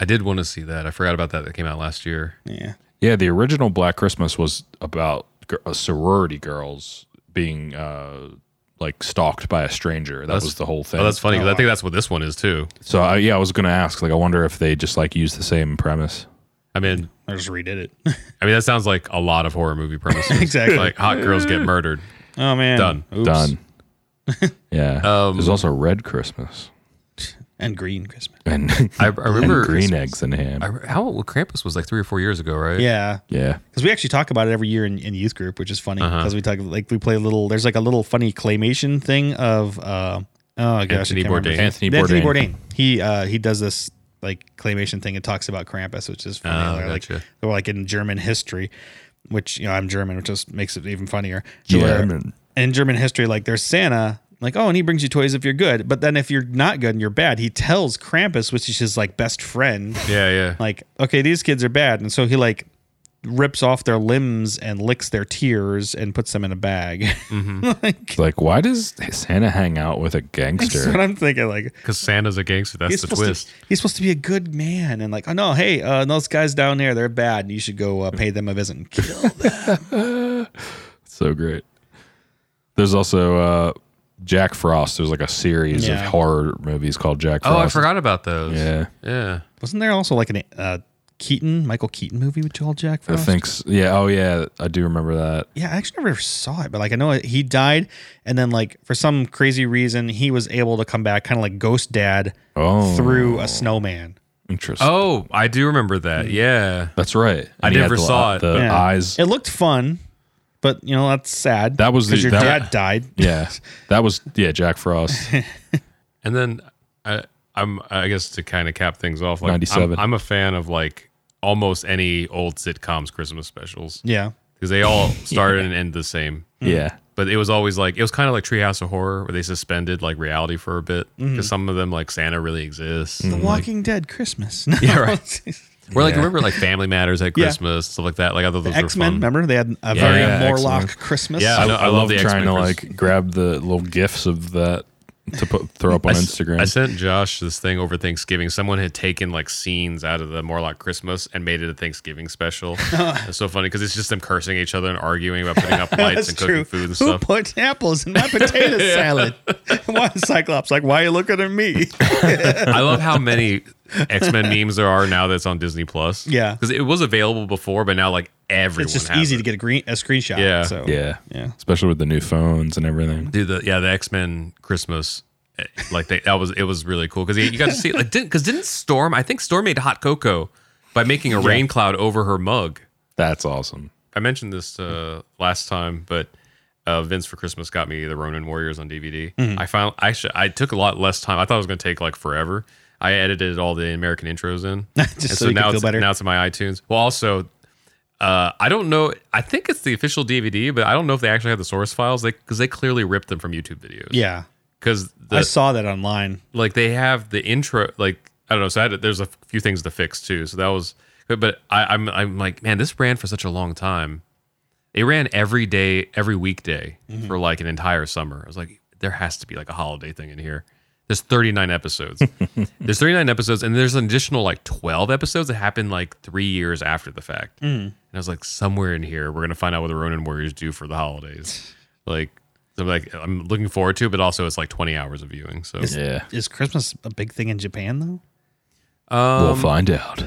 B: I did want to see that. I forgot about that. That came out last year.
C: Yeah.
A: yeah, the original Black Christmas was about gr- uh, sorority girls being uh, like stalked by a stranger. That
B: That's-
A: was the whole thing.
B: Oh, that's funny 'cause I think that's what this one is too.
A: So I, yeah, I was gonna ask. Like, I wonder if they just like use the same premise.
B: I mean,
C: I just redid it.
B: I mean that sounds like a lot of horror movie premises.
C: Exactly.
B: like hot girls get murdered.
C: oh man.
B: Done.
C: Oops.
A: Done. yeah.
B: Um,
A: There's also Red Christmas
C: And green Christmas.
A: and,
B: I, I
A: and
B: remember
A: green eggs and ham.
B: I, re- how old Krampus was like three or four years ago, right?
C: Yeah.
A: yeah.
C: because we actually talk about it every year in, in youth group, which is funny
B: Uh-huh.
C: because we talk like we play a little. There's like a little funny claymation thing of uh, oh gosh, I
B: Anthony
C: can't remember
B: Bourdain.
C: his name.
A: Anthony
C: Anthony
A: Bourdain.
C: Bourdain. He uh, he does this like claymation thing. It talks about Krampus, which is funny.
B: Oh,
C: They're
B: gotcha.
C: Like they're like in German history, which you know I'm German, which just makes it even funnier. To where-
A: German.
C: in German history, like there's Santa, like oh, and he brings you toys if you're good. But then if you're not good and you're bad, he tells Krampus, which is his like best friend,
B: Yeah, yeah.
C: like okay, these kids are bad, and so he like rips off their limbs and licks their tears and puts them in a bag. like
A: Like, why does Santa hang out with a
C: that's what
A: gangster?
C: I'm thinking. Like
B: Because Santa's a gangster. That's the
C: supposed
B: twist.
C: To, he's supposed to be a good man and like, oh no, hey, uh, those guys down there, they're bad. And you should go uh, pay them a visit and kill them.
A: so great. There's also uh, Jack Frost. There's like a series
C: Yeah.
A: of horror movies called Jack Frost.
B: oh, I forgot about those.
A: Yeah.
B: Yeah.
C: Wasn't there also like an uh, Keaton, Michael Keaton movie with Joel Jack
A: I
C: Frost?
A: think. s- Yeah. Oh, yeah. I do remember that.
C: Yeah, I actually never saw it, but like I know he died, and then like for some crazy reason he was able to come back, kind of like Ghost Dad
A: Oh.
C: through a snowman.
A: Interesting.
B: Oh, I do remember
C: Hmm.
B: that. Yeah.
A: That's right.
B: I
A: And he had
B: never
A: the-
B: saw it,
A: The
B: but-
C: Yeah.
A: eyes.
C: It looked fun, but you know that's sad.
A: That was the-
C: because your
A: that-
C: dad died.
A: yeah. That was yeah. Jack Frost.
B: And then I, I'm, I guess to kind of cap things off, like
A: 97.
B: I'm, I'm a fan of like almost any old sitcoms Christmas specials
C: Yeah,
B: because they all start and end the same.
A: yeah.
B: But it was always like it was kind of like Treehouse of Horror where they suspended like reality for a bit because some of them like Santa really exists.
C: Mm-hmm. The Walking Dead Christmas. yeah, right.
B: Or like remember like Family Matters at
C: Yeah.
B: Christmas stuff like that. Like I thought those
C: X
B: were
C: Men.
B: fun.
C: Remember they had a very
A: yeah,
C: Morlock
A: X-Men.
C: Christmas.
B: Yeah,
A: I,
B: know,
A: I
B: I love
A: love
B: the
A: trying to
B: X-Men
A: like grab the little gifs of that to put throw up on
B: s-
A: Instagram.
B: I sent Josh this thing over Thanksgiving. Someone had taken like scenes out of the Morlock Christmas and made it a Thanksgiving special. it's so funny because it's just them cursing each other and arguing about putting up lights
C: That's
B: and
C: true.
B: cooking food and
C: Who
B: stuff.
C: put apples in my potato salad? Why is Cyclops like? Why are you looking at me?
B: I love how many X Men memes there are now that's on Disney Plus.
C: Yeah.
B: because it was available before, but now like everyone.
C: it's just
B: has
C: easy
B: it.
C: to get a green a screenshot.
B: Yeah.
C: so.
A: yeah.
C: Yeah.
A: Especially with the new phones and everything.
B: Dude, the yeah the X Men Christmas. eh, Like they, that was it was really cool because you got to see like didn't because didn't Storm I think Storm made hot cocoa by making a rain cloud over her mug.
A: That's awesome.
B: I mentioned this uh, last time, but uh, Vince for Christmas got me the Ronin Warriors on DVD.
C: Mm-hmm.
B: I found I sh- I took a lot less time. I thought it was going to take like forever. I edited all the American intros in,
C: Just
B: And
C: so you could
B: now
C: feel
B: it's,
C: better.
B: Now it's in my iTunes. Well, also, uh, I don't know. I think it's the official DVD, but I don't know if they actually have the source files. They because they clearly ripped them from YouTube videos.
C: Yeah.
B: because
C: I saw that online.
B: like they have the intro like i don't know so I had, there's a few things to fix too so that was but, but I, i'm i'm like man this ran for such a long time it ran every day every weekday for like an entire summer i was like there has to be like a holiday thing in here there's 39 episodes there's 39 episodes and there's an additional like 12 episodes that happened like three years after the fact and i was like somewhere in here we're gonna find out what the ronin warriors do for the holidays like so like i'm looking forward to it but also it's like 20 hours of viewing so
A: Yeah.
C: Is Christmas a big thing in Japan though?
A: we'll find out.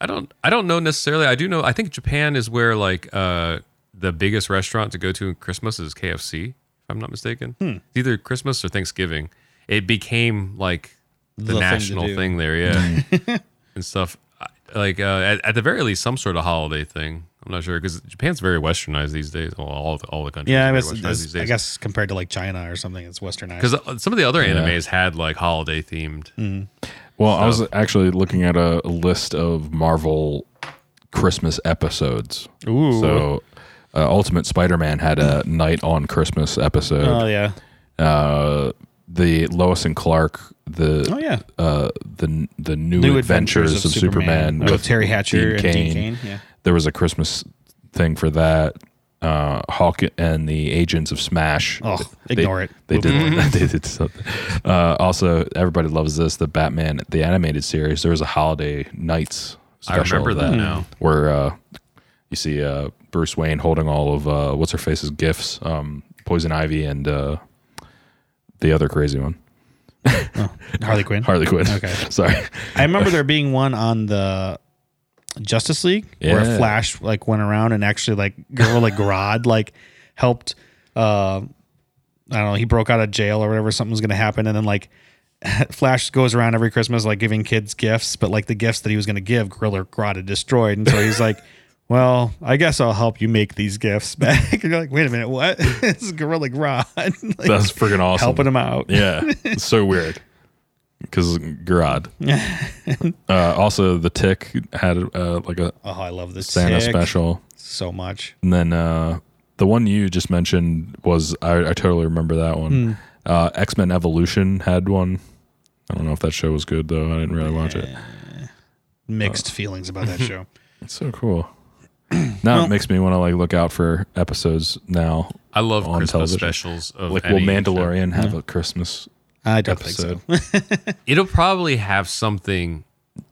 B: I don't I don't know necessarily. I do know I think Japan is where like uh the biggest restaurant to go to in Christmas is KFC, if I'm not mistaken.
C: Hmm.
B: It's either Christmas or Thanksgiving. It became like
C: The
B: the,
C: thing to
B: national
C: do. Hmm.
B: thing, there, yeah. and stuff I- like uh at, at the very least some sort of holiday thing. I'm not sure cuz Japan's very westernized these days. Well, all the, all the countries
C: Yeah,
B: are very
C: I guess,
B: westernized
C: it's-
B: these
C: I
B: days.
C: guess compared to like China or something, it's westernized.
B: Cuz some of the other animes had like holiday themed.
C: Hmm.
A: Well, I was actually looking at a list of Marvel Christmas episodes.
C: Ooh.
A: So, uh, Ultimate Spider-Man had a night on Christmas episode.
C: oh yeah.
A: Uh, the Lois and Clark, the
C: Oh yeah.
A: uh, the the new, adventures, of, Superman,
C: with, Oh, Terry Hatcher
A: Dean
C: and Dean Kane. Yeah.
A: There was a Christmas thing for that. Uh, Hawk and the Agents of Smash.
C: Oh,
A: They-
C: ignore it.
A: They did. they did something. Uh, also, everybody loves this. The Batman, the animated series. There was a holiday nights.
B: I
A: Special
B: remember
A: of
B: that now.
C: Hmm.
A: Where uh, you see uh, Bruce Wayne holding all of uh, what's her face's gifts, um, Poison Ivy, and uh, the other crazy one,
C: Harley Quinn.
A: Harley Quinn.
C: Okay.
A: sorry.
C: I remember there being one on the Justice League
A: Yeah.
C: where Flash like went around and actually like Gorilla Grodd like helped. Uh, I don't know. He broke out of jail or whatever. Something was going to happen, and then like Flash goes around every Christmas like giving kids gifts, but like the gifts that he was going to give, Gorilla Grodd had destroyed, and so he's like. Well, I guess I'll help you make these gifts back. And you're like, wait a minute, what? this is Gorilla Grodd. like,
A: That's freaking awesome.
C: helping him out.
A: Yeah, it's so weird. because Garad. uh, also, The Tick had uh, like a
C: Oh, I love this
A: Santa
C: tick
A: special,
C: so much.
A: and then uh, the one you just mentioned was I, I totally remember that
C: Hmm.
A: one. Uh, X Men Evolution had one. I don't know if that show was good though. I didn't really watch it.
C: Mixed
A: Uh,
C: feelings about that show.
A: It's so cool. Now it makes me want to like look out for episodes now.
B: I love
A: On
B: Christmas
A: television.
B: specials of
A: Like,
B: any
A: will
B: show.
A: Mandalorian have a Christmas
C: I don't
A: episode?
C: think so.
B: It'll probably have something.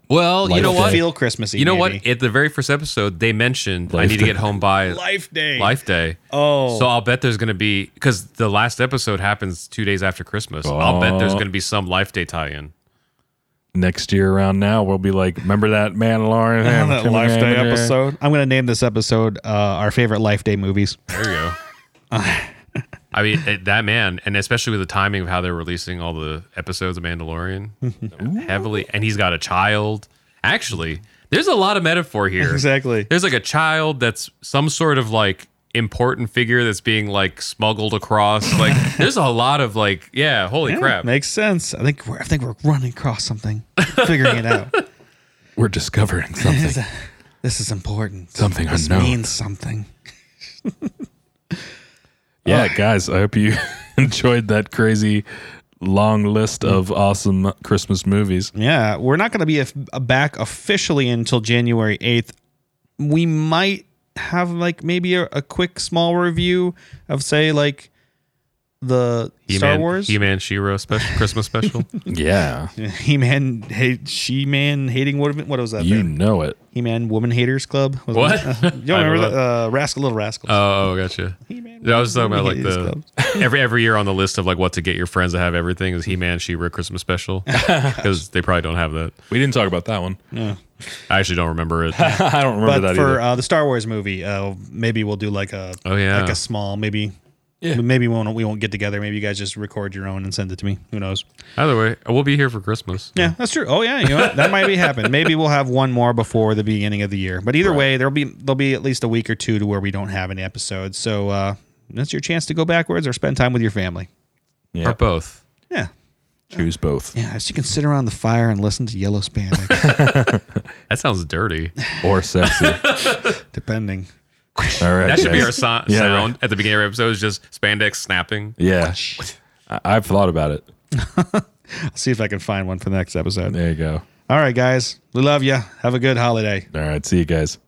B: Well, you
A: Life
B: know
A: Day.
B: what?
C: Feel Christmassy.
B: You know
C: maybe.
B: what? At the very first episode, they mentioned I
A: Life
B: need to
A: Day.
B: get home by
C: Life Day.
B: Life Day.
C: Oh.
B: So I'll bet there's going to be because the last episode happens two days after Christmas. I'll bet there's
A: Oh.
B: going to be some Life Day tie-in.
A: Next year around now, we'll be like, remember that Mandalorian?
C: that Life Day episode. I'm going to name this episode uh, our favorite Life Day movies.
B: There you go. I mean it- that man, and especially with the timing of how they're releasing all the episodes of Mandalorian, heavily, and he's got a child. Actually, there's a lot of metaphor here.
C: Exactly.
B: There's like a child that's some sort of like important figure that's being like smuggled across. Like there's a lot of like, yeah, holy crap.
C: Makes sense. I think we're, I think we're running across something, figuring it out.
A: We're discovering something.
C: This is important.
A: Something
C: this
A: unknown.
C: means something.
A: yeah, guys, I hope you enjoyed that crazy long list of awesome Christmas movies.
C: Yeah, we're not going to be a, a back officially until January 8th. We might have like maybe a, a quick small review of say like the Star
B: He-Man-
C: Wars
B: He-Man, She-Ra special, Christmas special.
A: Yeah,
C: He-Man hate She-Man hating what what was that?
A: you
C: thing?
A: know it.
C: He-Man Woman Haters Club. Was it-
B: What?
C: you don't
B: I
C: remember
B: don't
C: that? Uh, Rascal Little Rascals.
B: Oh, gotcha.
C: He-Man,
B: I was talking about like
C: He-Man
B: the every every year on the list of like what to get your friends to have everything is He Man She Ra Christmas special because they probably don't have that.
A: We didn't talk about that one.
B: I actually don't remember it.
A: I don't remember
C: but
A: that
C: for
A: either.
C: uh, the Star Wars movie, uh, maybe we'll do like a
B: Oh, yeah.
C: like a small maybe. Maybe we won't we won't get together. Maybe you guys just record your own and send it to me. Who knows?
B: Either way, we'll be here for Christmas.
C: Yeah, that's true. Oh yeah, you know what? that might be happen. Maybe we'll have one more before the beginning of the year. But either way, there'll be there'll be at least a week or two to where we don't have any episodes. So uh, that's your chance to go backwards or spend time with your family.
A: Yeah.
B: Or both.
C: Yeah,
A: Choose both,
C: yeah. So you can sit around the fire and listen to Yellow Spandex,
B: That sounds dirty.
A: or sexy. All
C: depending.
A: right,
B: That should be
A: guys.
B: our so-
A: Yeah,
B: sound
A: right.
B: at the beginning of our episode is just spandex snapping.
A: Yeah, I- I've thought about it.
C: I'll see if I can find one for the next episode.
A: There you go.
C: All right, guys, we love you. Have a good holiday.
A: All right, see you guys.